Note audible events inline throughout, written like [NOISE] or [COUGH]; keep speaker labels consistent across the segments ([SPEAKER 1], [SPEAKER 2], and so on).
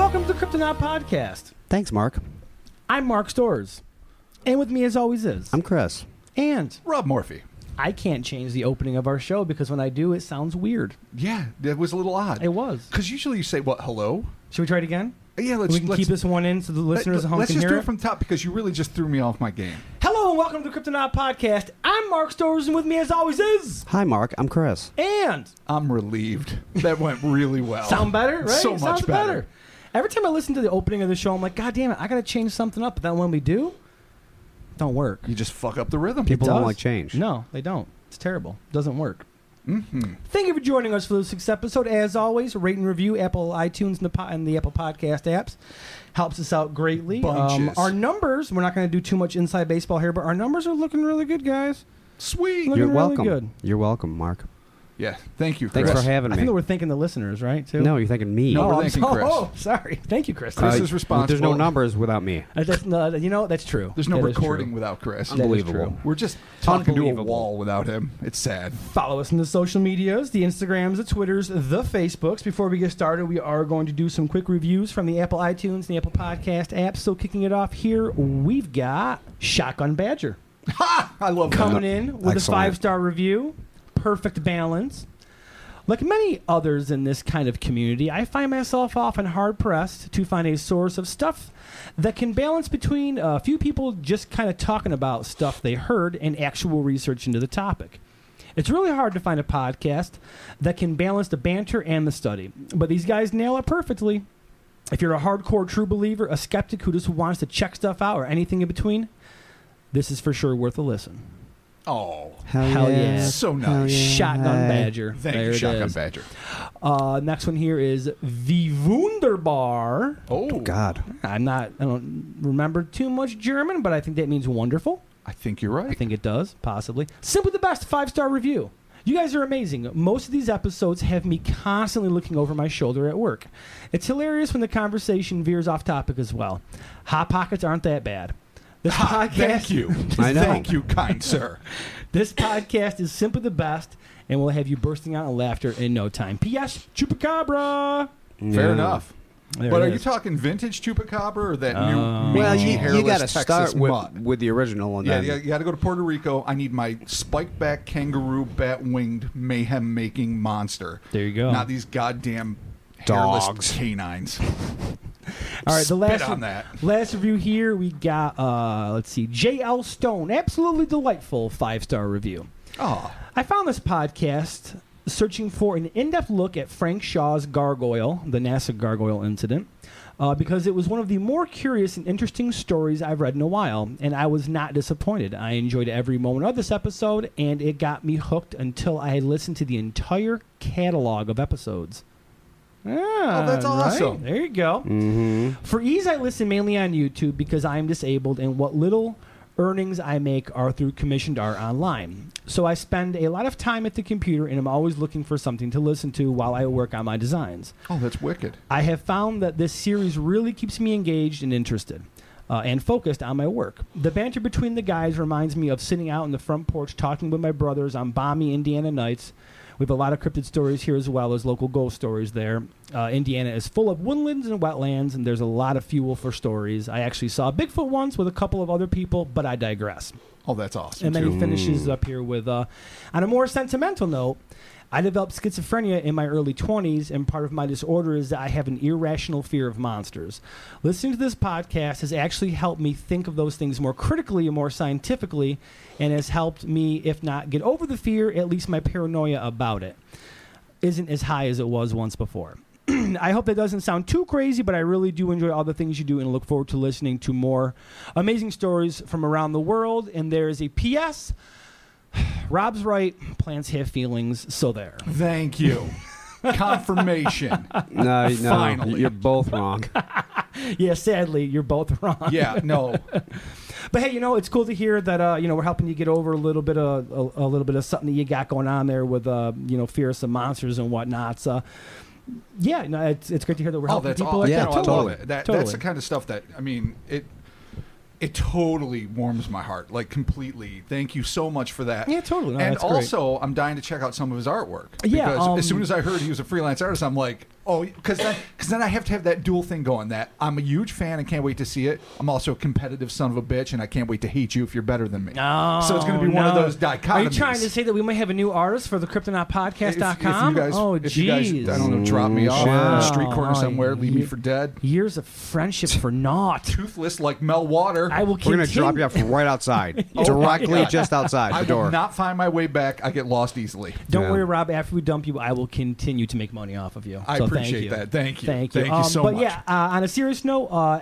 [SPEAKER 1] Not Podcast.
[SPEAKER 2] Thanks, Mark.
[SPEAKER 1] I'm Mark Storrs. And with me, as always, is.
[SPEAKER 2] I'm Chris.
[SPEAKER 1] and
[SPEAKER 3] Rob Morphy.
[SPEAKER 1] I can't change the opening of our show because when I do, it sounds weird.
[SPEAKER 3] Yeah, that was a little odd.
[SPEAKER 1] It was.
[SPEAKER 3] Because usually you say, what, hello?
[SPEAKER 1] Should we try it again?
[SPEAKER 3] Yeah, let's,
[SPEAKER 1] we can
[SPEAKER 3] let's
[SPEAKER 1] keep this one in so the
[SPEAKER 3] let,
[SPEAKER 1] listeners at home
[SPEAKER 3] us
[SPEAKER 1] can
[SPEAKER 3] just
[SPEAKER 1] hear
[SPEAKER 3] do it from the top because you really just threw me off my game.
[SPEAKER 1] Hello and welcome to the Kryptonaut Podcast. I'm Mark Storrs, and with me, as always, is.
[SPEAKER 2] Hi, Mark. I'm Chris.
[SPEAKER 1] And.
[SPEAKER 3] I'm relieved. That went really well.
[SPEAKER 1] Sound better, right?
[SPEAKER 3] Oh, So
[SPEAKER 1] It
[SPEAKER 3] much
[SPEAKER 1] Sounds
[SPEAKER 3] better.
[SPEAKER 1] Every time I listen to the opening of the show, I'm like, God damn it, I gotta change something up. But then when we do, it don't work.
[SPEAKER 3] You just fuck up the rhythm.
[SPEAKER 2] People
[SPEAKER 1] does.
[SPEAKER 2] don't like change.
[SPEAKER 1] No, they don't. It's terrible. Doesn't work.
[SPEAKER 3] Mhm.
[SPEAKER 1] Thank you for joining us for this sixth episode. As always, rate and review Apple iTunes and the, po- and the Apple Podcast apps. Helps us out greatly. Um,
[SPEAKER 3] Bunches.
[SPEAKER 1] our numbers, we're not going to do too much inside baseball here, but our numbers are looking really good, guys.
[SPEAKER 3] Sweet.
[SPEAKER 1] Look-
[SPEAKER 2] You're
[SPEAKER 1] Looking really
[SPEAKER 2] welcome.
[SPEAKER 1] good.
[SPEAKER 2] You're welcome, Mark.
[SPEAKER 3] Yeah, thank you, Chris.
[SPEAKER 2] Thanks for having
[SPEAKER 1] I
[SPEAKER 2] me.
[SPEAKER 1] think that we're thinking the listeners, right? Too?
[SPEAKER 2] No, you're thinking me.
[SPEAKER 3] No,
[SPEAKER 1] Oh,
[SPEAKER 3] we're
[SPEAKER 1] I'm
[SPEAKER 3] thanking
[SPEAKER 1] so-
[SPEAKER 3] Chris.
[SPEAKER 1] [LAUGHS] Oh, sorry. Thank you, Chris.
[SPEAKER 3] Chris
[SPEAKER 2] Uh,
[SPEAKER 3] is responsible.
[SPEAKER 2] There's no numbers without me.
[SPEAKER 1] Uh, that's not, you know, that's true.
[SPEAKER 3] There's no
[SPEAKER 1] That is true.
[SPEAKER 3] recording without Chris.
[SPEAKER 1] That is
[SPEAKER 2] Unbelievable.
[SPEAKER 1] true.
[SPEAKER 3] We're just talking to a
[SPEAKER 2] Unbelievable.
[SPEAKER 3] wall without him. It's sad.
[SPEAKER 1] Follow us on the social medias, the Instagrams, the Twitters, the Facebooks. Before we get started, we are going to do some quick reviews from the Apple iTunes and the Apple Podcast app. So kicking it off here, we've got Shotgun Badger
[SPEAKER 3] I love
[SPEAKER 1] coming
[SPEAKER 3] that.
[SPEAKER 1] in with a
[SPEAKER 2] Excellent.
[SPEAKER 1] five star review. Perfect balance. Like many others in this kind of community, I find myself often hard pressed to find a source of stuff that can balance between a few people just kind of talking about stuff they heard and actual research into the topic. It's really hard to find a podcast that can balance the banter and the study, but these guys nail it perfectly. If you're a hardcore true believer, a skeptic who just wants to check stuff out, or anything in between, this is for sure worth a listen.
[SPEAKER 3] Oh,
[SPEAKER 2] Hell,
[SPEAKER 1] Hell yeah.
[SPEAKER 3] so nice.
[SPEAKER 1] Shotgun Badger.
[SPEAKER 3] Thank
[SPEAKER 1] there
[SPEAKER 3] you,
[SPEAKER 1] it
[SPEAKER 3] Shotgun
[SPEAKER 1] is.
[SPEAKER 3] Badger.
[SPEAKER 1] Uh, next one here is the Wunderbar.
[SPEAKER 3] Oh,
[SPEAKER 2] God.
[SPEAKER 1] I'm not. I don't remember too much German, but I think that means wonderful.
[SPEAKER 3] I think you're right.
[SPEAKER 1] I think it does, possibly. Simply the best five star review. You guys are amazing. Most of these episodes have me constantly looking over my shoulder at work. It's hilarious when the conversation veers off topic as well. Hot pockets aren't that bad. This podcast, [LAUGHS]
[SPEAKER 3] Thank you.
[SPEAKER 2] I know.
[SPEAKER 3] Thank you, kind sir.
[SPEAKER 1] This podcast is simply the best, and will have you bursting out in laughter in no time. P.S. Chupacabra.
[SPEAKER 3] Fair
[SPEAKER 2] Yeah.
[SPEAKER 3] enough.
[SPEAKER 1] There
[SPEAKER 3] but
[SPEAKER 1] it
[SPEAKER 3] are you
[SPEAKER 1] is.
[SPEAKER 3] talking vintage chupacabra or that
[SPEAKER 1] Oh.
[SPEAKER 3] new
[SPEAKER 2] Well, you, you
[SPEAKER 3] got
[SPEAKER 2] gotta
[SPEAKER 3] to
[SPEAKER 2] start with,
[SPEAKER 3] mutt?
[SPEAKER 2] with the original and
[SPEAKER 3] Yeah,
[SPEAKER 2] then.
[SPEAKER 3] you, got to go to Puerto Rico. I need my spiked back kangaroo bat winged mayhem making monster.
[SPEAKER 1] There you go.
[SPEAKER 3] Not these goddamn
[SPEAKER 2] Dogs.
[SPEAKER 3] hairless canines.
[SPEAKER 1] All right, the
[SPEAKER 3] Spit
[SPEAKER 1] last
[SPEAKER 3] on that.
[SPEAKER 1] last review here we got. Uh, let's see, J.L. Stone, absolutely delightful five star review.
[SPEAKER 3] Oh,
[SPEAKER 1] I found this podcast searching for an in depth look at Frank Shaw's gargoyle, the NASA gargoyle incident, uh, because it was one of the more curious and interesting stories I've read in a while, and I was not disappointed. I enjoyed every moment of this episode, and it got me hooked until I had listened to the entire catalog of episodes. Ah,
[SPEAKER 3] Oh, that's
[SPEAKER 1] right.
[SPEAKER 3] awesome.
[SPEAKER 1] There you go.
[SPEAKER 2] hmm
[SPEAKER 1] For ease, I listen mainly on YouTube because I am disabled, and what little earnings I make are through commissioned art online. So I spend a lot of time at the computer, and I'm always looking for something to listen to while I work on my designs.
[SPEAKER 3] oh, that's wicked.
[SPEAKER 1] I have found that this series really keeps me engaged and interested. Uh, and focused on my work. The banter between the guys reminds me of sitting out on the front porch talking with my brothers on balmy Indiana nights. We have a lot of cryptid stories here as well as local ghost stories there. Uh, Indiana is full of woodlands and wetlands, and there's a lot of fuel for stories. I actually saw Bigfoot once with a couple of other people, but I digress.
[SPEAKER 3] Oh, that's awesome.
[SPEAKER 1] And then
[SPEAKER 3] too.
[SPEAKER 1] he finishes up here with, uh, on a more sentimental note, I developed schizophrenia in my early 20s, and part of my disorder is that I have an irrational fear of monsters. Listening to this podcast has actually helped me think of those things more critically and more scientifically, and has helped me, if not get over the fear, at least my paranoia about it isn't as high as it was once before. [CLEARS THROAT] I hope that doesn't sound too crazy, but I really do enjoy all the things you do and look forward to listening to more amazing stories from around the world. And there is a P.S. [SIGHS] Rob's right, plants have feelings, so there.
[SPEAKER 3] Thank you.
[SPEAKER 2] [LAUGHS]
[SPEAKER 3] Confirmation.
[SPEAKER 2] No, no,
[SPEAKER 3] Finally.
[SPEAKER 2] you're both
[SPEAKER 3] [LAUGHS]
[SPEAKER 2] wrong.
[SPEAKER 1] Yeah, sadly, you're both [LAUGHS] wrong.
[SPEAKER 3] Yeah, no.
[SPEAKER 1] But hey, you know, it's cool to hear that uh, you know we're helping you get over a little bit of a, a little bit of something that you got going on there with uh, you know fears of monsters and whatnot. So, yeah, no, it's, it's great to hear that we're
[SPEAKER 3] Oh,
[SPEAKER 1] helping
[SPEAKER 3] that's
[SPEAKER 1] people
[SPEAKER 3] awesome.
[SPEAKER 1] like
[SPEAKER 2] Yeah,
[SPEAKER 3] no,
[SPEAKER 1] that.
[SPEAKER 3] I love
[SPEAKER 2] totally.
[SPEAKER 3] it. That, That's
[SPEAKER 1] Totally.
[SPEAKER 3] the kind of stuff that I mean it. It totally warms my heart, like completely. Thank you so much for that.
[SPEAKER 1] Yeah, totally. No,
[SPEAKER 3] and
[SPEAKER 1] that's great.
[SPEAKER 3] also, I'm dying to check out some of his artwork.
[SPEAKER 1] Yeah,
[SPEAKER 3] because
[SPEAKER 1] um,
[SPEAKER 3] as soon as I heard he was a freelance artist, I'm like, Oh, because then, cause then I have to have that dual thing going. That I'm a huge fan and can't wait to see it. I'm also a competitive son of a bitch and I can't wait to hate you if you're better than me.
[SPEAKER 1] No,
[SPEAKER 3] so it's going to be one of
[SPEAKER 1] Oh, no.
[SPEAKER 3] those dichotomies.
[SPEAKER 1] Are you trying to say that we might have a new artist for the CryptonautPodcast.com?
[SPEAKER 3] If, if you guys,
[SPEAKER 1] oh,
[SPEAKER 3] if you guys,
[SPEAKER 1] jeez.
[SPEAKER 3] I don't know, drop me off on
[SPEAKER 1] Wow.
[SPEAKER 3] a street corner somewhere, leave me
[SPEAKER 1] Yeah.
[SPEAKER 3] for dead.
[SPEAKER 1] Years of friendship for naught.
[SPEAKER 3] Toothless like Mel Water.
[SPEAKER 1] I will
[SPEAKER 2] We're
[SPEAKER 1] continue.
[SPEAKER 2] gonna drop you off right outside,
[SPEAKER 3] [LAUGHS] Oh my
[SPEAKER 2] directly
[SPEAKER 3] God.
[SPEAKER 2] just outside
[SPEAKER 3] I
[SPEAKER 2] the
[SPEAKER 3] will
[SPEAKER 2] door.
[SPEAKER 3] not find my way back. I get lost easily.
[SPEAKER 1] Don't
[SPEAKER 2] Yeah.
[SPEAKER 1] worry, Rob. After we dump you, I will continue to make money off of you.
[SPEAKER 3] I
[SPEAKER 1] So
[SPEAKER 3] appreciate
[SPEAKER 1] thank you.
[SPEAKER 3] that. Thank you.
[SPEAKER 1] Thank you.
[SPEAKER 3] Thank you
[SPEAKER 1] Um,
[SPEAKER 3] so
[SPEAKER 1] but
[SPEAKER 3] much.
[SPEAKER 1] yeah, uh, on a serious note, uh,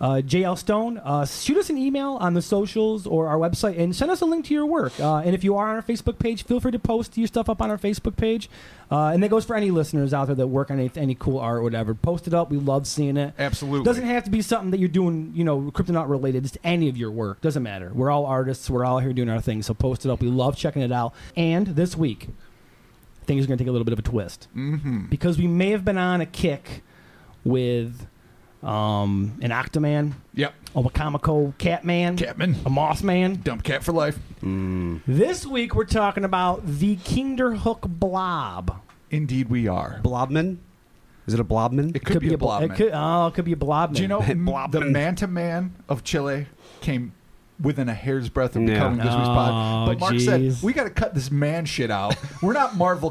[SPEAKER 1] uh, JL Stone, uh, shoot us an email on the socials or our website and send us a link to your work. Uh, and if you are on our Facebook page, feel free to post your stuff up on our Facebook page. Uh, and that goes for any listeners out there that work on any, any cool art or whatever. Post it up. We love seeing it.
[SPEAKER 3] Absolutely.
[SPEAKER 1] Doesn't have to be something that you're doing, you know, cryptonaut related. Just any of your work. Doesn't matter. We're all artists. We're all here doing our thing. So post it up. We love checking it out. And this week, things are going to take a little bit of a twist
[SPEAKER 3] mm-hmm.
[SPEAKER 1] because we may have been on a kick with um, an Octoman,
[SPEAKER 3] Yep.
[SPEAKER 1] a Wakamako Catman,
[SPEAKER 3] Catman.
[SPEAKER 1] a Mothman.
[SPEAKER 3] Dump cat for life.
[SPEAKER 1] This week we're talking about the Kinderhook Blob.
[SPEAKER 3] Indeed, we are.
[SPEAKER 2] Blobman? Is it a Blobman?
[SPEAKER 3] It could, be, a blob.
[SPEAKER 1] It could, oh, it could be a Blobman.
[SPEAKER 3] Do you know m-
[SPEAKER 2] Blobman.
[SPEAKER 3] the man to man of Chile came within a hair's breadth of
[SPEAKER 2] Yeah.
[SPEAKER 3] becoming this week's pod?
[SPEAKER 1] Oh,
[SPEAKER 3] But Mark
[SPEAKER 1] jeez.
[SPEAKER 3] said, we got to cut this man shit out. We're not Marvel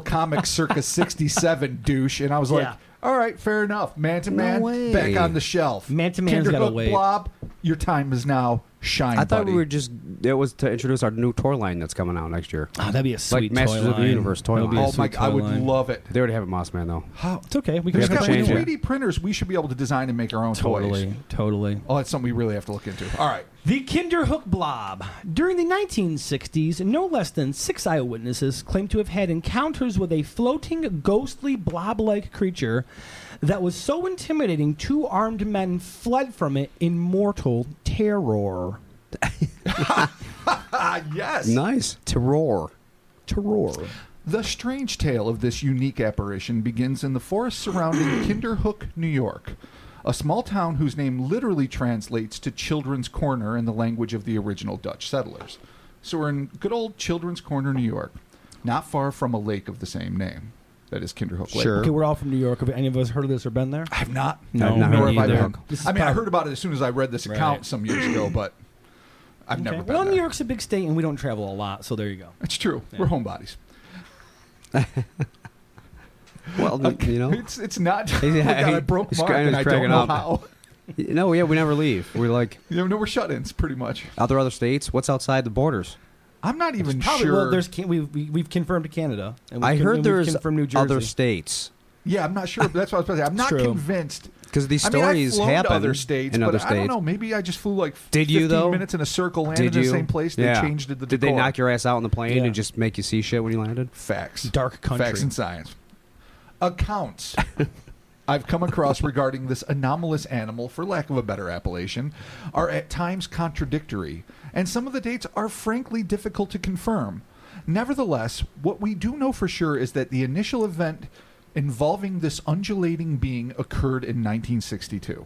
[SPEAKER 2] [LAUGHS]
[SPEAKER 3] Comics circa 67 douche. And I was like,
[SPEAKER 1] Yeah.
[SPEAKER 3] all right, fair enough. Man to man,
[SPEAKER 2] way.
[SPEAKER 3] back on the shelf.
[SPEAKER 1] Man to man's gotta
[SPEAKER 3] Kinderhook
[SPEAKER 1] wait.
[SPEAKER 3] Blob, your time is now. Shine.
[SPEAKER 2] I thought
[SPEAKER 3] buddy.
[SPEAKER 2] we were just. It was to introduce our new toy line that's coming out next year.
[SPEAKER 1] Oh, that'd be a sweet
[SPEAKER 2] Masters
[SPEAKER 1] toy
[SPEAKER 2] of the
[SPEAKER 1] line.
[SPEAKER 2] Universe toy
[SPEAKER 1] That'd be a
[SPEAKER 2] line.
[SPEAKER 3] Oh
[SPEAKER 1] sweet
[SPEAKER 3] my!
[SPEAKER 1] toy
[SPEAKER 3] I would
[SPEAKER 1] line.
[SPEAKER 3] love it.
[SPEAKER 2] They already have a Mossman though.
[SPEAKER 3] How,
[SPEAKER 1] It's okay. We can
[SPEAKER 2] We
[SPEAKER 3] There's
[SPEAKER 1] just
[SPEAKER 2] have to
[SPEAKER 3] got
[SPEAKER 1] got
[SPEAKER 3] with
[SPEAKER 2] change it.
[SPEAKER 3] 3D printers, we should be able to design and make our own
[SPEAKER 1] Totally,
[SPEAKER 3] toys.
[SPEAKER 1] totally.
[SPEAKER 3] Oh, that's something we really have to look into. All right. [LAUGHS]
[SPEAKER 1] The Kinderhook Blob. During the 1960s, no less than six eyewitnesses claimed to have had encounters with a floating, ghostly, blob like creature that was so intimidating two armed men fled from it in mortal terror.
[SPEAKER 3] Ah, yes.
[SPEAKER 2] Nice. To roar.
[SPEAKER 1] Terror.
[SPEAKER 3] The strange tale of this unique apparition begins in the forest surrounding Kinderhook, New York, a small town whose name literally translates to Children's Corner in the language of the original Dutch settlers. So we're in good old Children's Corner, New York, not far from a lake of the same name. That is Kinderhook Lake.
[SPEAKER 2] Sure.
[SPEAKER 1] Okay, we're all from New York. Have any of us heard of this or been there?
[SPEAKER 3] I have not.
[SPEAKER 1] No,
[SPEAKER 2] I've not
[SPEAKER 3] nor
[SPEAKER 2] heard
[SPEAKER 3] have I
[SPEAKER 2] either.
[SPEAKER 3] been.
[SPEAKER 1] This is
[SPEAKER 3] I mean, I
[SPEAKER 1] prob-
[SPEAKER 3] heard about it as soon as I read this account some years ago, but I've never
[SPEAKER 1] Okay.
[SPEAKER 3] been
[SPEAKER 1] Well,
[SPEAKER 3] there.
[SPEAKER 1] New York's a big state and we don't travel a lot, so there you go.
[SPEAKER 3] It's true. We're homebodies.
[SPEAKER 2] [LAUGHS] Well, you know.
[SPEAKER 3] It's
[SPEAKER 1] [LAUGHS]
[SPEAKER 3] it's not. [LAUGHS]
[SPEAKER 2] Yeah,
[SPEAKER 3] Oh my God,
[SPEAKER 2] he-
[SPEAKER 3] I broke
[SPEAKER 2] he's
[SPEAKER 3] Mark,
[SPEAKER 2] cra-
[SPEAKER 3] and
[SPEAKER 2] he's
[SPEAKER 3] I don't
[SPEAKER 2] cracking
[SPEAKER 3] know
[SPEAKER 2] up.
[SPEAKER 3] how.
[SPEAKER 2] No, yeah, we never leave. We're like
[SPEAKER 3] You know, we're shut-ins pretty much.
[SPEAKER 2] other other states. What's outside the borders?
[SPEAKER 3] I'm not even
[SPEAKER 1] Probably,
[SPEAKER 3] sure.
[SPEAKER 1] well, there's, can- we've, we- we've confirmed Canada. And we've
[SPEAKER 2] I
[SPEAKER 1] con-
[SPEAKER 2] heard
[SPEAKER 1] and we've
[SPEAKER 2] there's
[SPEAKER 1] confirmed New Jersey.
[SPEAKER 2] other states
[SPEAKER 3] yeah, I'm not sure. but That's what I was supposed to say. I'm not
[SPEAKER 1] True.
[SPEAKER 3] convinced.
[SPEAKER 2] because these
[SPEAKER 3] I mean, I've
[SPEAKER 2] stories
[SPEAKER 3] flown
[SPEAKER 2] happen
[SPEAKER 3] to other states,
[SPEAKER 2] in
[SPEAKER 3] but
[SPEAKER 2] other
[SPEAKER 3] I
[SPEAKER 2] states.
[SPEAKER 3] don't know. Maybe I just flew like
[SPEAKER 2] Did you,
[SPEAKER 3] 15
[SPEAKER 2] though?
[SPEAKER 3] minutes in a circle, landed
[SPEAKER 2] Did
[SPEAKER 3] in
[SPEAKER 2] you?
[SPEAKER 3] the same place. They
[SPEAKER 2] Yeah.
[SPEAKER 3] changed the
[SPEAKER 2] Did they
[SPEAKER 3] decor.
[SPEAKER 2] knock your ass out on the plane
[SPEAKER 1] Yeah.
[SPEAKER 2] and just make you see shit when you landed?
[SPEAKER 3] facts?
[SPEAKER 1] Dark country.
[SPEAKER 3] Facts and science. Accounts. I've come across regarding this anomalous animal, for lack of a better appellation, are at times contradictory, and some of the dates are frankly difficult to confirm. Nevertheless, what we do know for sure is that the initial event involving this undulating being occurred in 1962.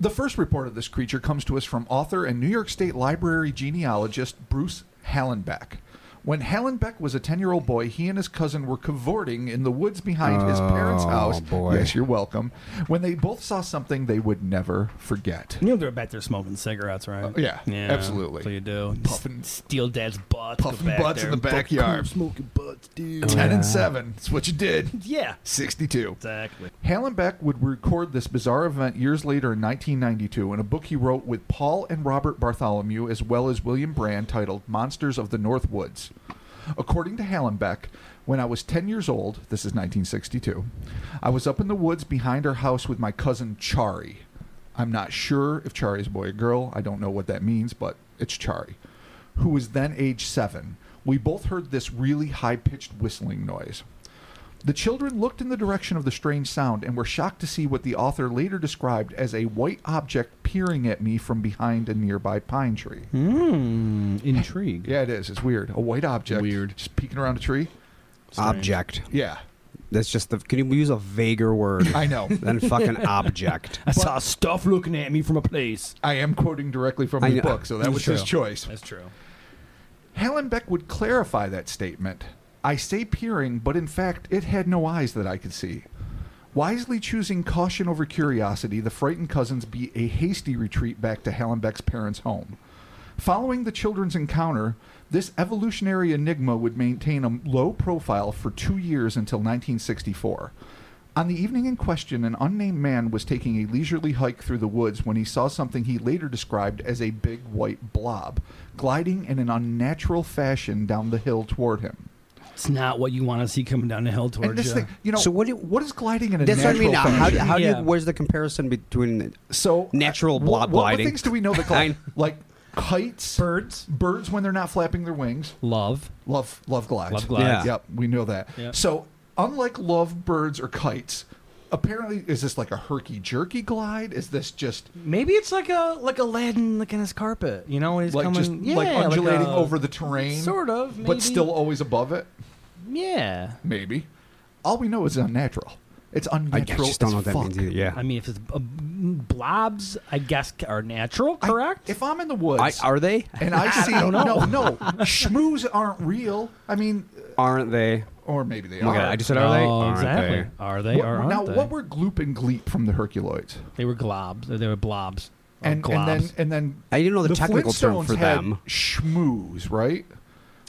[SPEAKER 3] The first report of this creature comes to us from author and New York State Library genealogist Bruce Hallenbeck. When Hallenbeck was a 10 year old boy, he and his cousin were cavorting in the woods behind his parents'
[SPEAKER 2] Oh,
[SPEAKER 3] house.
[SPEAKER 2] boy.
[SPEAKER 3] Yes, you're welcome. When they both saw something they would never forget.
[SPEAKER 1] You know they're back there smoking cigarettes, right?
[SPEAKER 3] Uh, yeah, absolutely.
[SPEAKER 1] So you do
[SPEAKER 3] Puffing-
[SPEAKER 1] S- steal dad's butts, go
[SPEAKER 3] puffing
[SPEAKER 1] back
[SPEAKER 3] butts in
[SPEAKER 1] there,
[SPEAKER 3] the backyard.
[SPEAKER 1] fuck smoking butts, dude.
[SPEAKER 3] 10
[SPEAKER 2] Yeah.
[SPEAKER 3] and 7. That's what you did.
[SPEAKER 1] Yeah,
[SPEAKER 3] 62.
[SPEAKER 1] exactly.
[SPEAKER 3] Hallenbeck would record this bizarre event years later in 1992 in a book he wrote with Paul and Robert Bartholomew as well as William Brand titled Monsters of the North Woods. According to Hallenbeck, when I was 10 years old, this is 1962, I was up in the woods behind our house with my cousin Chari. I'm not sure if Chari is a boy or girl. I don't know what that means, but it's Chari, who was then age seven. We both heard this really high pitched whistling noise. The children looked in the direction of the strange sound and were shocked to see what the author later described as a white object peering at me from behind a nearby pine tree.
[SPEAKER 1] Hmm, intrigue.
[SPEAKER 3] Yeah, it is. It's weird. A white object.
[SPEAKER 1] Weird.
[SPEAKER 3] Just peeking around a tree.
[SPEAKER 2] Object.
[SPEAKER 3] Yeah,
[SPEAKER 2] That's just the. Can you use a vaguer word
[SPEAKER 3] [LAUGHS] I know.
[SPEAKER 2] than fucking
[SPEAKER 3] [LAUGHS]
[SPEAKER 2] object?
[SPEAKER 1] I saw stuff looking at me from a place.
[SPEAKER 3] I am quoting directly from
[SPEAKER 2] I
[SPEAKER 3] his
[SPEAKER 2] know.
[SPEAKER 3] book, so that
[SPEAKER 1] It's
[SPEAKER 3] was his
[SPEAKER 1] true.
[SPEAKER 3] choice.
[SPEAKER 1] That's true.
[SPEAKER 3] Hallenbeck would clarify that statement. I say peering, but in fact, it had no eyes that I could see. Wisely choosing caution over curiosity, the frightened cousins beat a hasty retreat back to Hallenbeck's parents' home. Following the children's encounter, this evolutionary enigma would maintain a low profile for two years until 1964. On the evening in question, an unnamed man was taking a leisurely hike through the woods when he saw something he later described as a big white blob gliding in an unnatural fashion down the hill toward him.
[SPEAKER 1] It's not what you want to see coming down the hill towards
[SPEAKER 3] And this
[SPEAKER 1] you.
[SPEAKER 3] thing, you know,
[SPEAKER 2] So what do you-
[SPEAKER 3] what is gliding in a
[SPEAKER 2] That's what I
[SPEAKER 3] natural
[SPEAKER 2] mean. Now, how,
[SPEAKER 3] fashion?
[SPEAKER 2] how do you?
[SPEAKER 1] Yeah.
[SPEAKER 2] Where's the comparison between?
[SPEAKER 3] So
[SPEAKER 2] Natural
[SPEAKER 3] uh, wh-
[SPEAKER 2] blob
[SPEAKER 3] what,
[SPEAKER 2] gliding.
[SPEAKER 3] What things do we know that
[SPEAKER 2] [LAUGHS]
[SPEAKER 3] glide?
[SPEAKER 2] I-
[SPEAKER 3] like kites,
[SPEAKER 1] Birds,
[SPEAKER 3] birds when they're not flapping their wings.
[SPEAKER 1] love.
[SPEAKER 3] Love love glides.
[SPEAKER 1] Love glides.
[SPEAKER 2] Yeah.
[SPEAKER 3] Yep, we know that.
[SPEAKER 1] Yeah.
[SPEAKER 3] So unlike love birds or kites, apparently is this like a herky jerky glide? Is this just
[SPEAKER 1] Maybe it's like a like Aladdin licking his carpet. You know, and he's
[SPEAKER 3] like
[SPEAKER 1] coming,
[SPEAKER 3] just
[SPEAKER 1] yeah,
[SPEAKER 3] like undulating
[SPEAKER 1] a-
[SPEAKER 3] over the terrain?
[SPEAKER 1] sort of, maybe.
[SPEAKER 3] But still always above it?
[SPEAKER 1] Yeah,
[SPEAKER 3] Maybe. All we know is unnatural. It's
[SPEAKER 2] I
[SPEAKER 3] unnatural.
[SPEAKER 2] just don't
[SPEAKER 3] as
[SPEAKER 2] know what that
[SPEAKER 3] fuck.
[SPEAKER 2] means either. Yeah.
[SPEAKER 1] I mean, if it's uh, blobs, I guess c- are natural,
[SPEAKER 3] I-
[SPEAKER 1] correct?
[SPEAKER 3] if I'm in the woods
[SPEAKER 2] [LAUGHS] I, are they?
[SPEAKER 3] and I see no, no, schmooze aren't real. I mean,
[SPEAKER 2] Aren't they?
[SPEAKER 3] or maybe they
[SPEAKER 2] Oh my
[SPEAKER 3] are.
[SPEAKER 2] God, I just said are they?
[SPEAKER 1] Oh,
[SPEAKER 2] Aren't
[SPEAKER 1] exactly.
[SPEAKER 2] they?
[SPEAKER 1] Are they?
[SPEAKER 3] What-
[SPEAKER 1] or aren't
[SPEAKER 3] now,
[SPEAKER 1] they?
[SPEAKER 3] what were Gloop and Gleep from the Herculoids?
[SPEAKER 1] they were globs? Or they were blobs. Or
[SPEAKER 3] And, and
[SPEAKER 1] globs.
[SPEAKER 3] then and then
[SPEAKER 2] I didn't know the technical term
[SPEAKER 3] Flintstones
[SPEAKER 2] for
[SPEAKER 3] had
[SPEAKER 2] them.
[SPEAKER 3] Schmooze, right?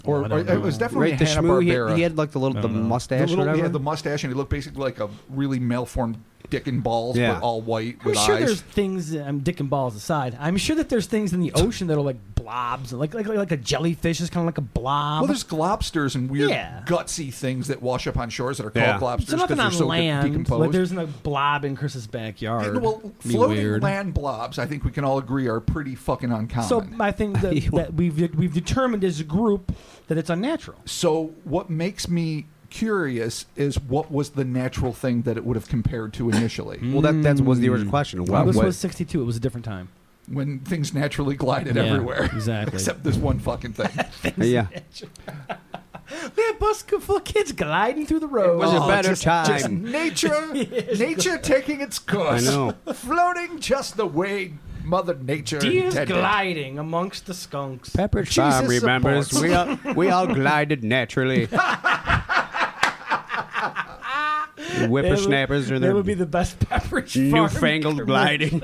[SPEAKER 3] Or,
[SPEAKER 1] Oh, I
[SPEAKER 3] or
[SPEAKER 1] don't
[SPEAKER 3] it was
[SPEAKER 1] know.
[SPEAKER 3] definitely
[SPEAKER 2] Right, the
[SPEAKER 3] Hanna
[SPEAKER 2] shmoo. He
[SPEAKER 3] Barbera.
[SPEAKER 2] had, he had like the little the
[SPEAKER 1] don't know.
[SPEAKER 2] mustache.
[SPEAKER 3] the
[SPEAKER 2] or
[SPEAKER 3] little, he
[SPEAKER 2] whatever.
[SPEAKER 3] had the mustache, and he looked basically like a really malformed dick and balls,
[SPEAKER 2] Yeah.
[SPEAKER 3] but all white
[SPEAKER 1] I'm
[SPEAKER 3] with
[SPEAKER 1] sure
[SPEAKER 3] eyes.
[SPEAKER 1] there's things. I'm dick and balls aside. I'm sure that there's things in the ocean that are like blobs, like like like a jellyfish is kind of like a blob.
[SPEAKER 2] um,
[SPEAKER 3] well, there's globsters and weird
[SPEAKER 1] Yeah.
[SPEAKER 3] gutsy things that wash up on shores that are called
[SPEAKER 2] Yeah.
[SPEAKER 3] globsters
[SPEAKER 1] so nothing
[SPEAKER 3] because they're
[SPEAKER 1] on
[SPEAKER 3] so de-
[SPEAKER 1] land.
[SPEAKER 3] decomposed.
[SPEAKER 1] Like there's no blob in Chris's backyard.
[SPEAKER 3] And, well,
[SPEAKER 1] Be
[SPEAKER 3] floating
[SPEAKER 1] weird.
[SPEAKER 3] land blobs, I think we can all agree, are pretty fucking uncommon.
[SPEAKER 1] So I think [LAUGHS] that, that we've we've determined as a group that it's unnatural.
[SPEAKER 3] So what makes me curious is what was the natural thing that it would have compared to initially
[SPEAKER 2] Well, that Mm. that was the original question. What,
[SPEAKER 1] this
[SPEAKER 2] what-
[SPEAKER 1] was 62. It was a different time.
[SPEAKER 3] when things naturally glided
[SPEAKER 1] Yeah,
[SPEAKER 3] everywhere
[SPEAKER 1] exactly.
[SPEAKER 3] [LAUGHS] except this one fucking thing
[SPEAKER 2] yeah. [LAUGHS]
[SPEAKER 1] Man, bus full of kids gliding through the road.
[SPEAKER 2] was a
[SPEAKER 3] Oh,
[SPEAKER 2] better
[SPEAKER 3] just-
[SPEAKER 2] time.
[SPEAKER 3] just nature nature taking its course
[SPEAKER 2] I know.
[SPEAKER 3] floating just the way mother nature
[SPEAKER 1] Deers
[SPEAKER 3] intended
[SPEAKER 1] gliding amongst the skunks.
[SPEAKER 2] Pepperidge
[SPEAKER 3] Jesus
[SPEAKER 2] Farm remembers
[SPEAKER 3] supports.
[SPEAKER 2] we all we all glided naturally. Whippersnappers
[SPEAKER 1] That
[SPEAKER 2] are
[SPEAKER 1] would-
[SPEAKER 2] their
[SPEAKER 1] That would be the best Pepperidge
[SPEAKER 2] newfangled
[SPEAKER 1] Farm
[SPEAKER 2] gliding.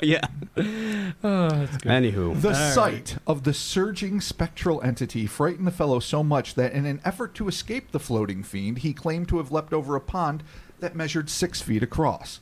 [SPEAKER 2] yeah.
[SPEAKER 1] Oh, that's good.
[SPEAKER 2] Anywho,
[SPEAKER 3] The sight of the surging spectral entity frightened the fellow so much that, in an effort to escape the floating fiend, he claimed to have leapt over a pond that measured six feet across.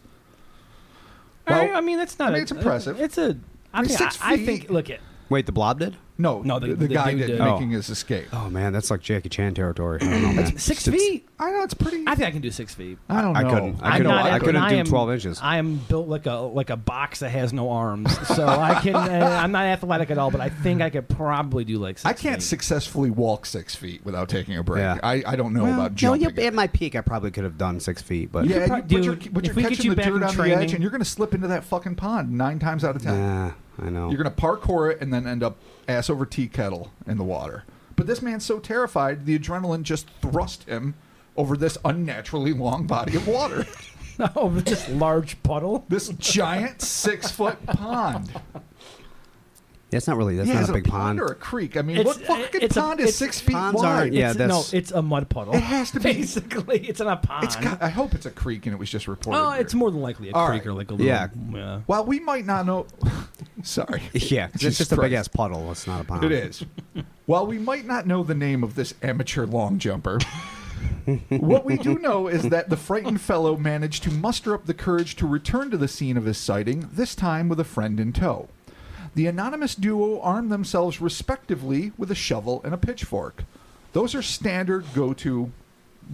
[SPEAKER 1] All right,
[SPEAKER 3] Well,
[SPEAKER 1] I mean, that's not.
[SPEAKER 3] I mean,
[SPEAKER 1] a-
[SPEAKER 3] it's impressive.
[SPEAKER 1] It's a. I
[SPEAKER 3] mean,
[SPEAKER 1] think.
[SPEAKER 3] six
[SPEAKER 1] I, I
[SPEAKER 3] feet.
[SPEAKER 1] think. Look it.
[SPEAKER 2] wait, the blob did?
[SPEAKER 3] No,
[SPEAKER 1] No,
[SPEAKER 3] the,
[SPEAKER 1] the-
[SPEAKER 3] the,
[SPEAKER 1] the
[SPEAKER 3] guy
[SPEAKER 1] dude
[SPEAKER 3] did
[SPEAKER 1] did.
[SPEAKER 3] making
[SPEAKER 2] Oh.
[SPEAKER 3] his escape.
[SPEAKER 2] Oh man, that's like Jackie Chan territory. I don't know, man.
[SPEAKER 1] Six
[SPEAKER 2] It's-
[SPEAKER 1] feet.
[SPEAKER 3] I know it's pretty.
[SPEAKER 1] I think I can do six feet.
[SPEAKER 3] I don't know.
[SPEAKER 2] I couldn't. I
[SPEAKER 1] I'm
[SPEAKER 2] couldn't-
[SPEAKER 1] not-
[SPEAKER 2] I
[SPEAKER 1] and
[SPEAKER 2] couldn't do
[SPEAKER 1] am-
[SPEAKER 2] 12 inches.
[SPEAKER 1] I am built like a like a box that has no arms, so I
[SPEAKER 3] [LAUGHS]
[SPEAKER 1] can. Uh, I'm not athletic at all, but I think I could probably do like. Six
[SPEAKER 3] I can't
[SPEAKER 1] feet.
[SPEAKER 3] successfully walk six feet without taking a break.
[SPEAKER 2] Yeah.
[SPEAKER 3] I, I don't know
[SPEAKER 2] Well,
[SPEAKER 3] about
[SPEAKER 2] no,
[SPEAKER 3] jumping.
[SPEAKER 2] you, at my peak, I probably could have done six feet, but
[SPEAKER 3] yeah,
[SPEAKER 1] could
[SPEAKER 3] you,
[SPEAKER 1] prob-
[SPEAKER 3] but you're,
[SPEAKER 1] dude,
[SPEAKER 3] but you're
[SPEAKER 1] if we get
[SPEAKER 3] catching
[SPEAKER 1] you
[SPEAKER 3] the
[SPEAKER 1] back
[SPEAKER 3] dirt
[SPEAKER 1] in
[SPEAKER 3] on the edge,
[SPEAKER 1] training-
[SPEAKER 3] and you're going to slip into that fucking pond nine times out of ten.
[SPEAKER 2] Nah, I know.
[SPEAKER 3] You're going to parkour it and then end up ass over tea kettle in the water. But this man's so terrified, the adrenaline just thrust him over this unnaturally long body of water. [LAUGHS]
[SPEAKER 1] [LAUGHS] No, but this large puddle.
[SPEAKER 3] this giant six foot pond.
[SPEAKER 2] That's not really. That's
[SPEAKER 3] yeah,
[SPEAKER 2] not
[SPEAKER 3] is
[SPEAKER 2] a
[SPEAKER 3] it
[SPEAKER 2] big pond.
[SPEAKER 3] or a creek? I mean,
[SPEAKER 1] It's-
[SPEAKER 3] what fucking
[SPEAKER 1] it's a-
[SPEAKER 3] pond is
[SPEAKER 1] it's-
[SPEAKER 3] six feet
[SPEAKER 2] ponds
[SPEAKER 3] wide?
[SPEAKER 2] aren't- yeah.
[SPEAKER 1] It's-
[SPEAKER 2] that's-
[SPEAKER 1] no, it's a mud puddle.
[SPEAKER 3] It has to
[SPEAKER 1] [LAUGHS]
[SPEAKER 3] be-
[SPEAKER 1] Basically, it's in a pond.
[SPEAKER 3] It's got, I hope it's a creek and it was just reported.
[SPEAKER 1] Oh,
[SPEAKER 3] here.
[SPEAKER 1] it's more than likely a
[SPEAKER 3] All
[SPEAKER 1] creek or
[SPEAKER 3] right.
[SPEAKER 1] like a little.
[SPEAKER 2] Yeah.
[SPEAKER 1] yeah.
[SPEAKER 3] While we might not know. [LAUGHS] Sorry.
[SPEAKER 2] [LAUGHS] Yeah, it's
[SPEAKER 3] Jesus
[SPEAKER 2] just a
[SPEAKER 3] Christ.
[SPEAKER 2] big ass puddle. It's not a pond.
[SPEAKER 3] It is. While we might not know the name of this amateur long jumper, what we do know is that the frightened fellow managed to muster up the courage to return to the scene of his sighting, this time with a friend in tow. The anonymous duo armed themselves respectively with a shovel and a pitchfork. Those are standard go to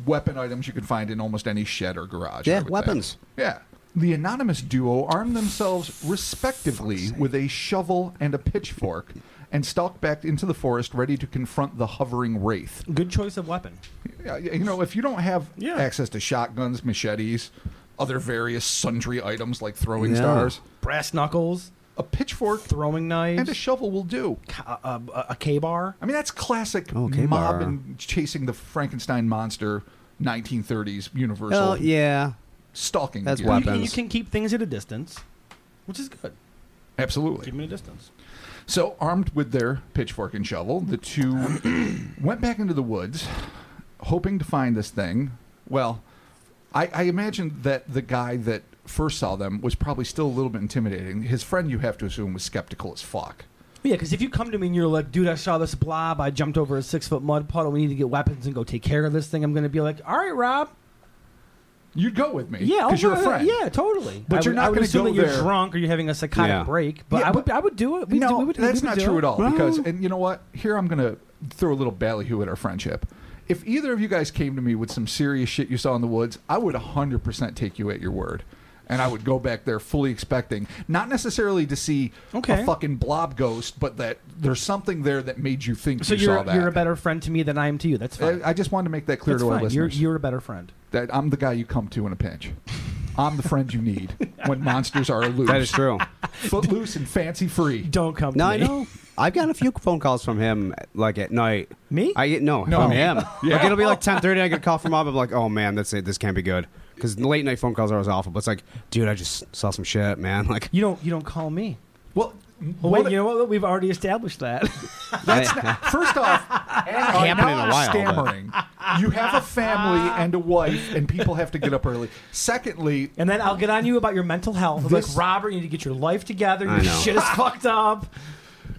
[SPEAKER 3] weapon items you can find in almost any shed or garage. I
[SPEAKER 2] Yeah,
[SPEAKER 3] would think.
[SPEAKER 2] weapons.
[SPEAKER 3] Yeah. The anonymous duo armed themselves respectively with a shovel and a pitchfork and stalked back into the forest ready to confront the hovering wraith.
[SPEAKER 1] Good choice of weapon.
[SPEAKER 3] Yeah, You know, if you don't have
[SPEAKER 1] Yeah.
[SPEAKER 3] access to shotguns, machetes, other various sundry items like throwing
[SPEAKER 2] Yeah.
[SPEAKER 3] stars,
[SPEAKER 1] Brass knuckles,
[SPEAKER 3] a pitchfork
[SPEAKER 1] throwing knives,
[SPEAKER 3] and a shovel will do.
[SPEAKER 1] ca- a, a, a K bar.
[SPEAKER 3] I mean, that's classic
[SPEAKER 2] Okay,
[SPEAKER 3] mob
[SPEAKER 2] Barra.
[SPEAKER 3] and chasing the Frankenstein monster 1930s universal
[SPEAKER 2] Oh yeah,
[SPEAKER 3] stalking.
[SPEAKER 2] That's
[SPEAKER 3] gear.
[SPEAKER 1] You
[SPEAKER 2] weapon.
[SPEAKER 1] can, you
[SPEAKER 2] Weapons.
[SPEAKER 1] can keep things at a distance, which is good.
[SPEAKER 3] Absolutely.
[SPEAKER 1] Keep them at a distance.
[SPEAKER 3] So, armed with their pitchfork and shovel, the [CLEARS THROAT] two went back into the woods, hoping to find this thing. Well, I, I imagine that the guy that first saw them was probably still a little bit intimidating. His friend, you have to assume, was skeptical as fuck.
[SPEAKER 1] Yeah, because if you come to me and you're like, dude, I saw this blob. I jumped over a six foot mud puddle. We need to get weapons and go take care of this thing. I'm going to be like, all right, Rob.
[SPEAKER 3] You'd go with me,
[SPEAKER 1] Yeah,
[SPEAKER 3] because
[SPEAKER 1] I'll
[SPEAKER 3] you're
[SPEAKER 1] go-
[SPEAKER 3] a friend.
[SPEAKER 1] Yeah, totally.
[SPEAKER 3] But
[SPEAKER 1] I
[SPEAKER 3] you're
[SPEAKER 1] would-
[SPEAKER 3] not
[SPEAKER 1] I would
[SPEAKER 3] gonna
[SPEAKER 1] assume
[SPEAKER 3] go
[SPEAKER 1] that you're
[SPEAKER 3] there.
[SPEAKER 1] drunk or you're having a psychotic
[SPEAKER 2] Yeah.
[SPEAKER 1] break. But
[SPEAKER 3] Yeah,
[SPEAKER 1] I would,
[SPEAKER 3] but-
[SPEAKER 1] I would do it. We'd do-
[SPEAKER 3] no,
[SPEAKER 1] we would, we
[SPEAKER 3] that's
[SPEAKER 1] would
[SPEAKER 3] not
[SPEAKER 1] do
[SPEAKER 3] true
[SPEAKER 1] it.
[SPEAKER 3] at all. Because,
[SPEAKER 2] Well-
[SPEAKER 3] and you know what? Here I'm going to throw a little ballyhoo at our friendship. If either of you guys came to me with some serious shit you saw in the woods, I would 100% take you at your word. And I would go back there fully expecting, not necessarily to see
[SPEAKER 1] Okay.
[SPEAKER 3] a fucking blob ghost, but that there's something there that made you think
[SPEAKER 1] So
[SPEAKER 3] you
[SPEAKER 1] you're
[SPEAKER 3] saw that.
[SPEAKER 1] you're a better friend to me than I am to you. That's fine.
[SPEAKER 3] I, I just wanted to make that clear
[SPEAKER 1] That's
[SPEAKER 3] to our
[SPEAKER 1] fine. You're,
[SPEAKER 3] listeners
[SPEAKER 1] you're a better friend.
[SPEAKER 3] that I'm the guy you come to in a pinch. I'm the friend you need when monsters
[SPEAKER 1] [LAUGHS]
[SPEAKER 3] are loose,
[SPEAKER 2] That is true.
[SPEAKER 3] footloose and fancy free.
[SPEAKER 1] Don't come to
[SPEAKER 2] [LAUGHS] No,
[SPEAKER 1] me.
[SPEAKER 2] I know. I've gotten a few phone calls from him, like at night.
[SPEAKER 1] Me?
[SPEAKER 2] I get no,
[SPEAKER 3] No.
[SPEAKER 2] from him.
[SPEAKER 3] [LAUGHS] Yeah.
[SPEAKER 2] Like it'll be like ten thirty. I get a call from Rob. I'm like, oh man, that's it. This can't be good. Because late night phone calls are always awful. But it's like, dude, I just saw some shit, man. [LAUGHS] Like,
[SPEAKER 1] You don't. You don't call me.
[SPEAKER 3] Well,
[SPEAKER 1] Well,
[SPEAKER 3] what-
[SPEAKER 1] wait, you know what? We've already established [LAUGHS] that.
[SPEAKER 3] That's not,
[SPEAKER 1] [LAUGHS]
[SPEAKER 3] first off, I
[SPEAKER 2] happened in a while, but-
[SPEAKER 3] Stammering. You have a
[SPEAKER 1] [LAUGHS]
[SPEAKER 3] family and a wife, and people have to get up early. Secondly,
[SPEAKER 1] and then I'll get on you about your mental health. I'm
[SPEAKER 3] This-
[SPEAKER 1] like Robert, you need to get your life together.
[SPEAKER 2] I
[SPEAKER 1] Your
[SPEAKER 2] know.
[SPEAKER 1] shit is [LAUGHS] fucked up.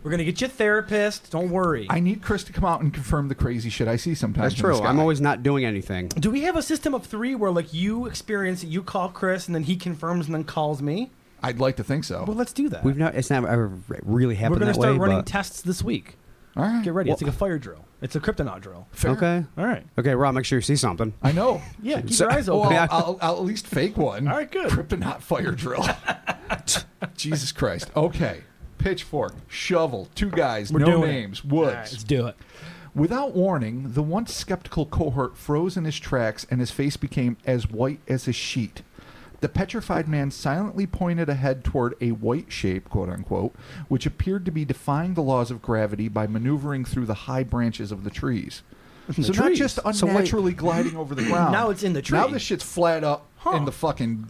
[SPEAKER 1] We're gonna get you a therapist. Don't worry.
[SPEAKER 3] I need Chris to come out and confirm the crazy shit I see sometimes.
[SPEAKER 2] that's
[SPEAKER 3] in
[SPEAKER 2] true.
[SPEAKER 3] this guy.
[SPEAKER 2] I'm always not doing anything.
[SPEAKER 1] Do we have a system of three where like you experience it, you call Chris, and then he confirms and then calls me?
[SPEAKER 3] I'd like to think so.
[SPEAKER 1] Well, let's do that.
[SPEAKER 2] We've not. It's never ever really
[SPEAKER 1] We're
[SPEAKER 2] happened
[SPEAKER 1] gonna
[SPEAKER 2] that
[SPEAKER 1] start
[SPEAKER 2] way.
[SPEAKER 1] running
[SPEAKER 2] but-
[SPEAKER 1] tests this week.
[SPEAKER 3] All right.
[SPEAKER 1] Get ready. it's
[SPEAKER 2] Well-
[SPEAKER 1] like a fire drill. It's a kryptonaut drill.
[SPEAKER 3] Fair.
[SPEAKER 2] okay.
[SPEAKER 1] All right.
[SPEAKER 2] Okay, Rob. Make sure you see something.
[SPEAKER 3] I know.
[SPEAKER 1] Yeah. Keep
[SPEAKER 2] So-
[SPEAKER 1] your
[SPEAKER 2] [LAUGHS]
[SPEAKER 1] eyes
[SPEAKER 3] Well,
[SPEAKER 1] open.
[SPEAKER 3] I'll, I'll, I'll at least fake one.
[SPEAKER 1] All right, good.
[SPEAKER 3] Kryptonite
[SPEAKER 1] [LAUGHS]
[SPEAKER 3] fire drill. Jesus Christ. Okay. Pitchfork, shovel, two guys,
[SPEAKER 1] We're
[SPEAKER 3] no
[SPEAKER 1] doing it.
[SPEAKER 3] names,
[SPEAKER 1] All right,
[SPEAKER 3] woods.
[SPEAKER 1] let's do it.
[SPEAKER 3] Without warning, the once skeptical cohort froze in his tracks and his face became as white as a sheet. The petrified man silently pointed ahead toward a white shape, quote unquote, which appeared to be defying the laws of gravity by maneuvering through the high branches of the trees. so not
[SPEAKER 1] trees.
[SPEAKER 3] just
[SPEAKER 2] So wait.
[SPEAKER 3] unnaturally gliding
[SPEAKER 1] [CLEARS THROAT]
[SPEAKER 3] over the ground.
[SPEAKER 1] Now it's in the tree.
[SPEAKER 3] Now this shit's flat up
[SPEAKER 1] Huh.
[SPEAKER 3] in the fucking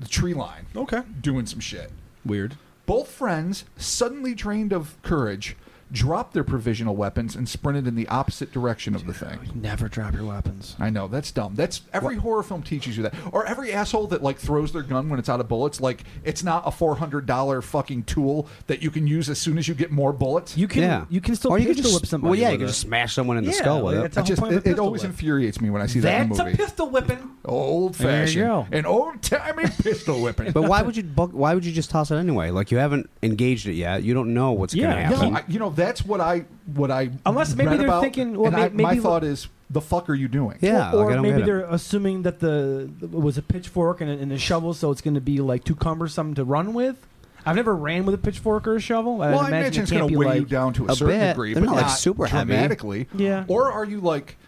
[SPEAKER 3] the tree line.
[SPEAKER 1] Okay.
[SPEAKER 3] Doing some shit.
[SPEAKER 1] Weird.
[SPEAKER 3] Both friends, suddenly drained of courage, dropped their provisional weapons and sprinted in the opposite direction of the thing.
[SPEAKER 1] Never drop your weapons.
[SPEAKER 3] I know that's dumb. That's every horror film teaches you that, or every asshole that like throws their gun when it's out of bullets. Like it's not a four hundred dollar fucking tool that you can use as soon as you get more bullets.
[SPEAKER 1] You can
[SPEAKER 2] yeah.
[SPEAKER 1] you can still
[SPEAKER 2] or you
[SPEAKER 1] pistol
[SPEAKER 2] could just,
[SPEAKER 1] whip somebody.
[SPEAKER 2] Well, yeah, you
[SPEAKER 1] with
[SPEAKER 2] can
[SPEAKER 1] it.
[SPEAKER 2] just smash someone in the
[SPEAKER 1] Yeah,
[SPEAKER 2] skull with
[SPEAKER 1] like
[SPEAKER 2] it.
[SPEAKER 1] that's
[SPEAKER 3] it
[SPEAKER 1] the
[SPEAKER 3] just
[SPEAKER 1] whole point of
[SPEAKER 3] it,
[SPEAKER 1] a
[SPEAKER 3] it
[SPEAKER 1] pistol
[SPEAKER 3] always
[SPEAKER 1] whip.
[SPEAKER 3] infuriates me when I see
[SPEAKER 1] That's
[SPEAKER 3] that
[SPEAKER 1] a
[SPEAKER 3] in a movie.
[SPEAKER 1] pistol whipping.
[SPEAKER 3] Old
[SPEAKER 1] There you go.
[SPEAKER 3] fashioned, an old timey pistol whipping.
[SPEAKER 2] But why would you? bu- Why would you just toss it anyway? Like you haven't engaged it yet. You don't know what's
[SPEAKER 1] Yeah, [LAUGHS]
[SPEAKER 2] gonna
[SPEAKER 1] yeah.
[SPEAKER 2] happen.
[SPEAKER 3] No, I, you know that's what I what I
[SPEAKER 1] Unless maybe
[SPEAKER 3] read
[SPEAKER 1] they're
[SPEAKER 3] about,
[SPEAKER 1] thinking, well,
[SPEAKER 3] and
[SPEAKER 1] may-
[SPEAKER 3] I- my
[SPEAKER 1] maybe-
[SPEAKER 3] thought is the fuck are you doing?
[SPEAKER 2] Yeah,
[SPEAKER 1] or,
[SPEAKER 2] like, I don't
[SPEAKER 1] maybe
[SPEAKER 2] get it.
[SPEAKER 1] they're assuming that the it was a pitchfork and a, and a shovel, so it's going to be like too cumbersome to run with. I've never ran with a pitchfork or a shovel. I
[SPEAKER 3] well, I
[SPEAKER 1] imagine,
[SPEAKER 3] imagine it's
[SPEAKER 1] it
[SPEAKER 3] going
[SPEAKER 1] can't
[SPEAKER 3] to
[SPEAKER 1] be
[SPEAKER 3] weigh
[SPEAKER 1] like, [LAUGHS]
[SPEAKER 3] you down to a,
[SPEAKER 2] a
[SPEAKER 3] certain
[SPEAKER 2] bit.
[SPEAKER 3] degree,
[SPEAKER 2] They're
[SPEAKER 3] but
[SPEAKER 2] not, like, super heavy.
[SPEAKER 3] dramatically.
[SPEAKER 1] Yeah.
[SPEAKER 3] Or are you like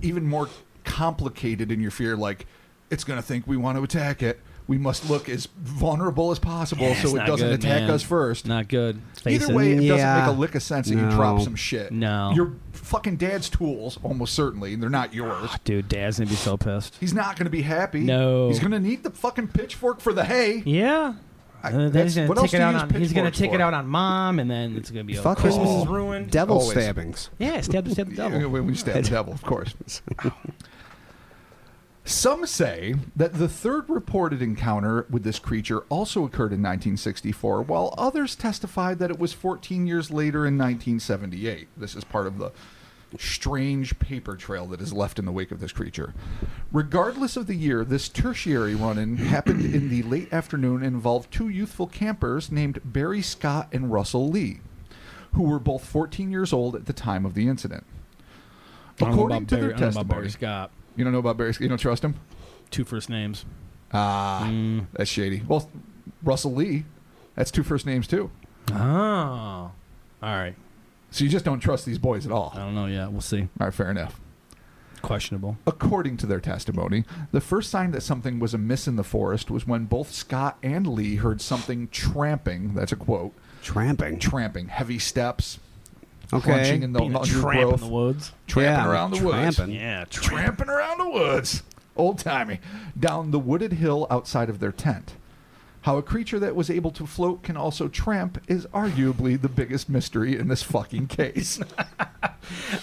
[SPEAKER 3] even more complicated in your fear? Like it's going to think we want to attack it. We must look as vulnerable as possible
[SPEAKER 1] Yeah, it's
[SPEAKER 3] so it
[SPEAKER 1] not
[SPEAKER 3] doesn't
[SPEAKER 1] good,
[SPEAKER 3] attack
[SPEAKER 1] man.
[SPEAKER 3] us first.
[SPEAKER 1] Not good. Face
[SPEAKER 3] Either
[SPEAKER 1] it.
[SPEAKER 3] way, it
[SPEAKER 2] Yeah.
[SPEAKER 3] doesn't make a lick of sense that you drop
[SPEAKER 2] No.
[SPEAKER 3] some shit.
[SPEAKER 1] No.
[SPEAKER 3] your fucking dad's tools, almost certainly, and they're not yours.
[SPEAKER 1] dude, Dad's going to be so pissed.
[SPEAKER 3] He's not going to be happy.
[SPEAKER 1] No.
[SPEAKER 3] he's going to need the fucking pitchfork for the hay.
[SPEAKER 1] Yeah.
[SPEAKER 3] I-
[SPEAKER 1] And then
[SPEAKER 3] that's-
[SPEAKER 1] he's gonna
[SPEAKER 3] what else
[SPEAKER 1] take it
[SPEAKER 3] do you
[SPEAKER 1] out
[SPEAKER 3] use
[SPEAKER 1] on. He's gonna
[SPEAKER 3] pitchforks
[SPEAKER 1] take it
[SPEAKER 3] for?
[SPEAKER 1] out on mom, and then it's gonna be oh,
[SPEAKER 2] Fuck
[SPEAKER 1] Christmas
[SPEAKER 2] all.
[SPEAKER 1] is ruined.
[SPEAKER 2] Devil
[SPEAKER 3] Always.
[SPEAKER 2] stabbings.
[SPEAKER 1] yeah, stab, stab the
[SPEAKER 3] [LAUGHS] Yeah,
[SPEAKER 1] devil.
[SPEAKER 3] When we stab the devil, of course. Some say that the third reported encounter with this creature also occurred in 1964, while others testified that it was 14 years later in 1978. This is part of the strange paper trail that is left in the wake of this creature. Regardless of the year, this tertiary run in happened in the late afternoon and involved two youthful campers named Barry Scott and Russell Lee, who were both 14 years old at the time of the incident. According to their testimony,
[SPEAKER 1] Scott,
[SPEAKER 3] you don't know about Barry Scott. You don't trust him?
[SPEAKER 1] two first names.
[SPEAKER 3] Ah, that's shady. Well, Russell Lee, that's two first names too.
[SPEAKER 1] Oh, all right.
[SPEAKER 3] So you just don't trust these boys at all. All
[SPEAKER 1] don't know yet. We'll see.
[SPEAKER 3] right, fair enough.
[SPEAKER 1] Questionable.
[SPEAKER 3] According to their testimony, the first sign that something was amiss in the forest was when both Scott and Lee heard something tramping, that's a quote,
[SPEAKER 2] Tramping.
[SPEAKER 3] tramping, heavy steps,
[SPEAKER 2] Okay.
[SPEAKER 3] crunching in the
[SPEAKER 1] tramp in the
[SPEAKER 3] undergrowth,
[SPEAKER 1] woods.
[SPEAKER 3] tramping
[SPEAKER 2] Yeah,
[SPEAKER 3] around the woods.
[SPEAKER 2] tramping.
[SPEAKER 1] Yeah, tramp.
[SPEAKER 3] tramping around the woods, old timey, down the wooded hill outside of their tent. How a creature that was able to float can also tramp is arguably the biggest mystery in this fucking case.
[SPEAKER 1] I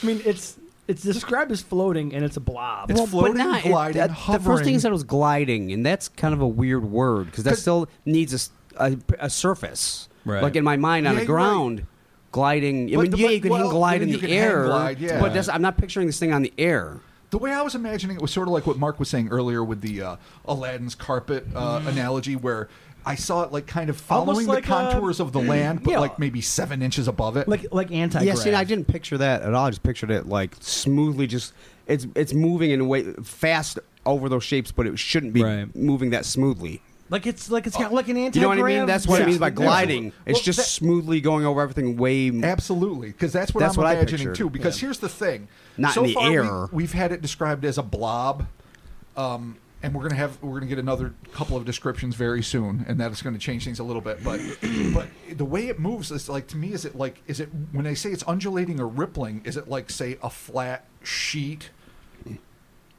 [SPEAKER 1] mean, it's it's described as floating and it's a blob.
[SPEAKER 3] It's
[SPEAKER 1] Well,
[SPEAKER 3] f- floating,
[SPEAKER 2] but not,
[SPEAKER 3] gliding,
[SPEAKER 2] that- The first thing
[SPEAKER 3] hovering.
[SPEAKER 2] you said was gliding, and that's kind of a weird word because that
[SPEAKER 3] 'Cause-
[SPEAKER 2] still needs a s- a, a surface.
[SPEAKER 1] Right.
[SPEAKER 2] Like in my mind, on
[SPEAKER 3] Yeah,
[SPEAKER 2] the
[SPEAKER 3] you're right.
[SPEAKER 2] ground, gliding. I
[SPEAKER 3] But
[SPEAKER 2] mean,
[SPEAKER 3] the-
[SPEAKER 2] yeah,
[SPEAKER 3] but-
[SPEAKER 2] you can
[SPEAKER 3] well,
[SPEAKER 2] hang glide
[SPEAKER 3] yeah,
[SPEAKER 2] in
[SPEAKER 3] you
[SPEAKER 2] the
[SPEAKER 3] can hang
[SPEAKER 2] air,
[SPEAKER 3] glide, yeah.
[SPEAKER 2] but that's, I'm not picturing this thing on the air.
[SPEAKER 3] The way I was imagining it was sort of like what Mark was saying earlier with the uh, Aladdin's carpet uh, analogy, where I saw it like kind of
[SPEAKER 1] Almost
[SPEAKER 3] following
[SPEAKER 1] like, uh,
[SPEAKER 3] the contours of the land, but
[SPEAKER 1] yeah.
[SPEAKER 3] like maybe seven inches above it.
[SPEAKER 1] like like anti.
[SPEAKER 2] Yeah, see, I didn't picture that at all. I just pictured it like smoothly, just it's it's moving in a way fast over those shapes, but it shouldn't be
[SPEAKER 1] Right.
[SPEAKER 2] moving that smoothly.
[SPEAKER 1] Like it's like it's got like an anti.
[SPEAKER 2] uh, You know what I mean? That's what
[SPEAKER 3] Yeah.
[SPEAKER 2] I mean by gliding.
[SPEAKER 3] Well,
[SPEAKER 2] it's just
[SPEAKER 3] that-
[SPEAKER 2] smoothly going over everything way.
[SPEAKER 3] Absolutely, because that's what
[SPEAKER 2] That's
[SPEAKER 3] I'm
[SPEAKER 2] what I
[SPEAKER 3] imagining
[SPEAKER 2] pictured.
[SPEAKER 3] too. Because here's the thing:
[SPEAKER 2] Not
[SPEAKER 3] so
[SPEAKER 2] in the
[SPEAKER 3] far,
[SPEAKER 2] air.
[SPEAKER 3] We, have had it described as a blob, um, and we're gonna have we're gonna get another couple of descriptions very soon, and that's gonna change things a little bit. But [CLEARS THROAT] but the way it moves is like to me is it like is it when they say it's undulating or rippling? Is it like say a flat sheet?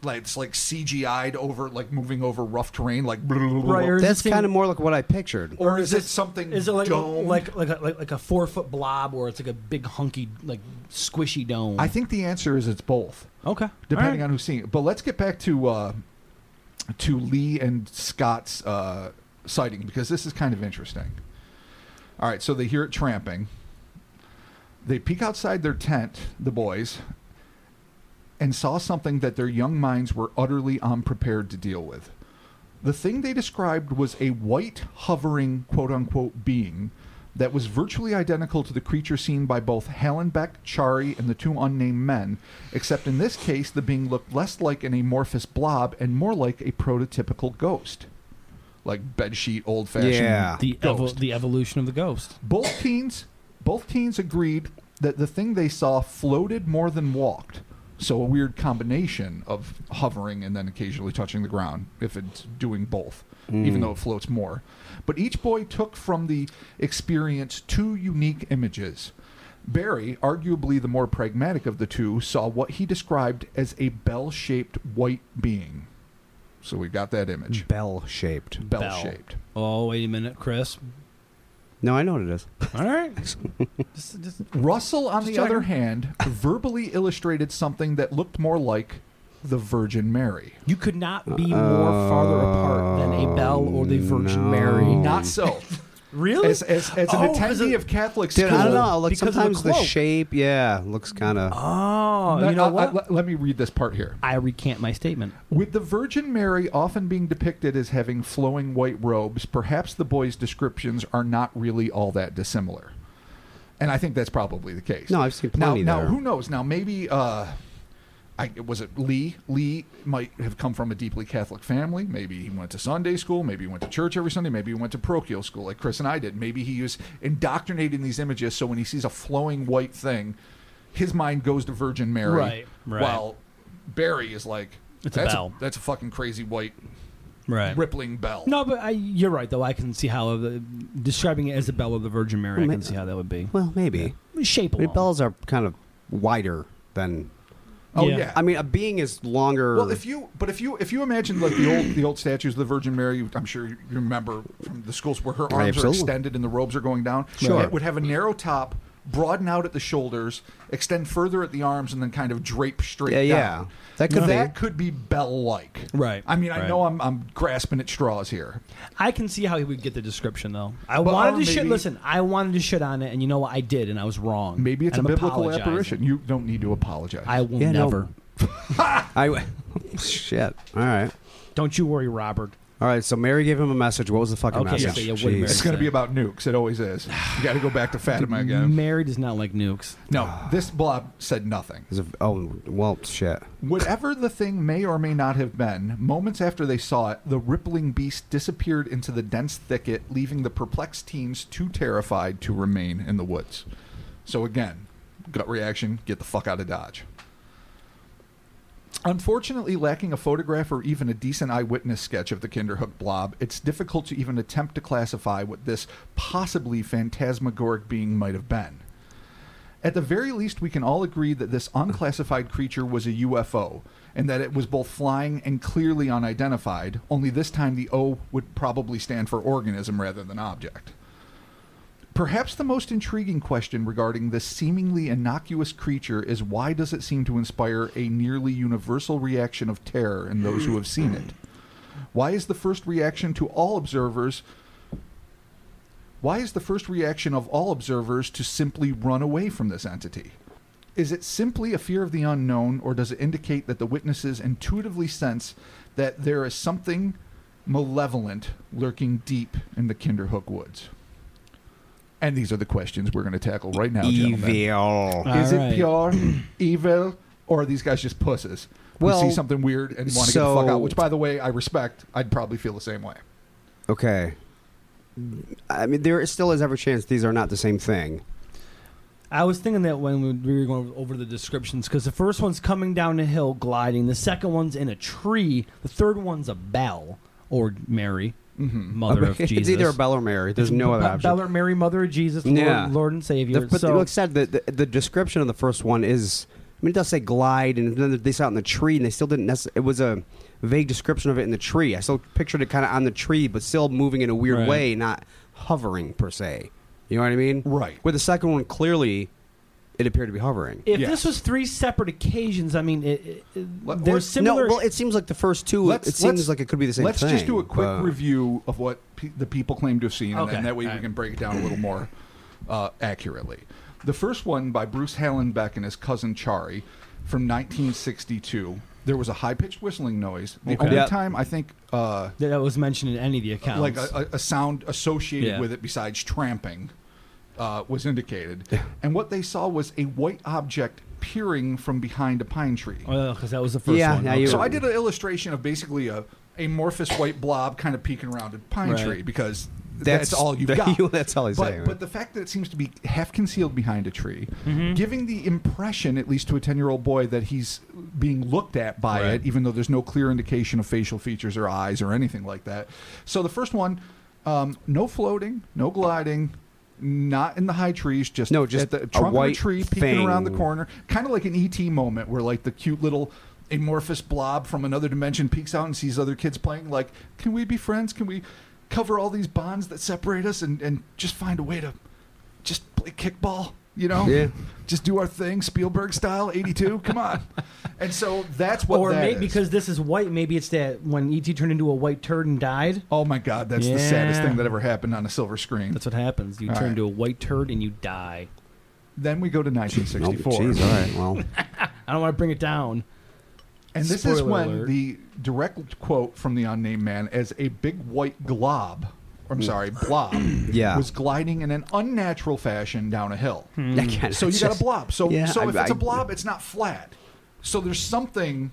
[SPEAKER 3] Like it's like CGI'd over, like moving over rough terrain, like
[SPEAKER 1] Right, or-
[SPEAKER 2] That's
[SPEAKER 1] Does it
[SPEAKER 2] kind of
[SPEAKER 1] seem-
[SPEAKER 2] more like what I pictured.
[SPEAKER 3] or is it something?
[SPEAKER 1] Is it like
[SPEAKER 3] domed?
[SPEAKER 1] like like a, like like a four foot blob where it's like a big hunky like squishy dome?
[SPEAKER 3] I think the answer is it's both.
[SPEAKER 1] okay,
[SPEAKER 3] depending on who's seeing it. But let's get back to uh, to Lee and Scott's uh, sighting because this is kind of interesting. All right, so they hear it tramping. They peek outside their tent, the boys, and saw something that their young minds were utterly unprepared to deal with. The thing they described was a white hovering quote unquote being that was virtually identical to the creature seen by both Hallenbeck, Chari, and the two unnamed men, except in this case the being looked less like an amorphous blob and more like a prototypical ghost. Like bedsheet old fashioned
[SPEAKER 2] Yeah.
[SPEAKER 1] the
[SPEAKER 3] ghost.
[SPEAKER 1] evo- the evolution of the ghost.
[SPEAKER 3] both teens both teens agreed that the thing they saw floated more than walked so a weird combination of hovering and then occasionally touching the ground if it's doing both even though it floats more but each boy took from the experience two unique images barry arguably the more pragmatic of the two saw what he described as a bell-shaped white being so we got that image
[SPEAKER 2] Mm. Bell shaped.
[SPEAKER 3] bell-shaped
[SPEAKER 1] Oh wait a minute, Chris.
[SPEAKER 2] No, I know what it is.
[SPEAKER 1] All [LAUGHS] right. Just- just-
[SPEAKER 3] Russell, on
[SPEAKER 1] Just
[SPEAKER 3] the other
[SPEAKER 1] checking. [LAUGHS]
[SPEAKER 3] hand, verbally illustrated something that looked more like the Virgin Mary.
[SPEAKER 1] you could not be more farther apart than
[SPEAKER 3] Oh,
[SPEAKER 1] a bell or the Virgin
[SPEAKER 2] no.
[SPEAKER 1] Mary.
[SPEAKER 3] Not
[SPEAKER 2] [LAUGHS]
[SPEAKER 3] so.
[SPEAKER 1] really.
[SPEAKER 3] as, as, as an
[SPEAKER 1] Oh, 'cause
[SPEAKER 3] attendee
[SPEAKER 1] of-
[SPEAKER 3] of Catholic school,
[SPEAKER 2] Dude, I don't know. Like
[SPEAKER 1] Because of the
[SPEAKER 2] sometimes the,
[SPEAKER 1] cloak.
[SPEAKER 2] shape, yeah, looks kind of.
[SPEAKER 3] Uh,
[SPEAKER 1] oh,
[SPEAKER 3] let-
[SPEAKER 1] you know
[SPEAKER 3] I- I-
[SPEAKER 1] what?
[SPEAKER 3] let- let me read this part here.
[SPEAKER 1] I recant my statement.
[SPEAKER 3] With the Virgin Mary often being depicted as having flowing white robes, perhaps the boys' descriptions are not really all that dissimilar. And I think that's probably the case.
[SPEAKER 2] No, I've seen
[SPEAKER 3] now,
[SPEAKER 2] plenty
[SPEAKER 3] now
[SPEAKER 2] there.
[SPEAKER 3] who knows? Now maybe uh, I was it Lee. Lee might have come from a deeply Catholic family. Maybe he went to Sunday school. Maybe he went to church every Sunday. Maybe he went to parochial school like Chris and I did. Maybe he was indoctrinated in these images. So when he sees a flowing white thing, his mind goes to Virgin Mary.
[SPEAKER 1] Right, right.
[SPEAKER 3] While Barry is like,
[SPEAKER 1] It's a
[SPEAKER 3] that's
[SPEAKER 1] bell.
[SPEAKER 3] that's a fucking crazy white
[SPEAKER 1] Right.
[SPEAKER 3] rippling bell.
[SPEAKER 1] No, but I, you're right though. I can see how uh, describing it as a bell of the Virgin Mary. I
[SPEAKER 2] Well,
[SPEAKER 1] can
[SPEAKER 2] ma-
[SPEAKER 1] see how that would be.
[SPEAKER 2] Well, maybe.
[SPEAKER 1] Shape
[SPEAKER 2] I mean,
[SPEAKER 1] alone.
[SPEAKER 2] bells are kind of wider than.
[SPEAKER 3] Oh
[SPEAKER 1] Yeah.
[SPEAKER 3] yeah.
[SPEAKER 2] I mean, a being is longer.
[SPEAKER 3] well, if you but if you if you imagine like the old the old statues of the Virgin Mary, I'm sure you remember from the schools where her arms
[SPEAKER 2] Absolutely.
[SPEAKER 3] are extended and the robes are going down.
[SPEAKER 2] Sure.
[SPEAKER 3] it would have a narrow top, broaden out at the shoulders, extend further at the arms, and then kind of drape straight.
[SPEAKER 2] Yeah, yeah.
[SPEAKER 3] down.
[SPEAKER 2] That could be.
[SPEAKER 3] that could be bell like.
[SPEAKER 1] Right,
[SPEAKER 3] I mean, I
[SPEAKER 1] right.
[SPEAKER 3] know I'm I'm grasping at straws here.
[SPEAKER 1] I can see how he would get the description though. I
[SPEAKER 3] But-
[SPEAKER 1] wanted
[SPEAKER 3] or
[SPEAKER 1] to shit.
[SPEAKER 3] maybe-
[SPEAKER 1] Listen, I wanted to shit on it, and you know what? I did, and I was wrong.
[SPEAKER 3] Maybe it's
[SPEAKER 1] And
[SPEAKER 3] a
[SPEAKER 1] I'm
[SPEAKER 3] biblical
[SPEAKER 1] apologizing.
[SPEAKER 3] apparition. You don't need to apologize.
[SPEAKER 1] I will
[SPEAKER 2] Yeah, no.
[SPEAKER 1] never.
[SPEAKER 2] I [LAUGHS] shit. All right,
[SPEAKER 1] Don't you worry, Robert.
[SPEAKER 2] all right. So Mary gave him a message. What was the fucking
[SPEAKER 1] Okay,
[SPEAKER 2] message?
[SPEAKER 1] okay, yeah, what did Mary
[SPEAKER 3] it's
[SPEAKER 2] Jeez.
[SPEAKER 3] going to
[SPEAKER 1] say?
[SPEAKER 3] be about nukes. It always is. You got to go back to Fatima again.
[SPEAKER 1] Mary does not like nukes.
[SPEAKER 3] No, this blob said nothing.
[SPEAKER 2] Is it- oh well, shit.
[SPEAKER 3] Whatever the thing may or may not have been, moments after they saw it, the rippling beast disappeared into the dense thicket, leaving the perplexed teens too terrified to remain in the woods. So, again, gut reaction get the fuck out of Dodge. Unfortunately, lacking a photograph or even a decent eyewitness sketch of the Kinderhook blob, it's difficult to even attempt to classify what this possibly phantasmagoric being might have been. At the very least, we can all agree that this unclassified creature was a UFO and that it was both flying and clearly unidentified, only this time the O would probably stand for organism rather than object. Perhaps the most intriguing question regarding this seemingly innocuous creature is why does it seem to inspire a nearly universal reaction of terror in those who have seen it? Why is the first reaction to all observers why is the first reaction of all observers to simply run away from this entity? Is it simply a fear of the unknown, or does it indicate that the witnesses intuitively sense that there is something malevolent lurking deep in the Kinderhook Woods? And these are the questions we're going to tackle right now, gentlemen.
[SPEAKER 2] Evil.
[SPEAKER 1] Uh,
[SPEAKER 3] Is it
[SPEAKER 1] Alright.
[SPEAKER 3] pure [CLEARS THROAT] evil, or are these guys just pusses?
[SPEAKER 2] Well,
[SPEAKER 3] who see something weird and want to get the fuck
[SPEAKER 2] so-
[SPEAKER 3] out. Which, by the way, I respect. I'd probably feel the same way.
[SPEAKER 2] Okay. I mean, there still is every chance these are not the same thing.
[SPEAKER 1] I was thinking that when we were going over the descriptions, because the first one's coming down a hill gliding, the second one's in a tree, the third one's a bell or Mary,
[SPEAKER 3] Mm-hmm.
[SPEAKER 1] mother of
[SPEAKER 2] [LAUGHS] it's
[SPEAKER 1] Jesus.
[SPEAKER 2] either a Bell or Mary. There's no other
[SPEAKER 1] Be-
[SPEAKER 2] option.
[SPEAKER 1] Bell or Mary, mother of Jesus, Lord,
[SPEAKER 2] Yeah.
[SPEAKER 1] Lord and Savior.
[SPEAKER 2] The, but
[SPEAKER 1] so,
[SPEAKER 2] like I said, the, the, the description of the first one is. I mean, it does say glide, and then they saw it in the tree, and they still didn't. Necess- it was a vague description of it in the tree. I still pictured it kind of on the tree, but still moving in a weird
[SPEAKER 1] Right.
[SPEAKER 2] way, not hovering per se. You know what I mean?
[SPEAKER 3] Right.
[SPEAKER 2] Where the second one clearly, it appered to be hovering.
[SPEAKER 1] if
[SPEAKER 3] Yes.
[SPEAKER 1] this was three separate occasions, I mean, it, it-
[SPEAKER 3] Let-
[SPEAKER 1] they're
[SPEAKER 3] let's-
[SPEAKER 1] similar.
[SPEAKER 2] No, well, it seems like the first two.
[SPEAKER 3] Let's-
[SPEAKER 2] it
[SPEAKER 3] let's-
[SPEAKER 2] seems like it could be the same
[SPEAKER 3] Let's
[SPEAKER 2] thing.
[SPEAKER 3] just do a quick
[SPEAKER 2] but-
[SPEAKER 3] review of what pe- the people claim to have seen, and
[SPEAKER 1] Okay.
[SPEAKER 3] then that way we
[SPEAKER 1] Alright.
[SPEAKER 3] can break it down a little more uh, accurately. The first one by Bruce Hallenbeck and his cousin Chari from 1962. There was a high pitched whistling noise. The
[SPEAKER 1] Okay.
[SPEAKER 3] only
[SPEAKER 2] Yep.
[SPEAKER 3] time I think, uh,
[SPEAKER 1] that was mentioned in any of the accounts.
[SPEAKER 3] like a, a a sound associated
[SPEAKER 1] Yeah.
[SPEAKER 3] with it besides tramping, uh, was indicated. and what they saw was a white object peering from behind a pine tree.
[SPEAKER 1] because that was the first
[SPEAKER 2] Yeah,
[SPEAKER 1] one.
[SPEAKER 2] now you-
[SPEAKER 1] okay.
[SPEAKER 3] So I did an illustration of basically a amorphous white blob kind of peeking around a pine
[SPEAKER 1] Right.
[SPEAKER 3] tree because that's,
[SPEAKER 2] That's-
[SPEAKER 3] all you've
[SPEAKER 2] that- [LAUGHS]
[SPEAKER 3] got.
[SPEAKER 2] that's all he's
[SPEAKER 3] but,
[SPEAKER 2] saying, right?
[SPEAKER 3] But the fact that it seems to be half concealed behind a tree,
[SPEAKER 1] Mm-hmm.
[SPEAKER 3] giving the impression, at least to a 10 year old boy, that he's being looked at by
[SPEAKER 1] Right.
[SPEAKER 3] it, even though there's no clear indication of facial features or eyes or anything like that. So the first one um, no floating, no gliding. Not in the high trees, just
[SPEAKER 2] No, just
[SPEAKER 3] at the
[SPEAKER 2] a
[SPEAKER 3] trunk of a
[SPEAKER 2] white
[SPEAKER 3] tree, peeking around the
[SPEAKER 2] thing.
[SPEAKER 3] corner corner, kind of like an ET moment where like the cute little amorphous blob from another dimension peeks out and sees other kids playing. Like, can we be friends? Can we cover all these bonds that separate us and and just find a way to just play kickball? You know,
[SPEAKER 2] Yeah.
[SPEAKER 3] just do our thing, Spielberg style, '82.
[SPEAKER 2] [LAUGHS]
[SPEAKER 3] Come on. And so that's what.
[SPEAKER 1] or
[SPEAKER 3] that
[SPEAKER 1] maybe
[SPEAKER 3] is.
[SPEAKER 1] because this is white, maybe it's that when ET turned into a white turd and died.
[SPEAKER 3] Oh my God, that's the saddest
[SPEAKER 1] Yeah.
[SPEAKER 3] thing that ever happened on a silver screen.
[SPEAKER 1] That's what happens. You
[SPEAKER 3] All
[SPEAKER 1] turn
[SPEAKER 3] right.
[SPEAKER 1] into a white turd and you die.
[SPEAKER 3] Then we go to
[SPEAKER 2] Oh,
[SPEAKER 3] 1964.
[SPEAKER 2] jeez, all right.
[SPEAKER 3] [LAUGHS]
[SPEAKER 2] Well,
[SPEAKER 1] I don't want to bring it down.
[SPEAKER 3] And this is
[SPEAKER 1] Spoiler
[SPEAKER 3] when
[SPEAKER 1] alert.
[SPEAKER 3] the direct quote from the unnamed man as a big white glob, or I'm sorry, blob,
[SPEAKER 2] Mm. [CLEARS THROAT] Yeah.
[SPEAKER 3] was gliding in an unnatural fashion down a hill.
[SPEAKER 1] Hmm.
[SPEAKER 2] Again,
[SPEAKER 3] So you
[SPEAKER 2] it's
[SPEAKER 3] got a
[SPEAKER 2] just-
[SPEAKER 3] blob. So
[SPEAKER 2] Yeah,
[SPEAKER 3] so
[SPEAKER 2] I-
[SPEAKER 3] if it's a
[SPEAKER 2] I-
[SPEAKER 3] blob, it's not flat. So there's something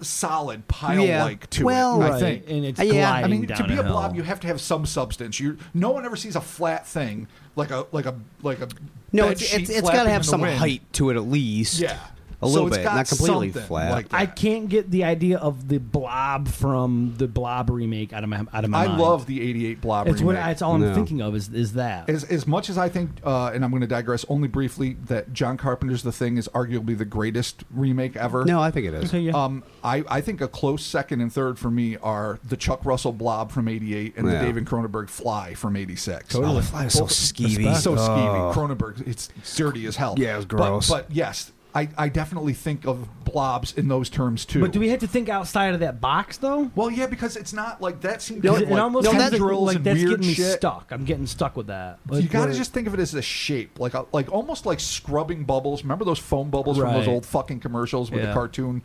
[SPEAKER 3] solid pile-like
[SPEAKER 2] Yeah.
[SPEAKER 3] to
[SPEAKER 2] Well,
[SPEAKER 3] it. I
[SPEAKER 1] Right,
[SPEAKER 3] think.
[SPEAKER 1] and it's
[SPEAKER 2] Uh, yeah, I
[SPEAKER 1] gliding
[SPEAKER 3] I mean, to
[SPEAKER 1] down
[SPEAKER 3] be a
[SPEAKER 1] hill.
[SPEAKER 3] blob, you have to have some substance. You no one ever sees a flat thing like a like a like a
[SPEAKER 2] no,
[SPEAKER 3] bed
[SPEAKER 2] it's,
[SPEAKER 3] sheet
[SPEAKER 2] it's, it's
[SPEAKER 3] flapping
[SPEAKER 2] got to
[SPEAKER 3] in
[SPEAKER 2] have
[SPEAKER 3] the
[SPEAKER 2] some
[SPEAKER 3] wind.
[SPEAKER 2] height to it at least.
[SPEAKER 3] Yeah.
[SPEAKER 2] a
[SPEAKER 3] So
[SPEAKER 2] little
[SPEAKER 3] it's
[SPEAKER 2] bit,
[SPEAKER 3] got
[SPEAKER 2] not completely
[SPEAKER 3] something
[SPEAKER 2] flat.
[SPEAKER 3] like
[SPEAKER 1] I
[SPEAKER 3] that.
[SPEAKER 1] can't get the idea of the blob from the blob remake out of my out of my
[SPEAKER 3] I
[SPEAKER 1] mind.
[SPEAKER 3] love the 88 blob
[SPEAKER 1] It's what
[SPEAKER 3] remake.
[SPEAKER 1] it's all I'm
[SPEAKER 2] No.
[SPEAKER 1] thinking of is is that.
[SPEAKER 3] as, as much as I think, uh, and I'm going to digress only briefly, that John Carpenter's The Thing is arguably the greatest remake ever.
[SPEAKER 2] No, I think it is.
[SPEAKER 1] Okay, yeah.
[SPEAKER 3] Um, I, I think a close second and third for me are the Chuck Russell Blob from 88 and
[SPEAKER 2] Yeah.
[SPEAKER 3] the David Cronenberg Fly from 86.
[SPEAKER 2] Oh, the fly is so skeevy. Oh.
[SPEAKER 3] It's so skeevy. Cronenberg, it's dirty as hell.
[SPEAKER 2] Yeah, it was
[SPEAKER 3] But-
[SPEAKER 2] gross.
[SPEAKER 3] But, yes, I, I definitely think of blobs in those terms too.
[SPEAKER 1] but do we have to think outside of that box though?
[SPEAKER 3] Well, yeah, because it's not like that seems
[SPEAKER 1] Because
[SPEAKER 3] like,
[SPEAKER 1] it almost
[SPEAKER 2] no,
[SPEAKER 1] sounds
[SPEAKER 2] that-
[SPEAKER 1] like,
[SPEAKER 3] tendrils
[SPEAKER 1] like
[SPEAKER 3] and
[SPEAKER 1] that's
[SPEAKER 3] weird
[SPEAKER 1] getting me
[SPEAKER 3] shit.
[SPEAKER 1] stuck. I'm getting stuck with that.
[SPEAKER 3] you
[SPEAKER 1] Like,
[SPEAKER 3] got to
[SPEAKER 1] what-
[SPEAKER 3] just think of it as a shape, like a, like almost like scrubbing bubbles. Remember those foam bubbles from those
[SPEAKER 1] Right.
[SPEAKER 3] old fucking commercials with the
[SPEAKER 1] Yeah.
[SPEAKER 3] cartoon?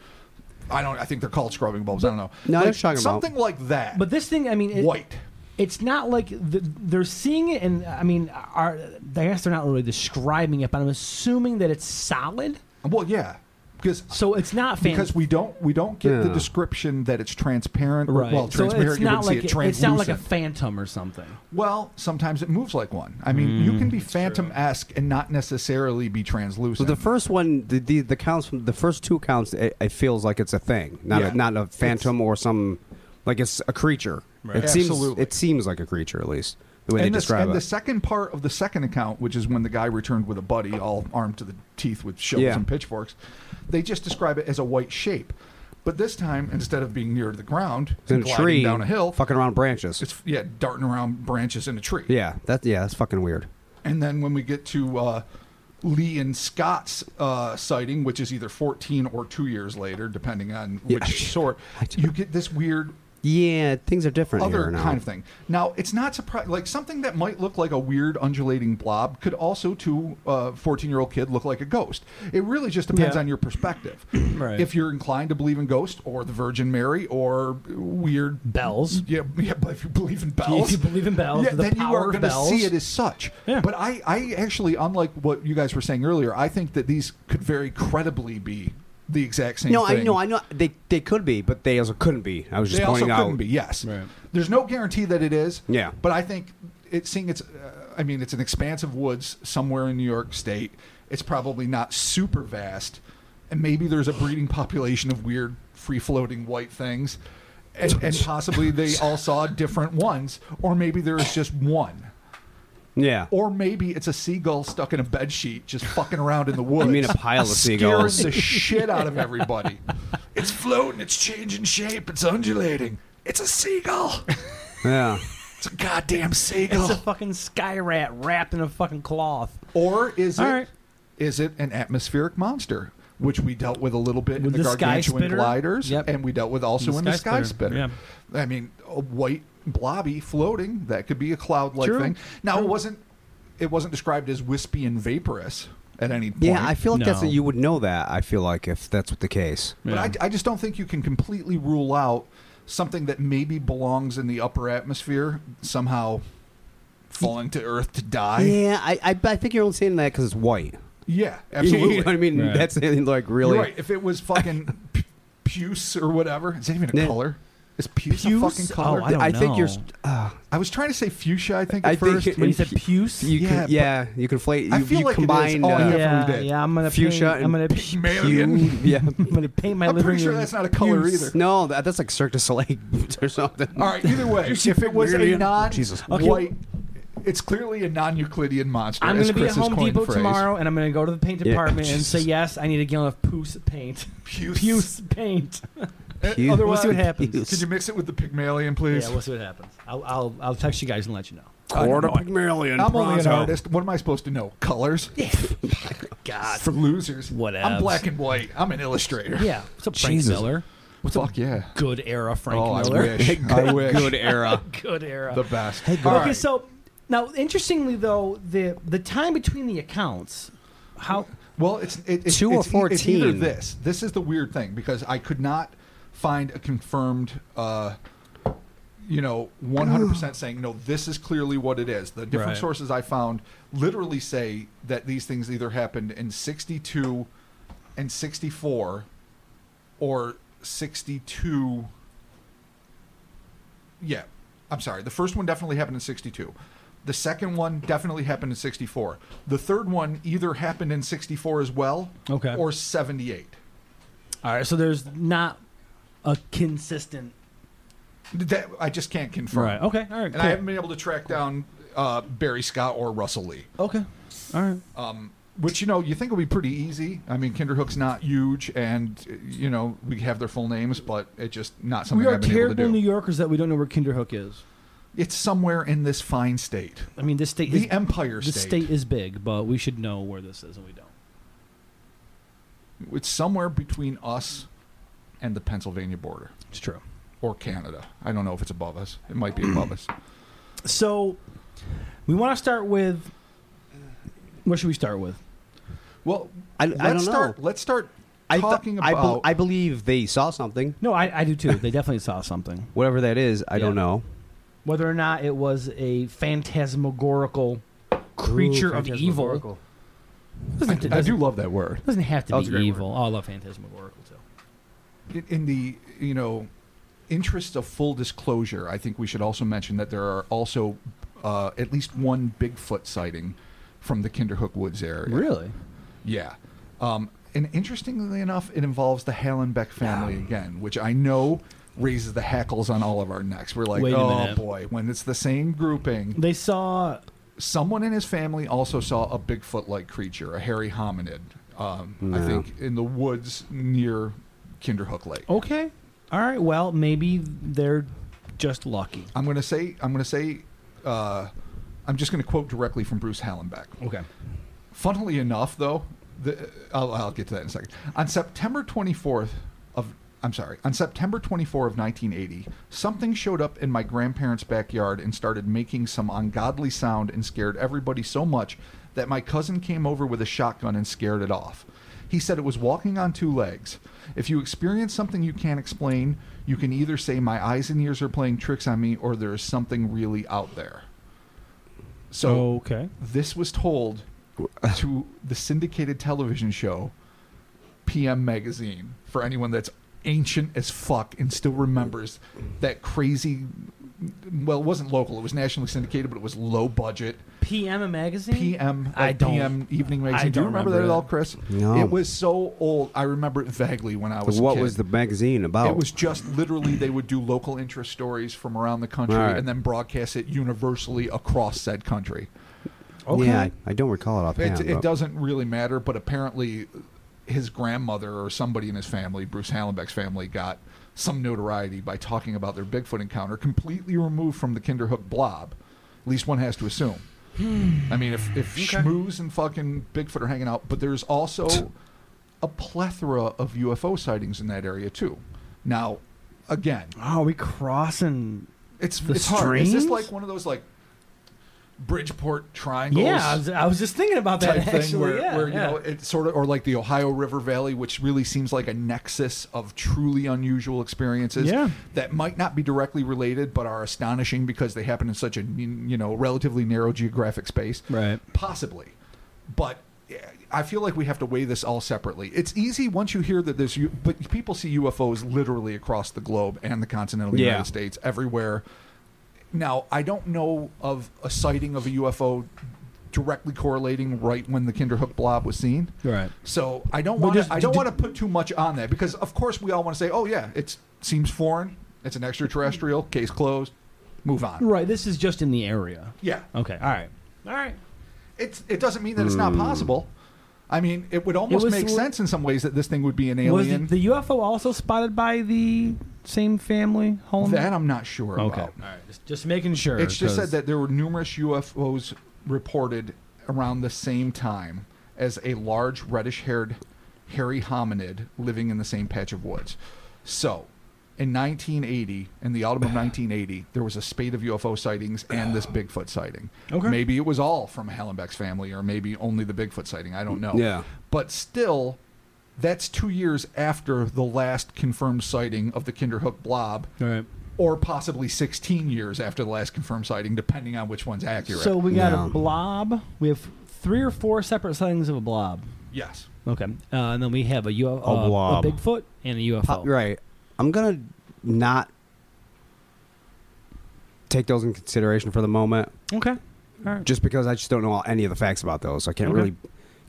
[SPEAKER 3] I don't. I think they're called scrubbing bubbles. I don't know.
[SPEAKER 2] No, I know what
[SPEAKER 3] like,
[SPEAKER 2] you're talking about.
[SPEAKER 3] something like that.
[SPEAKER 1] But this thing, I mean, it,
[SPEAKER 3] white.
[SPEAKER 1] It's not like the, they're seeing it, and I mean, are I guess they're not really describing it, but I'm assuming that it's solid,
[SPEAKER 3] Well, yeah, because
[SPEAKER 1] so it's not fan-
[SPEAKER 3] because we don't we don't get the
[SPEAKER 2] Yeah.
[SPEAKER 3] description that it's transparent. or-
[SPEAKER 1] right.
[SPEAKER 3] Well,
[SPEAKER 1] so
[SPEAKER 3] transparent.
[SPEAKER 1] it's
[SPEAKER 3] you
[SPEAKER 1] not
[SPEAKER 3] wouldn't
[SPEAKER 1] like
[SPEAKER 3] see it
[SPEAKER 1] it- it's not like a
[SPEAKER 3] translucent.
[SPEAKER 1] phantom or something.
[SPEAKER 3] Well, sometimes it moves like one. I mean, you
[SPEAKER 1] Mm,
[SPEAKER 3] can be phantom esque and not necessarily be translucent.
[SPEAKER 2] But the first one, the the, the counts from the first two counts, it, it feels like it's a thing, not
[SPEAKER 3] Yeah.
[SPEAKER 2] a, not a phantom or some like it's a creature.
[SPEAKER 1] Right.
[SPEAKER 2] It seems
[SPEAKER 3] Absolutely.
[SPEAKER 2] it seems like a creature at least the way they
[SPEAKER 3] and, the,
[SPEAKER 2] describe
[SPEAKER 3] and the
[SPEAKER 2] it.
[SPEAKER 3] second part of the second account, which is when the guy returned with a buddy, all armed to the teeth with shovels
[SPEAKER 2] Yeah.
[SPEAKER 3] and pitchforks, they just describe it as a white shape. But this time, instead of being near the ground,
[SPEAKER 2] It's in a
[SPEAKER 3] gliding
[SPEAKER 2] tree
[SPEAKER 3] down a hill,
[SPEAKER 2] fucking around branches.
[SPEAKER 3] it's yeah, darting around branches in a tree.
[SPEAKER 2] yeah, that yeah, that's fucking weird.
[SPEAKER 3] And then when we get to uh, Lee and Scott's uh, sighting, which is either 14 or two years later, depending on
[SPEAKER 2] Yeah.
[SPEAKER 3] which sort, you get this weird
[SPEAKER 2] Yeah, things are different
[SPEAKER 3] other
[SPEAKER 2] here now.
[SPEAKER 3] kind of thing. Now, it's not surprising. Like something that might look like a weird undulating blob could also, to a 14 year old kid, look like a ghost. It really just depends
[SPEAKER 1] Yeah.
[SPEAKER 3] on your perspective.
[SPEAKER 1] [CLEARS THROAT] Right.
[SPEAKER 3] If you're inclined to believe in ghosts or the Virgin Mary or weird.
[SPEAKER 1] Bells.
[SPEAKER 3] Yeah, yeah, but if you believe in bells,
[SPEAKER 1] If you believe in bells,
[SPEAKER 3] yeah,
[SPEAKER 1] the
[SPEAKER 3] then you
[SPEAKER 1] power
[SPEAKER 3] are
[SPEAKER 1] of
[SPEAKER 3] going to
[SPEAKER 1] bells.
[SPEAKER 3] see it as such.
[SPEAKER 1] Yeah.
[SPEAKER 3] But I, I actually, unlike what you guys were saying earlier, I think that these could very credibly be the exact same
[SPEAKER 2] No,
[SPEAKER 3] thing.
[SPEAKER 2] I know, I know. They they could be, but they also couldn't be. I was just
[SPEAKER 3] They also
[SPEAKER 2] pointing out.
[SPEAKER 3] couldn't be. Yes, there's no guarantee that it is.
[SPEAKER 2] Yeah.
[SPEAKER 3] but I think it seeing it's. Uh, I mean, it's an expansive woods somewhere in New York State. It's probably not super vast, and maybe there's a breeding population of weird free floating white things, and, and possibly they all saw different ones, or maybe there is just one.
[SPEAKER 2] Yeah.
[SPEAKER 3] Or maybe it's a seagull stuck in a bed sheet just fucking around in the
[SPEAKER 2] [LAUGHS]
[SPEAKER 3] woods.
[SPEAKER 2] I mean, a pile of
[SPEAKER 3] scaring
[SPEAKER 2] seagulls.
[SPEAKER 3] the shit out of everybody. It's floating, it's changing shape, it's undulating. It's a seagull. [LAUGHS]
[SPEAKER 2] yeah.
[SPEAKER 3] It's a goddamn
[SPEAKER 1] It's
[SPEAKER 3] seagull.
[SPEAKER 1] a fucking sky rat wrapped in a fucking cloth.
[SPEAKER 3] or is it is
[SPEAKER 1] All right.
[SPEAKER 3] it an atmospheric monster? Which we dealt with a little bit
[SPEAKER 1] With
[SPEAKER 3] in the,
[SPEAKER 1] the sky
[SPEAKER 3] gargantuan
[SPEAKER 1] spitter?
[SPEAKER 3] gliders,
[SPEAKER 1] Yep.
[SPEAKER 3] and we dealt with also
[SPEAKER 1] The
[SPEAKER 3] in the
[SPEAKER 1] sky
[SPEAKER 3] sky
[SPEAKER 1] spitter,
[SPEAKER 3] spitter. I mean, a white blobby floating that could be a cloud-like
[SPEAKER 1] True.
[SPEAKER 3] thing. Now it wasn't it wasn't described as wispy and vaporous at any point.
[SPEAKER 2] Yeah, I feel like that's
[SPEAKER 1] No.
[SPEAKER 2] a, you would know that. I feel like if that's what the case.
[SPEAKER 3] But I, I just don't think you can completely rule out something that maybe belongs in the upper atmosphere somehow falling to Earth to die.
[SPEAKER 2] yeah, I, I I think you're only saying that because it's white. [LAUGHS] you know
[SPEAKER 3] Yeah,
[SPEAKER 2] what I
[SPEAKER 3] absolutely.
[SPEAKER 2] mean?
[SPEAKER 1] Right.
[SPEAKER 2] That's [LAUGHS] like really.
[SPEAKER 3] You're right. If it was fucking
[SPEAKER 2] [LAUGHS]
[SPEAKER 3] p- puce or whatever, it's not even a
[SPEAKER 2] Yeah.
[SPEAKER 3] color. Is puce,
[SPEAKER 1] Puce?
[SPEAKER 3] a fucking color?
[SPEAKER 1] Oh, I don't
[SPEAKER 2] think you're.
[SPEAKER 1] know.
[SPEAKER 2] st- Uh,
[SPEAKER 3] I was trying to say fuchsia. I think at
[SPEAKER 2] I think
[SPEAKER 3] first. [LAUGHS]
[SPEAKER 2] it-
[SPEAKER 1] When you said puce,
[SPEAKER 2] you
[SPEAKER 3] Yeah,
[SPEAKER 2] yeah,
[SPEAKER 3] but-
[SPEAKER 2] yeah, you conflate. You,
[SPEAKER 3] I feel
[SPEAKER 2] you
[SPEAKER 3] like it is Oh,
[SPEAKER 2] combine.
[SPEAKER 3] all
[SPEAKER 2] uh,
[SPEAKER 3] you have.
[SPEAKER 1] yeah,
[SPEAKER 3] definitely did.
[SPEAKER 1] yeah, I'm gonna
[SPEAKER 2] Fuchsia
[SPEAKER 1] paint, I'm
[SPEAKER 2] and
[SPEAKER 1] gonna
[SPEAKER 3] Pygmalion.
[SPEAKER 2] you- [LAUGHS] yeah.
[SPEAKER 1] I'm gonna paint my
[SPEAKER 3] I'm
[SPEAKER 1] living
[SPEAKER 3] pretty sure
[SPEAKER 1] room
[SPEAKER 3] that's not a [LAUGHS] color
[SPEAKER 1] puce.
[SPEAKER 2] [LAUGHS]
[SPEAKER 3] either.
[SPEAKER 2] No, that, that's like Cirque du Soleil [LAUGHS] or something.
[SPEAKER 3] All right. Either way, if it was a
[SPEAKER 2] Pygmalion?
[SPEAKER 3] non-white,
[SPEAKER 1] Okay.
[SPEAKER 3] it's clearly a non-Euclidean monster.
[SPEAKER 1] I'm
[SPEAKER 3] as
[SPEAKER 1] gonna be at
[SPEAKER 3] Chris's
[SPEAKER 1] Home
[SPEAKER 3] coin
[SPEAKER 1] Depot
[SPEAKER 3] phrase.
[SPEAKER 1] tomorrow, and I'm gonna go to the paint
[SPEAKER 2] Yeah.
[SPEAKER 1] department and
[SPEAKER 3] [LAUGHS]
[SPEAKER 1] say,
[SPEAKER 2] Jesus.
[SPEAKER 1] "Yes, I need a gallon of puce paint,
[SPEAKER 3] Puce.
[SPEAKER 1] puce paint."
[SPEAKER 3] Uh,
[SPEAKER 2] Puce.
[SPEAKER 3] Otherwise,
[SPEAKER 1] We'll see what happens.
[SPEAKER 3] Could you mix it with the Pygmalion, please?
[SPEAKER 1] Yeah, we'll see what happens. I'll, I'll I'll text you guys and let you know.
[SPEAKER 2] Quarter
[SPEAKER 3] I don't
[SPEAKER 2] Pygmalion.
[SPEAKER 3] I'm only an
[SPEAKER 2] pronto.
[SPEAKER 3] artist. What am I supposed to know? Colors?
[SPEAKER 1] [LAUGHS] God,
[SPEAKER 3] For losers.
[SPEAKER 1] Ah, Whatevs.
[SPEAKER 3] I'm black and white. I'm an illustrator.
[SPEAKER 1] yeah. What's up, Frank
[SPEAKER 2] Jesus.
[SPEAKER 1] Miller? What's up,
[SPEAKER 3] Fuck yeah.
[SPEAKER 1] good era, Frank
[SPEAKER 3] Oh, I
[SPEAKER 1] Miller?
[SPEAKER 3] wish. I wish.
[SPEAKER 2] Good era.
[SPEAKER 1] [LAUGHS] Good era.
[SPEAKER 3] The best. All
[SPEAKER 1] okay,
[SPEAKER 3] right.
[SPEAKER 1] so now interestingly though, the the time between the accounts, how
[SPEAKER 3] Well, it's it, it's
[SPEAKER 2] Two or
[SPEAKER 3] it's e- It's either
[SPEAKER 2] 14.
[SPEAKER 3] this. This is the weird thing because I could not find a confirmed, uh, you know, one hundred percent saying no. This is clearly what it is. The different
[SPEAKER 1] Right.
[SPEAKER 3] sources I found literally say that these things either happened in sixty-two and sixty-four, or sixty-two. Yeah, I'm sorry. The first one definitely happened in 62. The second one definitely happened in 64. The third one either happened in 64 as well,
[SPEAKER 1] Okay.
[SPEAKER 3] or 78.
[SPEAKER 1] all right, so there's not a consistent
[SPEAKER 3] That I just can't confirm.
[SPEAKER 1] Okay, all right,
[SPEAKER 3] And I haven't been able to track down uh, Barry Scott or Russell Lee,
[SPEAKER 1] okay, all right.
[SPEAKER 3] which you know you think will be pretty easy. I mean, Kinderhook's not huge, and uh, you know we have their full names, but it's just not something
[SPEAKER 1] we are
[SPEAKER 3] I've been able to
[SPEAKER 1] terrible
[SPEAKER 3] do.
[SPEAKER 1] New Yorkers that we don't know where Kinderhook is.
[SPEAKER 3] it's somewhere in this fine state,
[SPEAKER 1] I mean, this state
[SPEAKER 3] the
[SPEAKER 1] is
[SPEAKER 3] Empire
[SPEAKER 1] this state is big, but we should know where this is, and we don't.
[SPEAKER 3] It's somewhere between us and the Pennsylvania border.
[SPEAKER 1] It's true.
[SPEAKER 3] or Canada. I don't know if it's above us. It might be
[SPEAKER 2] [CLEARS THROAT]
[SPEAKER 3] above us.
[SPEAKER 1] So we want to start with. What should we start with?
[SPEAKER 3] Well,
[SPEAKER 2] I, I
[SPEAKER 3] let's
[SPEAKER 2] don't
[SPEAKER 3] start.
[SPEAKER 2] know.
[SPEAKER 3] Let's start
[SPEAKER 2] I, th-
[SPEAKER 3] talking
[SPEAKER 2] I, bel-
[SPEAKER 3] about.
[SPEAKER 2] I believe they saw something,
[SPEAKER 1] No, I, I do too. They definitely saw something.
[SPEAKER 2] whatever that is. I
[SPEAKER 1] Yeah.
[SPEAKER 2] don't know.
[SPEAKER 1] Whether or not it was a phantasmagorical creature of evil.
[SPEAKER 3] I-
[SPEAKER 1] Doesn't,
[SPEAKER 3] I do
[SPEAKER 1] doesn't-
[SPEAKER 3] love that word.
[SPEAKER 1] doesn't have
[SPEAKER 2] That
[SPEAKER 1] to
[SPEAKER 2] was a
[SPEAKER 1] be
[SPEAKER 2] great
[SPEAKER 1] evil. Oh, I love phantasmagorical too.
[SPEAKER 3] In- In the you know, interest of full disclosure, I think we should also mention that there are also uh, at least one Bigfoot sighting from the Kinderhook Woods area.
[SPEAKER 1] Really?
[SPEAKER 3] Yeah. Um, and interestingly enough, it involves the Hallenbeck family again, which I know raises the hackles on all of our necks. We're like,
[SPEAKER 1] Wait a
[SPEAKER 3] oh
[SPEAKER 1] minute."
[SPEAKER 3] boy, when it's the same grouping,
[SPEAKER 1] They saw.
[SPEAKER 3] someone in his family also saw a Bigfoot-like creature, a hairy hominid. Um, I
[SPEAKER 2] Yeah.
[SPEAKER 3] think in the woods near Kinderhook Lake.
[SPEAKER 1] Okay. All right. Well, maybe they're just lucky.
[SPEAKER 3] I'm gonna say I'm gonna say uh, I'm just going to quote directly from Bruce Hallenbeck.
[SPEAKER 1] Okay.
[SPEAKER 3] Funnily enough, though, the, I'll, I'll get to that in a second. On September 24th of, I'm sorry, on September 24 of 1980, something showed up in my grandparents' backyard and started making some ungodly sound and scared everybody so much that my cousin came over with a shotgun and scared it off. He said it was walking on two legs. If you experience something you can't explain, you can either say my eyes and ears are playing tricks on me or there is something really out there. So
[SPEAKER 1] okay.
[SPEAKER 3] this
[SPEAKER 2] [LAUGHS]
[SPEAKER 3] was told to the syndicated television show PM Magazine for anyone that's ancient as fuck and still remembers that crazy. Well, it wasn't local; it was nationally syndicated, but it was low budget.
[SPEAKER 1] PM a magazine.
[SPEAKER 3] PM,
[SPEAKER 1] I
[SPEAKER 3] like
[SPEAKER 1] don't-
[SPEAKER 3] PM evening magazine.
[SPEAKER 1] I
[SPEAKER 3] Do you
[SPEAKER 1] don't
[SPEAKER 3] remember, that
[SPEAKER 1] remember
[SPEAKER 3] at all,
[SPEAKER 1] that.
[SPEAKER 3] Chris?
[SPEAKER 2] No.
[SPEAKER 3] It was so old. I remember it vaguely when I was. a
[SPEAKER 2] what
[SPEAKER 3] kid.
[SPEAKER 2] was the magazine about?
[SPEAKER 3] It was just literally they would do local interest stories from around the country
[SPEAKER 2] Right.
[SPEAKER 3] and then broadcast it universally across said country.
[SPEAKER 1] Okay.
[SPEAKER 2] Yeah, I, I don't recall it offhand.
[SPEAKER 3] It, it
[SPEAKER 2] but-
[SPEAKER 3] doesn't really matter, but apparently his grandmother or somebody in his family, Bruce Hallenbeck's family, got some notoriety by talking about their Bigfoot encounter completely removed from the Kinderhook blob. At least one has to assume. I mean, if, if schmooze and fucking Bigfoot are hanging out, but there's also a plethora of UFO sightings in that area, too. Now, again,
[SPEAKER 1] Oh, we crossing.
[SPEAKER 3] it's,
[SPEAKER 1] The
[SPEAKER 3] it's hard. Is this
[SPEAKER 1] streams?
[SPEAKER 3] like one of those, like, Bridgeport triangles?
[SPEAKER 1] Yeah, I was, I was just thinking about that
[SPEAKER 3] type
[SPEAKER 1] actually.
[SPEAKER 3] thing where,
[SPEAKER 1] yeah,
[SPEAKER 3] where you
[SPEAKER 1] yeah.
[SPEAKER 3] know it sort of or like the ohio river valley which really seems like a nexus of truly unusual experiences
[SPEAKER 1] Yeah.
[SPEAKER 3] that might not be directly related but are astonishing because they happen in such a you know relatively narrow geographic space
[SPEAKER 1] Right.
[SPEAKER 3] possibly but yeah, I feel like we have to weigh this all separately. It's easy once you hear that there's, U- but people see UFOs literally across the globe and the continental
[SPEAKER 2] Yeah.
[SPEAKER 3] United States, everywhere. Now, I don't know of a sighting of a UFO directly correlating right when the Kinderhook blob was seen.
[SPEAKER 1] Right.
[SPEAKER 3] So I don't
[SPEAKER 1] Well,
[SPEAKER 3] want to.
[SPEAKER 1] just-
[SPEAKER 3] I don't
[SPEAKER 1] d-
[SPEAKER 3] want to put too much on that because, of course, we all want to say, "Oh yeah, it seems foreign. It's an extraterrestrial. Case closed. Move on."
[SPEAKER 1] Right. This is just in the area.
[SPEAKER 3] Yeah,
[SPEAKER 1] Okay. All right. All right.
[SPEAKER 3] it's it doesn't mean that it's not possible. I mean, it would almost
[SPEAKER 1] was-
[SPEAKER 3] make sense in some ways that this thing would be an
[SPEAKER 1] Was
[SPEAKER 3] alien.
[SPEAKER 1] the UFO also spotted by the same family? Home?
[SPEAKER 3] that I'm not sure
[SPEAKER 1] Okay.
[SPEAKER 3] about.
[SPEAKER 1] All right. Just, just making sure.
[SPEAKER 3] It's just
[SPEAKER 1] 'cause-
[SPEAKER 3] said that there were numerous UFOs reported around the same time as a large reddish-haired hairy hominid living in the same patch of woods. So, in 1980, in
[SPEAKER 1] [SIGHS]
[SPEAKER 3] the autumn of 1980, there was a spate of UFO sightings and this Bigfoot sighting.
[SPEAKER 1] Okay.
[SPEAKER 3] Maybe it was all from Hallenbeck's family, or maybe only the Bigfoot sighting. I don't know.
[SPEAKER 2] Yeah.
[SPEAKER 3] But still, that's two years after the last confirmed sighting of the Kinderhook blob
[SPEAKER 1] All right.
[SPEAKER 3] or possibly 16 years after the last confirmed sighting, depending on which one's accurate.
[SPEAKER 1] So we got
[SPEAKER 2] No.
[SPEAKER 1] a blob. We have three or four separate sightings of a blob.
[SPEAKER 3] yes,
[SPEAKER 1] Okay. Uh, and then we have a UFO, uh,
[SPEAKER 2] blob.
[SPEAKER 1] a Bigfoot, and a
[SPEAKER 2] Po-
[SPEAKER 1] UFO.
[SPEAKER 2] uh, right. I'm gonna not take those in consideration for the moment,
[SPEAKER 1] Okay. All right.
[SPEAKER 2] just because I just don't know all, any of the facts about those. So I can't
[SPEAKER 1] Okay.
[SPEAKER 2] really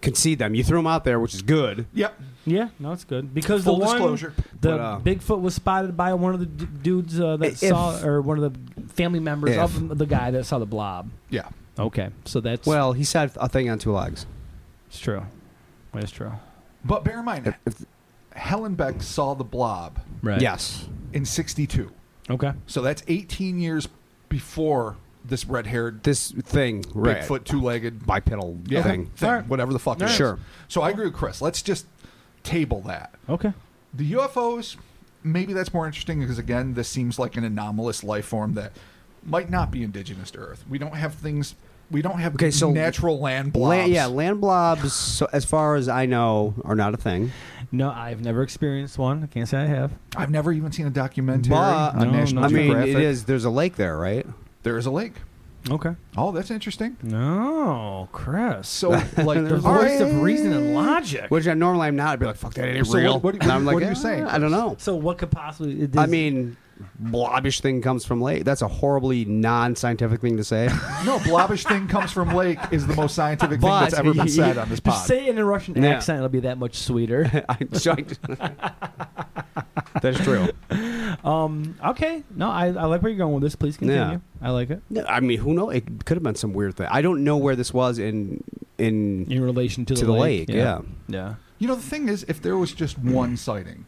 [SPEAKER 2] concede them. You threw them out there, which is good.
[SPEAKER 3] yep.
[SPEAKER 1] Yeah. No, it's good because
[SPEAKER 3] Full
[SPEAKER 1] the one,
[SPEAKER 3] disclosure.
[SPEAKER 1] the
[SPEAKER 2] But, uh,
[SPEAKER 1] Bigfoot was spotted by one of the d- dudes uh, that
[SPEAKER 2] If-
[SPEAKER 1] saw, or one of the family members of the guy that saw the blob.
[SPEAKER 3] Yeah,
[SPEAKER 1] Okay. So that's
[SPEAKER 2] Well, he said a thing on two legs.
[SPEAKER 1] it's true. It's true.
[SPEAKER 3] but bear in mind, Helen Beck saw the blob
[SPEAKER 1] Right.
[SPEAKER 2] Yes.
[SPEAKER 3] in '62,
[SPEAKER 1] Okay.
[SPEAKER 3] so that's 18 years before this red-haired,
[SPEAKER 2] This thing, right?
[SPEAKER 3] Bigfoot, two-legged
[SPEAKER 2] bipedal
[SPEAKER 3] yeah, [LAUGHS]
[SPEAKER 2] thing.
[SPEAKER 3] thing,
[SPEAKER 1] Alright.
[SPEAKER 3] whatever the fuck. it is.
[SPEAKER 2] Sure.
[SPEAKER 3] So I agree with Chris. Let's just table that.
[SPEAKER 1] Okay.
[SPEAKER 3] The UFOs, maybe that's more interesting because again, this seems like an anomalous life form that might not be indigenous to Earth. We don't have things. We don't have
[SPEAKER 2] Okay, so-
[SPEAKER 3] natural land blobs.
[SPEAKER 2] Land, yeah, land blobs. So, as far as I know, are not a thing.
[SPEAKER 1] No, I've never experienced one. I can't say I have.
[SPEAKER 3] I've never even seen a documentary
[SPEAKER 2] But-
[SPEAKER 3] on
[SPEAKER 1] No,
[SPEAKER 3] National
[SPEAKER 2] I
[SPEAKER 1] no.
[SPEAKER 2] mean,
[SPEAKER 3] Geographic.
[SPEAKER 2] it is. There's a lake there, right?
[SPEAKER 3] There is a lake.
[SPEAKER 1] Okay.
[SPEAKER 3] Oh, that's interesting.
[SPEAKER 1] No, Chris.
[SPEAKER 3] So, like,
[SPEAKER 1] the
[SPEAKER 3] there's
[SPEAKER 2] All
[SPEAKER 1] voice
[SPEAKER 2] right.
[SPEAKER 1] of reason and logic.
[SPEAKER 2] Which I normally I'm not. I'd be like, "Fuck that, it ain't
[SPEAKER 3] So what-
[SPEAKER 2] real."
[SPEAKER 3] what-
[SPEAKER 2] And I'm
[SPEAKER 3] what-
[SPEAKER 2] like,
[SPEAKER 3] what are you
[SPEAKER 2] "Eh,
[SPEAKER 3] saying,
[SPEAKER 2] I don't know.
[SPEAKER 1] So what could possibly? it
[SPEAKER 2] I
[SPEAKER 1] is-
[SPEAKER 2] mean, blobbish thing comes from lake. That's a horribly non-scientific thing to
[SPEAKER 3] [LAUGHS]
[SPEAKER 2] say. [LAUGHS]
[SPEAKER 3] no blobbish thing comes from lake is the most scientific thing
[SPEAKER 2] But-
[SPEAKER 3] that's ever been said on this
[SPEAKER 1] just
[SPEAKER 3] pod.
[SPEAKER 1] say it in a Russian
[SPEAKER 2] Yeah.
[SPEAKER 1] accent. It'll be that much sweeter. [LAUGHS]
[SPEAKER 2] I- so I- That's true.
[SPEAKER 1] um. Okay. No, I, I like where you're going with this. Please continue.
[SPEAKER 2] Yeah.
[SPEAKER 1] I like it
[SPEAKER 2] No, I mean, who knows? It could have been some weird thing. I don't know where this was in in
[SPEAKER 1] in relation to,
[SPEAKER 2] to the lake. Yeah.
[SPEAKER 1] Yeah.
[SPEAKER 3] You know, the thing is, if there was just one sighting,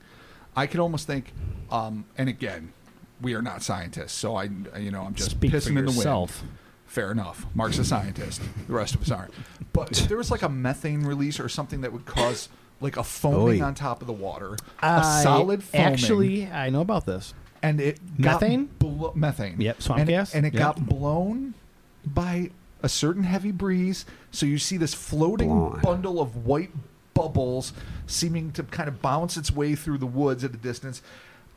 [SPEAKER 3] I could almost think. Um, and again, we are not scientists, so I, you know, I'm just
[SPEAKER 1] Speak
[SPEAKER 3] pissing
[SPEAKER 1] for
[SPEAKER 3] in the wind.
[SPEAKER 1] yourself.
[SPEAKER 3] Fair enough. Mark's a scientist. The rest of us aren't. But if there was like a methane release or something that would cause like a foaming
[SPEAKER 4] Oy.
[SPEAKER 3] on top of the water,
[SPEAKER 1] I
[SPEAKER 3] a solid foaming,
[SPEAKER 4] Actually, I know about this.
[SPEAKER 3] and it got
[SPEAKER 4] Methane?
[SPEAKER 3] blo- methane.
[SPEAKER 4] Yep, swamp
[SPEAKER 3] and it-
[SPEAKER 4] gas.
[SPEAKER 3] and it
[SPEAKER 4] Yep.
[SPEAKER 3] got blown by a certain heavy breeze. So you see this floating
[SPEAKER 2] Blown.
[SPEAKER 3] bundle of white bubbles seeming to kind of bounce its way through the woods at a distance.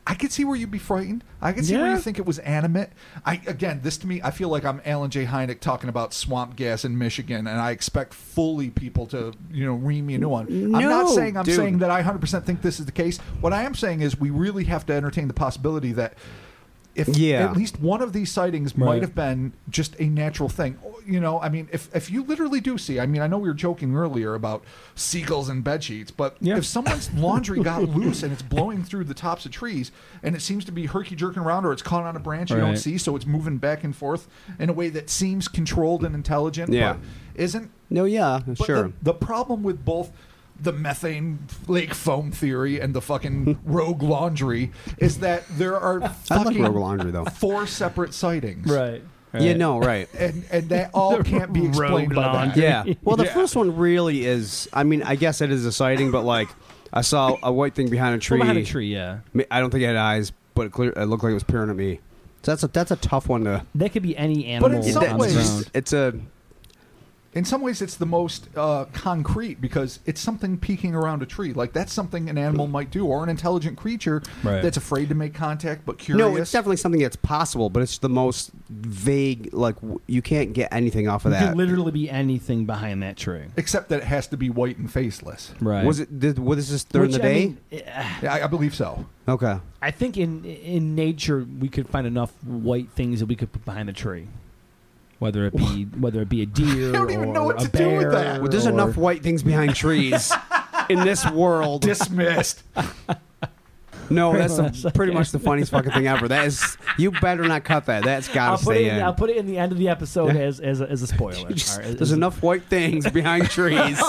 [SPEAKER 3] I could see where you'd be frightened. I could see where
[SPEAKER 4] Yeah.
[SPEAKER 3] you think it was animate. I again, this to me, I feel like I'm Alan J. Hynek talking about swamp gas in Michigan, and I expect fully people to you know ream me a new one. I'm not
[SPEAKER 2] No,
[SPEAKER 3] saying I'm
[SPEAKER 2] dude.
[SPEAKER 3] saying that I 100% think this is the case. What I am saying is we really have to entertain the possibility that if
[SPEAKER 2] Yeah.
[SPEAKER 3] at least one of these sightings
[SPEAKER 1] Right.
[SPEAKER 3] might have been just a natural thing. Oh, You know, I mean, if if you literally do see, I mean, I know we were joking earlier about seagulls and bed sheets, but
[SPEAKER 1] Yeah.
[SPEAKER 3] if
[SPEAKER 1] [LAUGHS]
[SPEAKER 3] someone's laundry got loose and it's blowing through the tops of trees and it seems to be herky jerking around or it's caught on a branch you don't
[SPEAKER 1] Right.
[SPEAKER 3] see, so it's moving back and forth in a way that seems controlled and intelligent,
[SPEAKER 2] Yeah.
[SPEAKER 3] but isn't
[SPEAKER 2] No, yeah,
[SPEAKER 3] but
[SPEAKER 2] sure.
[SPEAKER 3] The, the problem with both the methane lake foam theory and the
[SPEAKER 2] [LAUGHS]
[SPEAKER 3] fucking rogue laundry is that there are
[SPEAKER 2] I like
[SPEAKER 3] fucking
[SPEAKER 2] Rogue Laundry though.
[SPEAKER 3] four separate sightings.
[SPEAKER 1] Right.
[SPEAKER 2] Yeah,
[SPEAKER 1] [LAUGHS]
[SPEAKER 2] no, right.
[SPEAKER 3] And and that
[SPEAKER 2] [LAUGHS]
[SPEAKER 3] all can't be
[SPEAKER 1] Rogue
[SPEAKER 3] explained by that.
[SPEAKER 1] laundry.
[SPEAKER 2] Yeah. Well, the
[SPEAKER 3] Yeah.
[SPEAKER 2] first one really is. I mean, I guess it is exciting, but like, I saw a white thing behind a tree.
[SPEAKER 1] Well, behind a tree, yeah.
[SPEAKER 2] I mean, I don't think it had eyes, but it, clear, it looked like it was peering at me. So that's a that's a tough one to.
[SPEAKER 1] That could be any animal
[SPEAKER 3] in some
[SPEAKER 1] on
[SPEAKER 3] ways-
[SPEAKER 1] the ground.
[SPEAKER 2] It's a
[SPEAKER 3] In some ways, it's the most uh, concrete because it's something peeking around a tree. Like that's something an animal might do, or an intelligent creature
[SPEAKER 1] Right.
[SPEAKER 3] that's afraid to make contact but curious.
[SPEAKER 2] no. It's definitely something that's possible, but it's the most vague. Like w- you can't get anything off of
[SPEAKER 1] It
[SPEAKER 2] that.
[SPEAKER 1] could literally be anything behind that tree.
[SPEAKER 3] except that it has to be white and faceless.
[SPEAKER 1] Right.
[SPEAKER 2] Was it? Did, was this during
[SPEAKER 1] Which,
[SPEAKER 2] the
[SPEAKER 1] I
[SPEAKER 2] day?
[SPEAKER 1] mean, eh,
[SPEAKER 3] Yeah, I, I
[SPEAKER 2] [LAUGHS]
[SPEAKER 3] believe so.
[SPEAKER 2] okay.
[SPEAKER 1] I think in in nature we could find enough white things that we could put behind a tree, whether it be whether it be a deer
[SPEAKER 3] I don't even
[SPEAKER 1] or
[SPEAKER 3] know what
[SPEAKER 1] a
[SPEAKER 3] to do
[SPEAKER 1] bear.
[SPEAKER 3] with that.
[SPEAKER 2] Well, there's
[SPEAKER 1] or-
[SPEAKER 2] enough white things behind trees in this world.
[SPEAKER 3] Dismissed.
[SPEAKER 2] No, that's the, pretty much the funniest fucking thing ever. That is, you better not cut that. That's gotta
[SPEAKER 1] I'll put
[SPEAKER 2] stay
[SPEAKER 1] it. In,
[SPEAKER 2] in.
[SPEAKER 1] I'll put it in the end of the episode
[SPEAKER 2] Yeah.
[SPEAKER 1] as as a, as a spoiler.
[SPEAKER 2] Just-
[SPEAKER 1] All right, as-
[SPEAKER 2] there's enough white things behind trees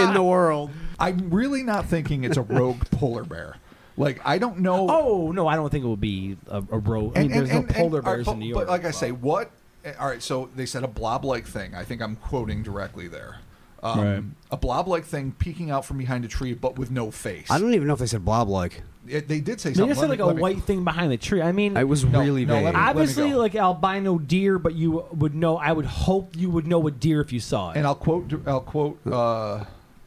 [SPEAKER 2] in the world.
[SPEAKER 3] I'm really not
[SPEAKER 1] [LAUGHS]
[SPEAKER 3] thinking it's a rogue polar bear. Like I don't know.
[SPEAKER 1] Oh no, I don't think it would be a, a row. I mean, there's no polar bears in New York.
[SPEAKER 3] But like I say, what? eh, All right, so they said a blob-like thing. I think I'm quoting directly there. Um,
[SPEAKER 1] Right.
[SPEAKER 3] A blob-like thing peeking out from behind a tree, but with no face.
[SPEAKER 2] I don't even know if they said blob like.
[SPEAKER 3] It- they did say
[SPEAKER 1] they
[SPEAKER 3] something.
[SPEAKER 1] just
[SPEAKER 3] Let
[SPEAKER 1] said like
[SPEAKER 3] me-
[SPEAKER 1] a
[SPEAKER 3] let me-
[SPEAKER 1] white thing behind the tree. I mean,
[SPEAKER 2] I was
[SPEAKER 3] No,
[SPEAKER 2] really
[SPEAKER 3] no,
[SPEAKER 2] vague.
[SPEAKER 3] let me-
[SPEAKER 1] obviously
[SPEAKER 3] go.
[SPEAKER 1] like albino deer, but you would know. I would hope you would know a deer if you saw it.
[SPEAKER 3] And I'll quote. I'll quote uh,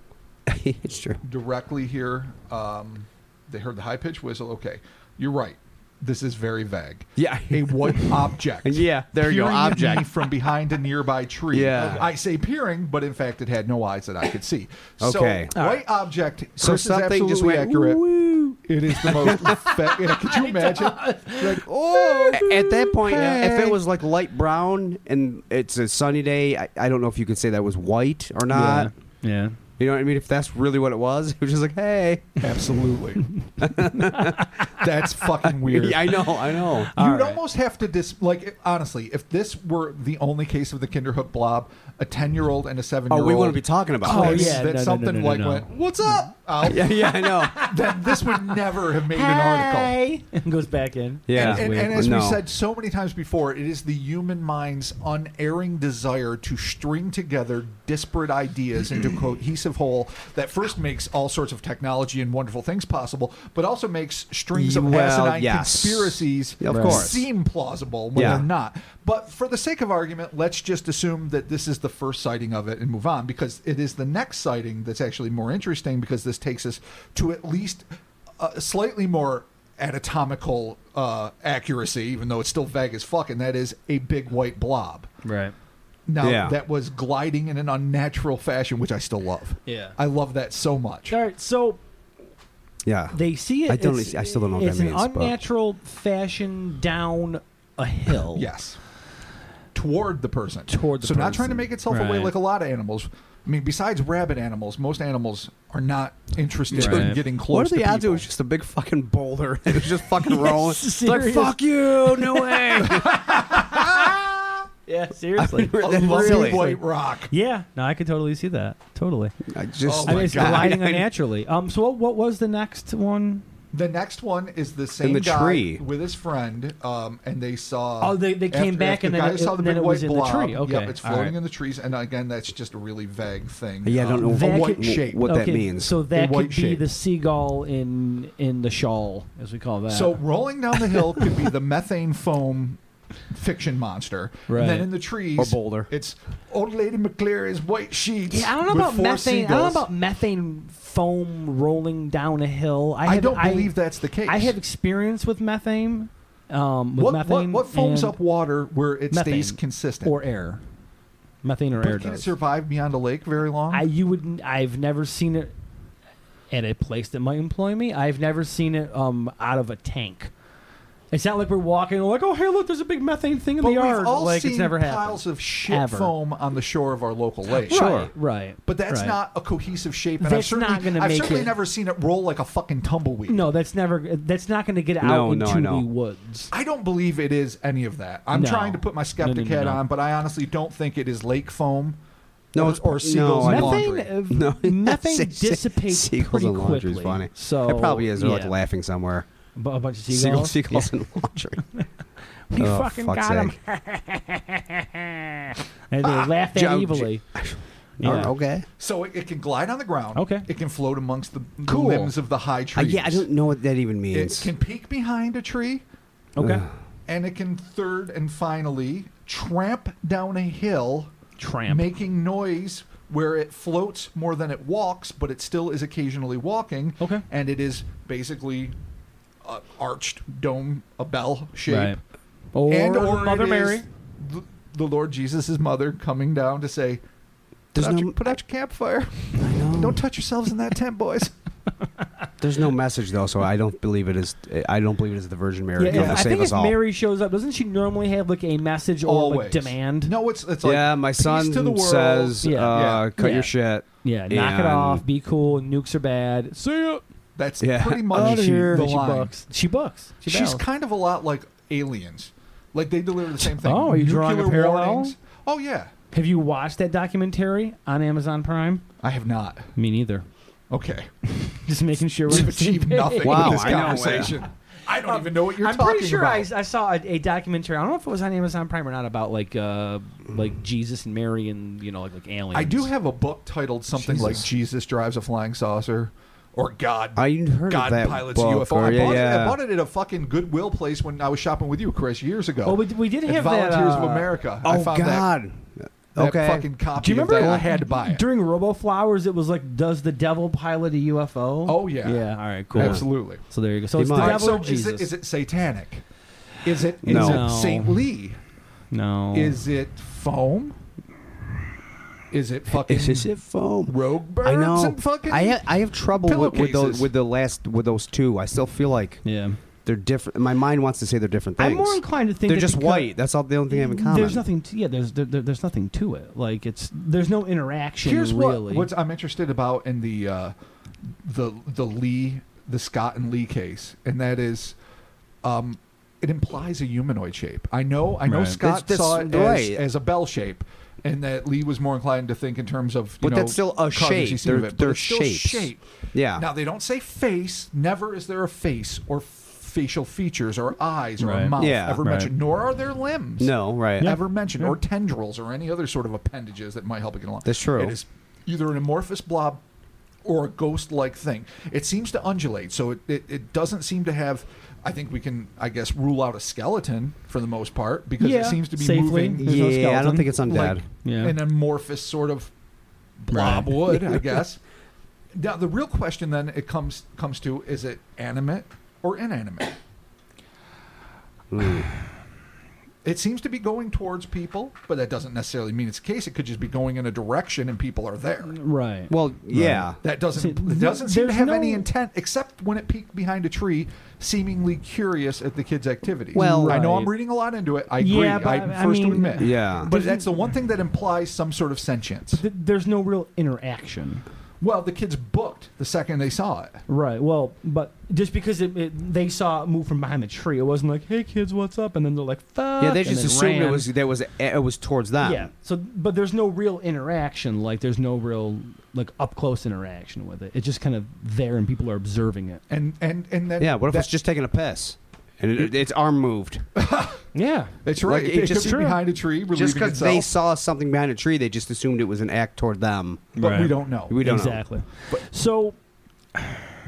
[SPEAKER 2] [LAUGHS] it's true.
[SPEAKER 3] directly here. Um, they heard the high-pitched whistle. Okay, you're right. This is very vague.
[SPEAKER 2] Yeah. [LAUGHS]
[SPEAKER 3] a white object.
[SPEAKER 2] Yeah, there you go,
[SPEAKER 3] peering at
[SPEAKER 2] object.
[SPEAKER 3] me from behind a nearby tree.
[SPEAKER 2] Yeah.
[SPEAKER 3] I say peering, but in fact, it had no eyes that I could see. So,
[SPEAKER 2] Okay.
[SPEAKER 3] white object.
[SPEAKER 2] So
[SPEAKER 3] Chris is
[SPEAKER 2] something just
[SPEAKER 3] absolutely
[SPEAKER 2] went,
[SPEAKER 3] accurate. It is the
[SPEAKER 2] [LAUGHS]
[SPEAKER 3] most. fa- yeah, could you imagine? Like,
[SPEAKER 2] Oh, at that point, yeah, if
[SPEAKER 3] Hey.
[SPEAKER 2] it was like light brown and it's a sunny day, I, I don't know if you could say that was white or not.
[SPEAKER 1] yeah.
[SPEAKER 2] You know what I mean? If that's really what it was, [LAUGHS] it was just like, hey,
[SPEAKER 3] absolutely.
[SPEAKER 2] [LAUGHS]
[SPEAKER 3] That's fucking weird.
[SPEAKER 2] I know, I know.
[SPEAKER 3] You'd almost have to dis like if- honestly, if this were the only case of the Kinderhook blob, a ten-year-old and
[SPEAKER 2] Oh,
[SPEAKER 3] a seven-year-old.
[SPEAKER 2] we wouldn't be talking about
[SPEAKER 1] Oh,
[SPEAKER 2] this.
[SPEAKER 1] yeah, no,
[SPEAKER 3] that
[SPEAKER 1] no, no,
[SPEAKER 3] something
[SPEAKER 1] no, no,
[SPEAKER 3] like
[SPEAKER 1] no.
[SPEAKER 3] went, "What's up?" I'll
[SPEAKER 2] [LAUGHS] yeah, yeah, I know.
[SPEAKER 3] then this would never have made an article.
[SPEAKER 1] [LAUGHS] And goes back in.
[SPEAKER 2] Yeah.
[SPEAKER 3] And, and-
[SPEAKER 1] Weird.
[SPEAKER 3] and as
[SPEAKER 2] No.
[SPEAKER 3] we said so many times before, it is the human mind's unerring desire to string together disparate ideas into a cohesive whole that first makes all sorts of technology and wonderful things possible, but also makes strings of
[SPEAKER 2] Well,
[SPEAKER 3] asinine
[SPEAKER 2] yes.
[SPEAKER 3] conspiracies
[SPEAKER 2] Of course.
[SPEAKER 3] seem plausible when
[SPEAKER 2] Yeah.
[SPEAKER 3] they're not. But for the sake of argument, let's just assume that this is the first sighting of it and move on because it is the next sighting that's actually more interesting because this takes us to at least a slightly more anatomical uh, accuracy, even though it's still vague as fuck, and that is a big white blob.
[SPEAKER 1] Right.
[SPEAKER 3] Now,
[SPEAKER 2] Yeah.
[SPEAKER 3] that was gliding in an unnatural fashion, which I still love.
[SPEAKER 1] Yeah.
[SPEAKER 3] I love that so much.
[SPEAKER 1] All right. So
[SPEAKER 2] Yeah.
[SPEAKER 1] they see it.
[SPEAKER 2] I don't
[SPEAKER 1] it's-
[SPEAKER 2] really- I still don't know what
[SPEAKER 1] It's
[SPEAKER 2] that
[SPEAKER 1] an
[SPEAKER 2] means, but-
[SPEAKER 1] unnatural fashion down a hill.
[SPEAKER 3] Yes. Toward the person.
[SPEAKER 1] Toward the
[SPEAKER 3] so not trying to
[SPEAKER 1] person.
[SPEAKER 3] make itself away
[SPEAKER 1] Right.
[SPEAKER 3] like a lot of animals. I mean, besides rabbit animals, most animals are not interested in
[SPEAKER 1] Right.
[SPEAKER 3] getting close
[SPEAKER 2] What are
[SPEAKER 3] to
[SPEAKER 2] the odds it
[SPEAKER 3] people.
[SPEAKER 2] was just a big fucking boulder? [LAUGHS] It was just
[SPEAKER 3] [LAUGHS]
[SPEAKER 2] fucking rolling. It's like,
[SPEAKER 1] serious.
[SPEAKER 2] fuck you, no way.
[SPEAKER 1] Yeah. Seriously.
[SPEAKER 3] a
[SPEAKER 2] That
[SPEAKER 3] lovely
[SPEAKER 2] [LAUGHS] really-
[SPEAKER 3] white rock.
[SPEAKER 1] [LAUGHS] yeah. No, I could totally see that. Totally.
[SPEAKER 2] I just,
[SPEAKER 3] Oh
[SPEAKER 1] I
[SPEAKER 3] my
[SPEAKER 1] mean, it's
[SPEAKER 2] [LAUGHS]
[SPEAKER 3] God.
[SPEAKER 1] gliding unnaturally. Um. So what, what was the next one?
[SPEAKER 3] The next one is the same
[SPEAKER 2] the
[SPEAKER 3] guy
[SPEAKER 2] tree.
[SPEAKER 3] with his friend, um, and they saw.
[SPEAKER 1] Oh, they- they came back and
[SPEAKER 3] the
[SPEAKER 1] then
[SPEAKER 3] guy
[SPEAKER 1] it-
[SPEAKER 3] saw the
[SPEAKER 1] then
[SPEAKER 3] big
[SPEAKER 1] it
[SPEAKER 3] white
[SPEAKER 1] was in the
[SPEAKER 3] blob.
[SPEAKER 1] tree. Okay,
[SPEAKER 3] Yep, it's
[SPEAKER 1] all
[SPEAKER 3] floating
[SPEAKER 1] right.
[SPEAKER 3] in the trees, and again, that's just a really vague thing.
[SPEAKER 2] Yeah, I don't
[SPEAKER 3] Um,
[SPEAKER 2] know
[SPEAKER 1] that
[SPEAKER 2] what,
[SPEAKER 1] could-
[SPEAKER 3] shape.
[SPEAKER 2] what that
[SPEAKER 1] Okay,
[SPEAKER 2] means.
[SPEAKER 1] So that
[SPEAKER 3] white
[SPEAKER 1] could be
[SPEAKER 3] shape.
[SPEAKER 1] the seagull in in the shawl, as we call that.
[SPEAKER 3] So rolling down the hill could
[SPEAKER 2] [LAUGHS]
[SPEAKER 3] be the methane foam fiction monster.
[SPEAKER 1] Right.
[SPEAKER 3] And then in the trees
[SPEAKER 2] Or boulder.
[SPEAKER 3] It's old lady McCleary's white sheets.
[SPEAKER 1] yeah, I don't know
[SPEAKER 3] with
[SPEAKER 1] about
[SPEAKER 3] four
[SPEAKER 1] methane. I don't know
[SPEAKER 3] seagulls.
[SPEAKER 1] about methane foam rolling down a hill. I,
[SPEAKER 3] I
[SPEAKER 1] have,
[SPEAKER 3] don't believe that's the case.
[SPEAKER 1] I have experience with methane. Um, with
[SPEAKER 3] what,
[SPEAKER 1] methane
[SPEAKER 3] what, what foams
[SPEAKER 1] and-
[SPEAKER 3] up water where it stays
[SPEAKER 1] methane
[SPEAKER 3] consistent?
[SPEAKER 1] or air, methane or
[SPEAKER 3] but
[SPEAKER 1] air
[SPEAKER 3] can it
[SPEAKER 1] does.
[SPEAKER 3] survive beyond a lake very long?
[SPEAKER 1] I you would I've never seen it at a place that might employ me. I've never seen it um out of a tank. It's not like we're walking like oh hey look there's a big methane thing in
[SPEAKER 3] but
[SPEAKER 1] the yard
[SPEAKER 3] we've all
[SPEAKER 1] like
[SPEAKER 3] seen
[SPEAKER 1] it's never happened.
[SPEAKER 3] piles of shit
[SPEAKER 1] Ever.
[SPEAKER 3] foam on the shore of our local lake.
[SPEAKER 2] Sure.
[SPEAKER 1] Right, right.
[SPEAKER 3] But that's
[SPEAKER 1] right.
[SPEAKER 3] not a cohesive shape, and I've
[SPEAKER 1] That's
[SPEAKER 3] certainly,
[SPEAKER 1] not gonna
[SPEAKER 3] I've
[SPEAKER 1] make
[SPEAKER 3] certainly
[SPEAKER 1] it-
[SPEAKER 3] never seen it roll like a fucking tumbleweed.
[SPEAKER 1] No, that's never. That's not going to get out
[SPEAKER 2] No, no, I
[SPEAKER 1] into
[SPEAKER 2] know.
[SPEAKER 1] the woods.
[SPEAKER 3] I don't believe it is any of that. I'm
[SPEAKER 1] No.
[SPEAKER 3] trying to put my skeptic
[SPEAKER 1] No, no, no,
[SPEAKER 3] hat
[SPEAKER 1] no.
[SPEAKER 3] on, but I honestly don't think it is lake foam.
[SPEAKER 2] No,
[SPEAKER 3] or,
[SPEAKER 2] it's- no,
[SPEAKER 3] or seagulls
[SPEAKER 2] Oh, I
[SPEAKER 3] and
[SPEAKER 1] Methane,
[SPEAKER 2] don't.
[SPEAKER 3] laundry.
[SPEAKER 1] uh,
[SPEAKER 2] [LAUGHS] No.
[SPEAKER 1] methane
[SPEAKER 2] Se- se-
[SPEAKER 1] dissipates
[SPEAKER 2] seagulls
[SPEAKER 1] pretty
[SPEAKER 2] and laundry
[SPEAKER 1] quickly.
[SPEAKER 2] is funny.
[SPEAKER 1] So
[SPEAKER 2] it probably is. They're like
[SPEAKER 1] yeah.
[SPEAKER 2] laughing somewhere.
[SPEAKER 1] Bu- A bunch of
[SPEAKER 2] Seagulls,
[SPEAKER 1] seagulls.
[SPEAKER 2] seagulls, and
[SPEAKER 3] [LAUGHS]
[SPEAKER 2] laundry.
[SPEAKER 1] We
[SPEAKER 2] [LAUGHS] Oh,
[SPEAKER 1] fucking
[SPEAKER 2] fuck's
[SPEAKER 1] got them.
[SPEAKER 2] sake.
[SPEAKER 1] [LAUGHS] and they laugh that
[SPEAKER 2] Joe-
[SPEAKER 1] evilly.
[SPEAKER 2] Alright, Okay.
[SPEAKER 3] So it, it can glide on the ground.
[SPEAKER 1] Okay.
[SPEAKER 3] It can float amongst the, the
[SPEAKER 2] Cool.
[SPEAKER 3] limbs of the high
[SPEAKER 2] Uh,
[SPEAKER 3] trees.
[SPEAKER 2] yeah, I don't know what that even
[SPEAKER 3] It
[SPEAKER 2] means.
[SPEAKER 3] can peek behind a tree,
[SPEAKER 1] Okay.
[SPEAKER 3] and it can third and finally tramp down a hill,
[SPEAKER 1] Tramp.
[SPEAKER 3] making noise where it floats more than it walks, but it still is occasionally walking.
[SPEAKER 1] Okay.
[SPEAKER 3] And it is basically a arched dome, a bell shape.
[SPEAKER 1] Right. Or,
[SPEAKER 3] and or
[SPEAKER 1] Mother
[SPEAKER 3] it is
[SPEAKER 1] Mary.
[SPEAKER 3] th- the Lord Jesus' mother coming down to say, put
[SPEAKER 2] There's
[SPEAKER 3] out,
[SPEAKER 2] no-
[SPEAKER 3] your, put out your campfire.
[SPEAKER 2] I know.
[SPEAKER 3] [LAUGHS] Don't touch yourselves in that
[SPEAKER 1] [LAUGHS]
[SPEAKER 3] tent, boys.
[SPEAKER 2] There's no message though, so I don't believe it is. I don't believe it is the Virgin Mary
[SPEAKER 1] Yeah,
[SPEAKER 2] coming
[SPEAKER 1] if-
[SPEAKER 2] to
[SPEAKER 1] I
[SPEAKER 2] save
[SPEAKER 1] think
[SPEAKER 2] us
[SPEAKER 1] if
[SPEAKER 2] all.
[SPEAKER 1] Mary shows up, doesn't she normally have like a message or like
[SPEAKER 3] Always.
[SPEAKER 1] demand?
[SPEAKER 3] No, it's it's like
[SPEAKER 2] yeah, my
[SPEAKER 3] peace
[SPEAKER 2] son
[SPEAKER 3] to the world.
[SPEAKER 2] says,
[SPEAKER 1] Yeah.
[SPEAKER 2] uh,
[SPEAKER 3] Yeah.
[SPEAKER 2] "Cut
[SPEAKER 1] Yeah.
[SPEAKER 2] your shit."
[SPEAKER 1] Yeah, knock it
[SPEAKER 2] And-
[SPEAKER 1] off. Be cool. Nukes are bad. See ya.
[SPEAKER 3] that's
[SPEAKER 2] Yeah.
[SPEAKER 3] pretty
[SPEAKER 1] And
[SPEAKER 3] much
[SPEAKER 1] she,
[SPEAKER 3] the
[SPEAKER 1] she
[SPEAKER 3] line.
[SPEAKER 1] bucks. She bucks. She
[SPEAKER 3] She's
[SPEAKER 1] battles.
[SPEAKER 3] kind of a lot like aliens. Like they deliver the same thing.
[SPEAKER 1] Oh, are you
[SPEAKER 3] Nuclear
[SPEAKER 1] drawing a parallel?
[SPEAKER 3] warnings. Oh yeah,
[SPEAKER 1] Have you watched that documentary on Amazon Prime?
[SPEAKER 3] I have not.
[SPEAKER 1] Me neither.
[SPEAKER 3] Okay,
[SPEAKER 1] [LAUGHS] Just making sure we're
[SPEAKER 3] we've
[SPEAKER 1] on
[SPEAKER 2] [LAUGHS]
[SPEAKER 1] the same [LAUGHS]
[SPEAKER 3] achieved
[SPEAKER 1] page.
[SPEAKER 3] nothing
[SPEAKER 2] Wow,
[SPEAKER 3] with this
[SPEAKER 2] I know, yeah.
[SPEAKER 3] conversation.
[SPEAKER 1] [LAUGHS]
[SPEAKER 3] I don't even know what you're
[SPEAKER 1] Um, I'm
[SPEAKER 3] talking
[SPEAKER 1] pretty sure
[SPEAKER 3] about.
[SPEAKER 1] I, I saw a, a documentary. I don't know if it was on Amazon Prime or not about like uh, like Jesus and Mary and you know like like aliens.
[SPEAKER 3] Hmm. I do have a book titled something like
[SPEAKER 2] Jesus.
[SPEAKER 3] Jesus Drives a Flying Saucer or God.
[SPEAKER 2] I heard
[SPEAKER 3] God
[SPEAKER 2] of that
[SPEAKER 3] pilots
[SPEAKER 2] book,
[SPEAKER 3] a UFO.
[SPEAKER 2] or-
[SPEAKER 3] I,
[SPEAKER 2] yeah,
[SPEAKER 3] bought It, I
[SPEAKER 2] yeah.
[SPEAKER 3] bought it at a fucking Goodwill place when I was shopping with you, Chris, years ago.
[SPEAKER 1] Oh, we, we did
[SPEAKER 3] at
[SPEAKER 1] have that.
[SPEAKER 3] Volunteers
[SPEAKER 1] uh,
[SPEAKER 3] of America. I
[SPEAKER 2] Oh
[SPEAKER 3] found
[SPEAKER 2] God.
[SPEAKER 3] That,
[SPEAKER 2] okay.
[SPEAKER 3] that fucking copy
[SPEAKER 1] Do you
[SPEAKER 3] of
[SPEAKER 1] remember
[SPEAKER 3] that. I had to buy it.
[SPEAKER 1] during Robo Flowers? It was like, does the devil pilot a UFO?
[SPEAKER 3] Oh, yeah.
[SPEAKER 1] Yeah. All right. Cool.
[SPEAKER 3] Absolutely.
[SPEAKER 1] So there you go. So
[SPEAKER 2] He
[SPEAKER 1] it's the
[SPEAKER 2] might.
[SPEAKER 3] All
[SPEAKER 1] devil
[SPEAKER 3] right, so
[SPEAKER 1] or Jesus.
[SPEAKER 3] is it, is it satanic? Is it is
[SPEAKER 2] No.
[SPEAKER 3] it
[SPEAKER 1] No.
[SPEAKER 3] Saint Lee?
[SPEAKER 1] no.
[SPEAKER 3] Is it foam? Is it fucking
[SPEAKER 2] Is this it foam?
[SPEAKER 3] rogue birds
[SPEAKER 2] I know.
[SPEAKER 3] and fucking
[SPEAKER 2] I have I have trouble with, with those
[SPEAKER 3] pillowcases.
[SPEAKER 2] with the last with those two. I still feel like
[SPEAKER 1] yeah.
[SPEAKER 2] they're different. My mind wants to say they're different things.
[SPEAKER 1] I'm more inclined to think
[SPEAKER 2] they're
[SPEAKER 1] that
[SPEAKER 2] just
[SPEAKER 1] because-
[SPEAKER 2] white. That's all the only thing I have in common.
[SPEAKER 1] There's nothing. To, yeah. There's there, there- there's nothing to it. Like it's there's no interaction.
[SPEAKER 3] Here's
[SPEAKER 1] really.
[SPEAKER 3] what what I'm interested about in the uh, the the Lee the Scott and Lee case, and that is, um, it implies a humanoid shape. I know I know
[SPEAKER 1] Right.
[SPEAKER 3] Scott
[SPEAKER 2] That's-
[SPEAKER 3] saw
[SPEAKER 2] that's
[SPEAKER 3] it
[SPEAKER 2] right.
[SPEAKER 3] as, as a bell shape, and that Lee was more inclined to think in terms of you
[SPEAKER 2] But
[SPEAKER 3] know,
[SPEAKER 2] that's still a
[SPEAKER 3] carvings
[SPEAKER 2] shape.
[SPEAKER 3] he's seen of
[SPEAKER 2] They're-
[SPEAKER 3] it, but
[SPEAKER 2] they're
[SPEAKER 3] it's still
[SPEAKER 2] shapes.
[SPEAKER 3] shape.
[SPEAKER 2] Yeah.
[SPEAKER 3] Now they don't say face. Never is there a face or facial features or eyes or a
[SPEAKER 1] Right.
[SPEAKER 3] mouth
[SPEAKER 2] Yeah.
[SPEAKER 3] ever
[SPEAKER 1] Right.
[SPEAKER 3] mentioned. Nor are there limbs
[SPEAKER 2] no, right.
[SPEAKER 3] ever mentioned, or tendrils, or any other sort of appendages that might help it get along.
[SPEAKER 2] That's true.
[SPEAKER 3] It is either an amorphous blob or a ghost-like thing. It seems to undulate, so it, it, it doesn't seem to have. I think we can, I guess, rule out a skeleton for the most part because
[SPEAKER 1] Yeah,
[SPEAKER 3] it seems to be
[SPEAKER 1] safely.
[SPEAKER 3] moving
[SPEAKER 1] There's no
[SPEAKER 2] yeah, I
[SPEAKER 1] skeleton.
[SPEAKER 2] don't think it's undead.
[SPEAKER 3] like
[SPEAKER 1] Yeah.
[SPEAKER 3] an amorphous sort of blob
[SPEAKER 1] Right. [LAUGHS]
[SPEAKER 3] would, I guess. Now the real question then it comes comes to is it animate or inanimate?
[SPEAKER 2] Mm.
[SPEAKER 3] It seems to be going towards people, but that doesn't necessarily mean it's the case. It could just be going in a direction and people are there.
[SPEAKER 1] Right.
[SPEAKER 2] Well, yeah.
[SPEAKER 3] That doesn't
[SPEAKER 1] See,
[SPEAKER 3] it doesn't seem to
[SPEAKER 1] there's
[SPEAKER 3] have any
[SPEAKER 1] no-
[SPEAKER 3] intent except when it peeked behind a tree, seemingly curious at the kids' activities.
[SPEAKER 2] Well-
[SPEAKER 3] I know I'm
[SPEAKER 1] Right.
[SPEAKER 3] reading a lot into it. I agree.
[SPEAKER 1] Yeah, but
[SPEAKER 3] I
[SPEAKER 1] I
[SPEAKER 3] first to
[SPEAKER 1] mean-
[SPEAKER 3] admit.
[SPEAKER 2] Yeah.
[SPEAKER 3] But that's the one thing that implies some sort of sentience.
[SPEAKER 1] Th- there's no real interaction.
[SPEAKER 3] Well, the kids booked the second they saw it.
[SPEAKER 1] Right. Well, but just because it, it, they saw it move from behind the tree, it wasn't like, "Hey kids, what's up?" And then they're like, "Fuck."
[SPEAKER 2] Yeah, they
[SPEAKER 1] and
[SPEAKER 2] just
[SPEAKER 1] then
[SPEAKER 2] assumed it
[SPEAKER 1] ran.
[SPEAKER 2] was that was eh, it was towards them.
[SPEAKER 1] Yeah. So, but there's no real interaction. Like, there's no real like up close interaction with it. It's just kind of there, and people are observing it.
[SPEAKER 3] And and and then
[SPEAKER 2] Yeah, What if
[SPEAKER 3] that-
[SPEAKER 2] it's just taking a piss and it, it's arm moved?
[SPEAKER 1] Yeah.
[SPEAKER 3] That's
[SPEAKER 2] Like,
[SPEAKER 3] right.
[SPEAKER 2] it
[SPEAKER 3] it, could
[SPEAKER 2] just-
[SPEAKER 3] be
[SPEAKER 1] Sure.
[SPEAKER 3] behind a tree, relieving
[SPEAKER 2] Just because they
[SPEAKER 3] itself,
[SPEAKER 2] saw something behind a tree, they just assumed it was an act toward them.
[SPEAKER 3] but we don't know.
[SPEAKER 2] We don't know.
[SPEAKER 1] exactly. so,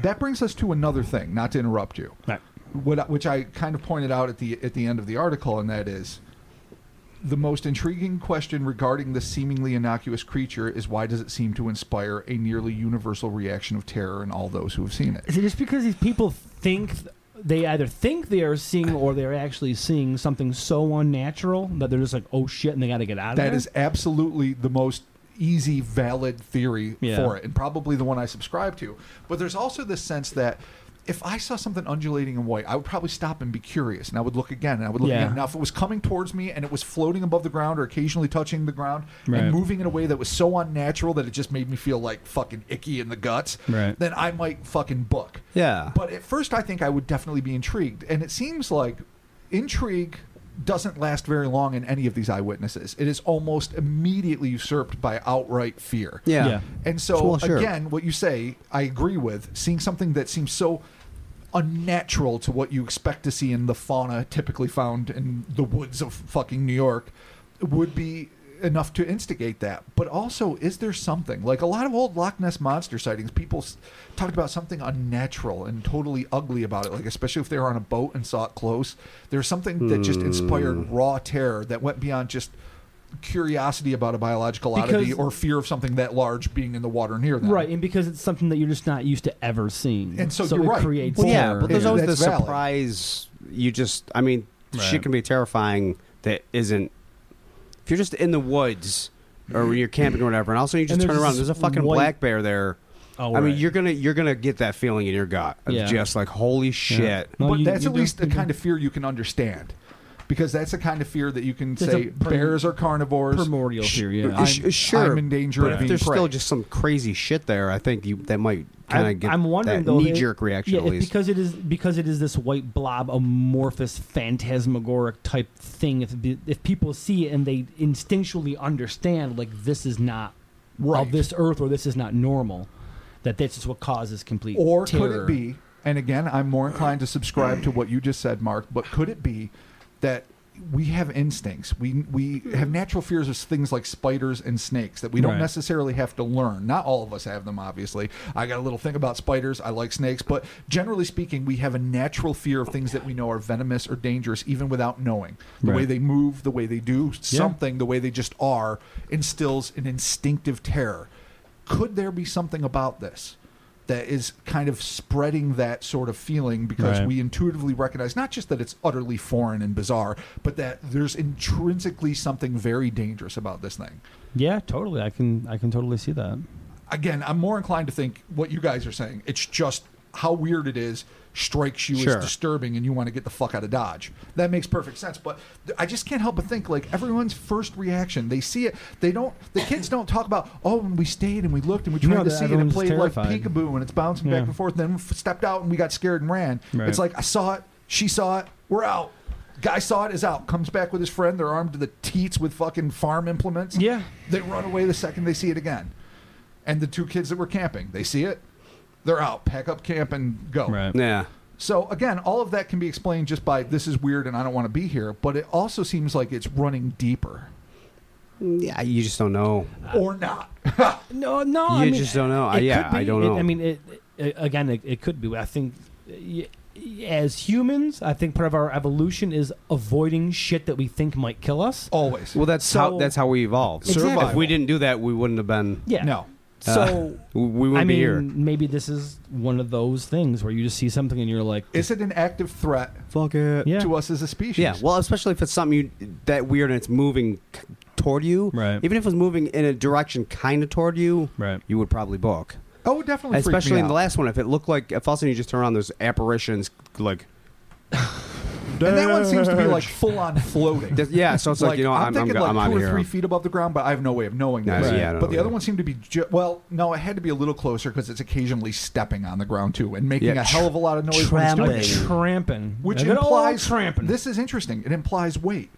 [SPEAKER 3] That brings us to another thing. Not to interrupt you, what, I- which I kind of pointed out at the at the end of the article, and that is the most intriguing question regarding this seemingly innocuous creature is why does it seem to inspire a nearly universal reaction of terror in all those who have seen it?
[SPEAKER 1] is it just because these people think they either think they are seeing or they're actually seeing something so unnatural that they're just like, "Oh shit," and they got to get out of
[SPEAKER 3] That
[SPEAKER 1] there?
[SPEAKER 3] is absolutely the most easy, valid theory
[SPEAKER 1] Yeah.
[SPEAKER 3] for it, and probably the one I subscribe to. But there's also this sense that if I saw something undulating and white, I would probably stop and be curious, and I would look again, and I would look
[SPEAKER 1] Yeah.
[SPEAKER 3] again. Now, if it was coming towards me and it was floating above the ground or occasionally touching the ground
[SPEAKER 1] Right.
[SPEAKER 3] and moving in a way that was so unnatural that it just made me feel like fucking icky in the guts,
[SPEAKER 1] Right.
[SPEAKER 3] then I might fucking book.
[SPEAKER 2] Yeah.
[SPEAKER 3] But at first, I think I would definitely be intrigued. And it seems like intrigue doesn't last very long in any of these eyewitnesses. It is almost immediately usurped by outright fear.
[SPEAKER 2] Yeah.
[SPEAKER 1] Yeah.
[SPEAKER 3] And so,
[SPEAKER 2] Well, sure.
[SPEAKER 3] again, what you say, I agree with. Seeing something that seems so unnatural to what you expect to see in the fauna typically found in the woods of fucking New York would be enough to instigate that. But also, is there something like a lot of old Loch Ness monster sightings? People s- talked about something unnatural and totally ugly about it, like especially if they were on a boat and saw it close. There's something that just
[SPEAKER 2] Hmm.
[SPEAKER 3] inspired raw terror that went beyond just curiosity about a biological oddity
[SPEAKER 1] Because-
[SPEAKER 3] or fear of something that large being in the water near them.
[SPEAKER 1] Right, and because it's something that you're just not used to ever seeing,
[SPEAKER 3] And so you're
[SPEAKER 1] it
[SPEAKER 3] right.
[SPEAKER 1] creates
[SPEAKER 2] Well, yeah,
[SPEAKER 1] terror.
[SPEAKER 2] but there's always the
[SPEAKER 3] That's valid.
[SPEAKER 2] surprise. You just, I mean,
[SPEAKER 4] Right.
[SPEAKER 2] shit can be terrifying that isn't. If you're just in the woods or when you're camping or whatever, and all of a sudden you
[SPEAKER 1] And
[SPEAKER 2] just turn
[SPEAKER 1] there's
[SPEAKER 2] around,
[SPEAKER 1] this
[SPEAKER 2] there's a fucking
[SPEAKER 1] white-
[SPEAKER 2] black bear there.
[SPEAKER 1] Oh,
[SPEAKER 2] I mean,
[SPEAKER 1] right.
[SPEAKER 2] you're gonna you're gonna get that feeling in your gut of
[SPEAKER 1] Yeah.
[SPEAKER 2] just like holy shit.
[SPEAKER 1] No,
[SPEAKER 3] but
[SPEAKER 1] you-
[SPEAKER 3] that's
[SPEAKER 1] you
[SPEAKER 3] at
[SPEAKER 1] do-
[SPEAKER 3] least the
[SPEAKER 1] you do.
[SPEAKER 3] kind of fear you can understand. Because that's the kind of fear that you can
[SPEAKER 1] It's
[SPEAKER 3] say
[SPEAKER 1] a prim-
[SPEAKER 3] bears are carnivores.
[SPEAKER 1] primordial fear. Yeah,
[SPEAKER 3] I'm-
[SPEAKER 2] Sh- sure,
[SPEAKER 3] I'm in danger
[SPEAKER 2] but
[SPEAKER 3] of
[SPEAKER 2] if
[SPEAKER 3] being
[SPEAKER 2] there's
[SPEAKER 3] prey.
[SPEAKER 2] still just some crazy shit there. I think you that might kind of get
[SPEAKER 1] I'm wondering
[SPEAKER 2] that
[SPEAKER 1] though
[SPEAKER 2] knee jerk reaction
[SPEAKER 1] yeah,
[SPEAKER 2] at
[SPEAKER 1] if-
[SPEAKER 2] least.
[SPEAKER 1] because it is because it is this white blob, amorphous, phantasmagoric type thing. If the- if people see it and they instinctually understand, like this is not
[SPEAKER 3] Right.
[SPEAKER 1] of this earth or this is not normal, that this is what causes complete
[SPEAKER 3] Or
[SPEAKER 1] terror.
[SPEAKER 3] could it be? And again, I'm more inclined to subscribe to what you just said, Mark. But could it be that we have instincts? We we have natural fears of things like spiders and snakes that we don't
[SPEAKER 1] Right.
[SPEAKER 3] necessarily have to learn. Not all of us have them, obviously. I got a little thing about spiders. I like snakes, but generally speaking, we have a natural fear of things that we know are venomous or dangerous, even without knowing. The way
[SPEAKER 1] Right.
[SPEAKER 3] they move, the way they do something, the way they just are, instills an instinctive terror. Could there be something about this? that is kind of spreading that sort of feeling because
[SPEAKER 1] Right.
[SPEAKER 3] we intuitively recognize not just that it's utterly foreign and bizarre, but that there's intrinsically something very dangerous about this thing.
[SPEAKER 1] Yeah, totally. I can I can totally see that.
[SPEAKER 3] Again, I'm more inclined to think what you guys are saying. It's just how weird it is strikes you
[SPEAKER 2] Sure.
[SPEAKER 3] as disturbing and you want to get the fuck out of Dodge. That makes perfect sense. But th- I just can't help but think like everyone's first reaction, they see it, they don't, the kids don't talk about, oh, and we stayed and we looked and we tried
[SPEAKER 1] No, that
[SPEAKER 3] to see it and
[SPEAKER 1] everyone's
[SPEAKER 3] played like
[SPEAKER 1] terrified.
[SPEAKER 3] peekaboo peekaboo and it's bouncing
[SPEAKER 1] Yeah.
[SPEAKER 3] back and forth. Then f- stepped out and we got scared and ran.
[SPEAKER 1] Right.
[SPEAKER 3] It's like I saw it, she saw it, we're out. Guy saw it is out. Comes back with his friend. They're armed to the teats with fucking farm implements.
[SPEAKER 1] Yeah.
[SPEAKER 3] they run away the second they see it again. And the two kids that were camping, they see it, they're out. Pack up camp and go.
[SPEAKER 2] yeah,
[SPEAKER 3] So again, all of that can be explained just by this is weird and I don't want to be here. But it also seems like it's running deeper
[SPEAKER 2] yeah, you just don't know.
[SPEAKER 3] or not.
[SPEAKER 1] No, no. I
[SPEAKER 2] You
[SPEAKER 1] mean,
[SPEAKER 2] just don't know.
[SPEAKER 1] it
[SPEAKER 2] I-
[SPEAKER 1] could
[SPEAKER 2] yeah, I
[SPEAKER 1] be.
[SPEAKER 2] don't
[SPEAKER 1] It-
[SPEAKER 2] know.
[SPEAKER 1] I mean, it, it, again, it, it could be. I think y- y- as humans, I think part of our evolution is avoiding shit that we think might kill us.
[SPEAKER 3] [LAUGHS] Always.
[SPEAKER 2] Well, that's how
[SPEAKER 1] So-
[SPEAKER 2] that's how we evolved.
[SPEAKER 1] Exactly.
[SPEAKER 2] If we didn't do that, we wouldn't have been.
[SPEAKER 1] Yeah.
[SPEAKER 3] no. Uh.
[SPEAKER 1] So
[SPEAKER 2] We wouldn't
[SPEAKER 1] I
[SPEAKER 2] be
[SPEAKER 1] mean,
[SPEAKER 2] here.
[SPEAKER 1] maybe this is one of those things where you just see something and you're like,
[SPEAKER 3] Is it an active threat
[SPEAKER 2] Fuck it.
[SPEAKER 1] yeah,
[SPEAKER 3] to us as a species?
[SPEAKER 2] Yeah. Well, especially if it's something you that weird and it's moving c- toward you.
[SPEAKER 4] Right.
[SPEAKER 2] Even if it was moving in a direction kind of toward you,
[SPEAKER 4] Right.
[SPEAKER 2] you would probably book.
[SPEAKER 3] Oh, it would definitely. freak me
[SPEAKER 2] Especially in the
[SPEAKER 3] out.
[SPEAKER 2] last one, if it looked like if all of a sudden you just turn around, there's apparitions like
[SPEAKER 3] And that one seems to be like full on floating.
[SPEAKER 2] Th- yeah, so [LAUGHS] it's like, you know, I'm,
[SPEAKER 3] thinking
[SPEAKER 2] I'm,
[SPEAKER 3] like
[SPEAKER 2] I'm,
[SPEAKER 3] two
[SPEAKER 2] out
[SPEAKER 3] or
[SPEAKER 2] of here.
[SPEAKER 3] three feet above the ground, but I have no way of knowing
[SPEAKER 2] No,
[SPEAKER 3] that.
[SPEAKER 2] yeah, I don't
[SPEAKER 3] but the
[SPEAKER 2] know
[SPEAKER 3] other
[SPEAKER 2] either.
[SPEAKER 3] one seemed to be ju- well. No, it had to be a little closer because it's occasionally stepping on the ground too and making
[SPEAKER 2] Yeah,
[SPEAKER 3] a hell of a lot of noise. when it's doing
[SPEAKER 4] I'm
[SPEAKER 3] it.
[SPEAKER 4] tramping,
[SPEAKER 3] which
[SPEAKER 4] A good old
[SPEAKER 3] implies
[SPEAKER 4] tramping.
[SPEAKER 3] This is interesting. It implies weight.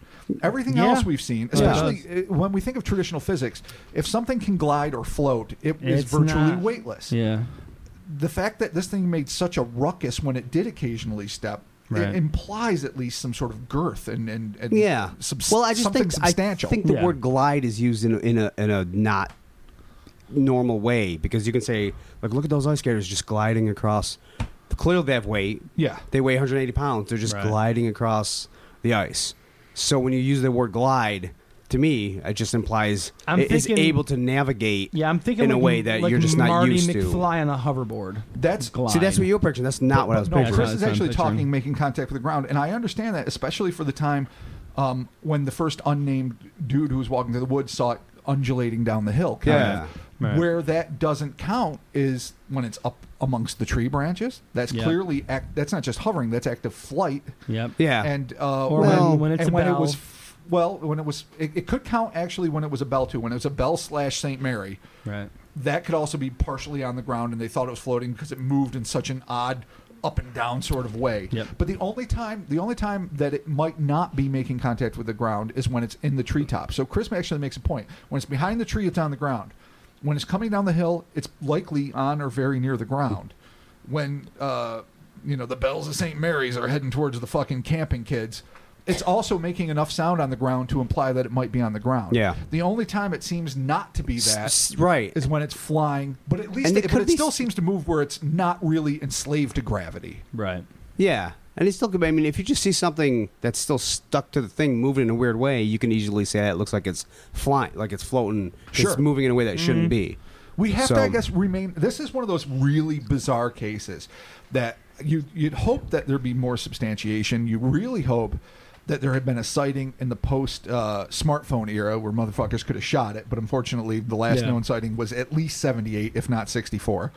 [SPEAKER 3] Everything
[SPEAKER 4] Yeah.
[SPEAKER 3] else we've seen, especially uh, when we think of traditional physics, if something can glide or float, it is
[SPEAKER 4] It's
[SPEAKER 3] virtually
[SPEAKER 4] not-
[SPEAKER 3] weightless.
[SPEAKER 4] yeah,
[SPEAKER 3] The fact that this thing made such a ruckus when it did occasionally step.
[SPEAKER 4] Right.
[SPEAKER 3] It implies at least some sort of girth and and, and
[SPEAKER 2] Yeah.
[SPEAKER 3] subs-
[SPEAKER 2] well, I just
[SPEAKER 3] something
[SPEAKER 2] think
[SPEAKER 3] substantial.
[SPEAKER 2] I think the
[SPEAKER 4] Yeah.
[SPEAKER 2] word glide is used in a, in a in a not normal way because you can say like, look at those ice skaters just gliding across. Clearly, they have weight.
[SPEAKER 3] yeah,
[SPEAKER 2] They weigh 180 pounds. They're just
[SPEAKER 4] Right.
[SPEAKER 2] gliding across the ice. So when you use the word glide, to me, it just implies
[SPEAKER 4] I'm
[SPEAKER 2] it is
[SPEAKER 4] thinking-
[SPEAKER 2] able to navigate.
[SPEAKER 4] yeah. I'm thinking
[SPEAKER 2] in a
[SPEAKER 4] like-
[SPEAKER 2] way that
[SPEAKER 4] like
[SPEAKER 2] you're just not
[SPEAKER 4] Marty
[SPEAKER 2] used to.
[SPEAKER 4] McFly on a hoverboard.
[SPEAKER 3] that's
[SPEAKER 4] Glide.
[SPEAKER 2] See, that's what you're picturing. That's not what I was
[SPEAKER 3] No,
[SPEAKER 2] picturing.
[SPEAKER 3] Chris
[SPEAKER 4] Yeah,
[SPEAKER 3] is
[SPEAKER 4] that's what
[SPEAKER 3] actually
[SPEAKER 4] I'm picturing.
[SPEAKER 3] talking, making contact with the ground, and I understand that, especially for the time um, when the first unnamed dude who was walking through the woods saw it undulating down the hill. kind
[SPEAKER 2] Yeah.
[SPEAKER 3] of.
[SPEAKER 4] Right.
[SPEAKER 3] Where that doesn't count is when it's up amongst the tree branches. That's
[SPEAKER 4] Yeah.
[SPEAKER 3] clearly act. That's not just hovering. That's active flight.
[SPEAKER 4] Yep.
[SPEAKER 2] Yeah.
[SPEAKER 3] And uh,
[SPEAKER 4] Or
[SPEAKER 2] Well,
[SPEAKER 4] when, when it's
[SPEAKER 3] and
[SPEAKER 4] a
[SPEAKER 3] when
[SPEAKER 4] bell.
[SPEAKER 3] it was f- well, when it was, it, it could count actually when it was a bell too. When it was a bell slash Saint Mary
[SPEAKER 4] right.
[SPEAKER 3] that could also be partially on the ground and they thought it was floating because it moved in such an odd up and down sort of way.
[SPEAKER 4] Yep.
[SPEAKER 3] But the only time the only time that it might not be making contact with the ground is when it's in the treetop. So Chris actually makes a point. When it's behind the tree, it's on the ground. When it's coming down the hill, it's likely on or very near the ground. When uh, you know the bells of St. Mary's are heading towards the fucking camping kids, it's also making enough sound on the ground to imply that it might be on the ground.
[SPEAKER 2] Yeah.
[SPEAKER 3] The only time it seems not to be
[SPEAKER 2] S-
[SPEAKER 3] that
[SPEAKER 2] s- right.
[SPEAKER 3] is when it's flying, but at least
[SPEAKER 2] And
[SPEAKER 3] it,
[SPEAKER 2] it
[SPEAKER 3] but
[SPEAKER 2] could
[SPEAKER 3] it
[SPEAKER 2] be-
[SPEAKER 3] still seems to move where it's not really enslaved to gravity.
[SPEAKER 4] Right.
[SPEAKER 2] Yeah, and it still could. be- I mean, if you just see something that's still stuck to the thing moving in a weird way, you can easily say that it looks like it's flying, like it's floating.
[SPEAKER 3] Sure. Mm-hmm.
[SPEAKER 2] It's moving in a way that it shouldn't be.
[SPEAKER 3] We have to,
[SPEAKER 2] So-
[SPEAKER 3] I guess, remain. This is one of those really bizarre cases that you you'd hope that there'd be more substantiation. You really hope that there had been a sighting in the post uh, smartphone era where motherfuckers could have shot it, but unfortunately, the last
[SPEAKER 4] Yeah.
[SPEAKER 3] known sighting was at least seventy eight, if not sixty four.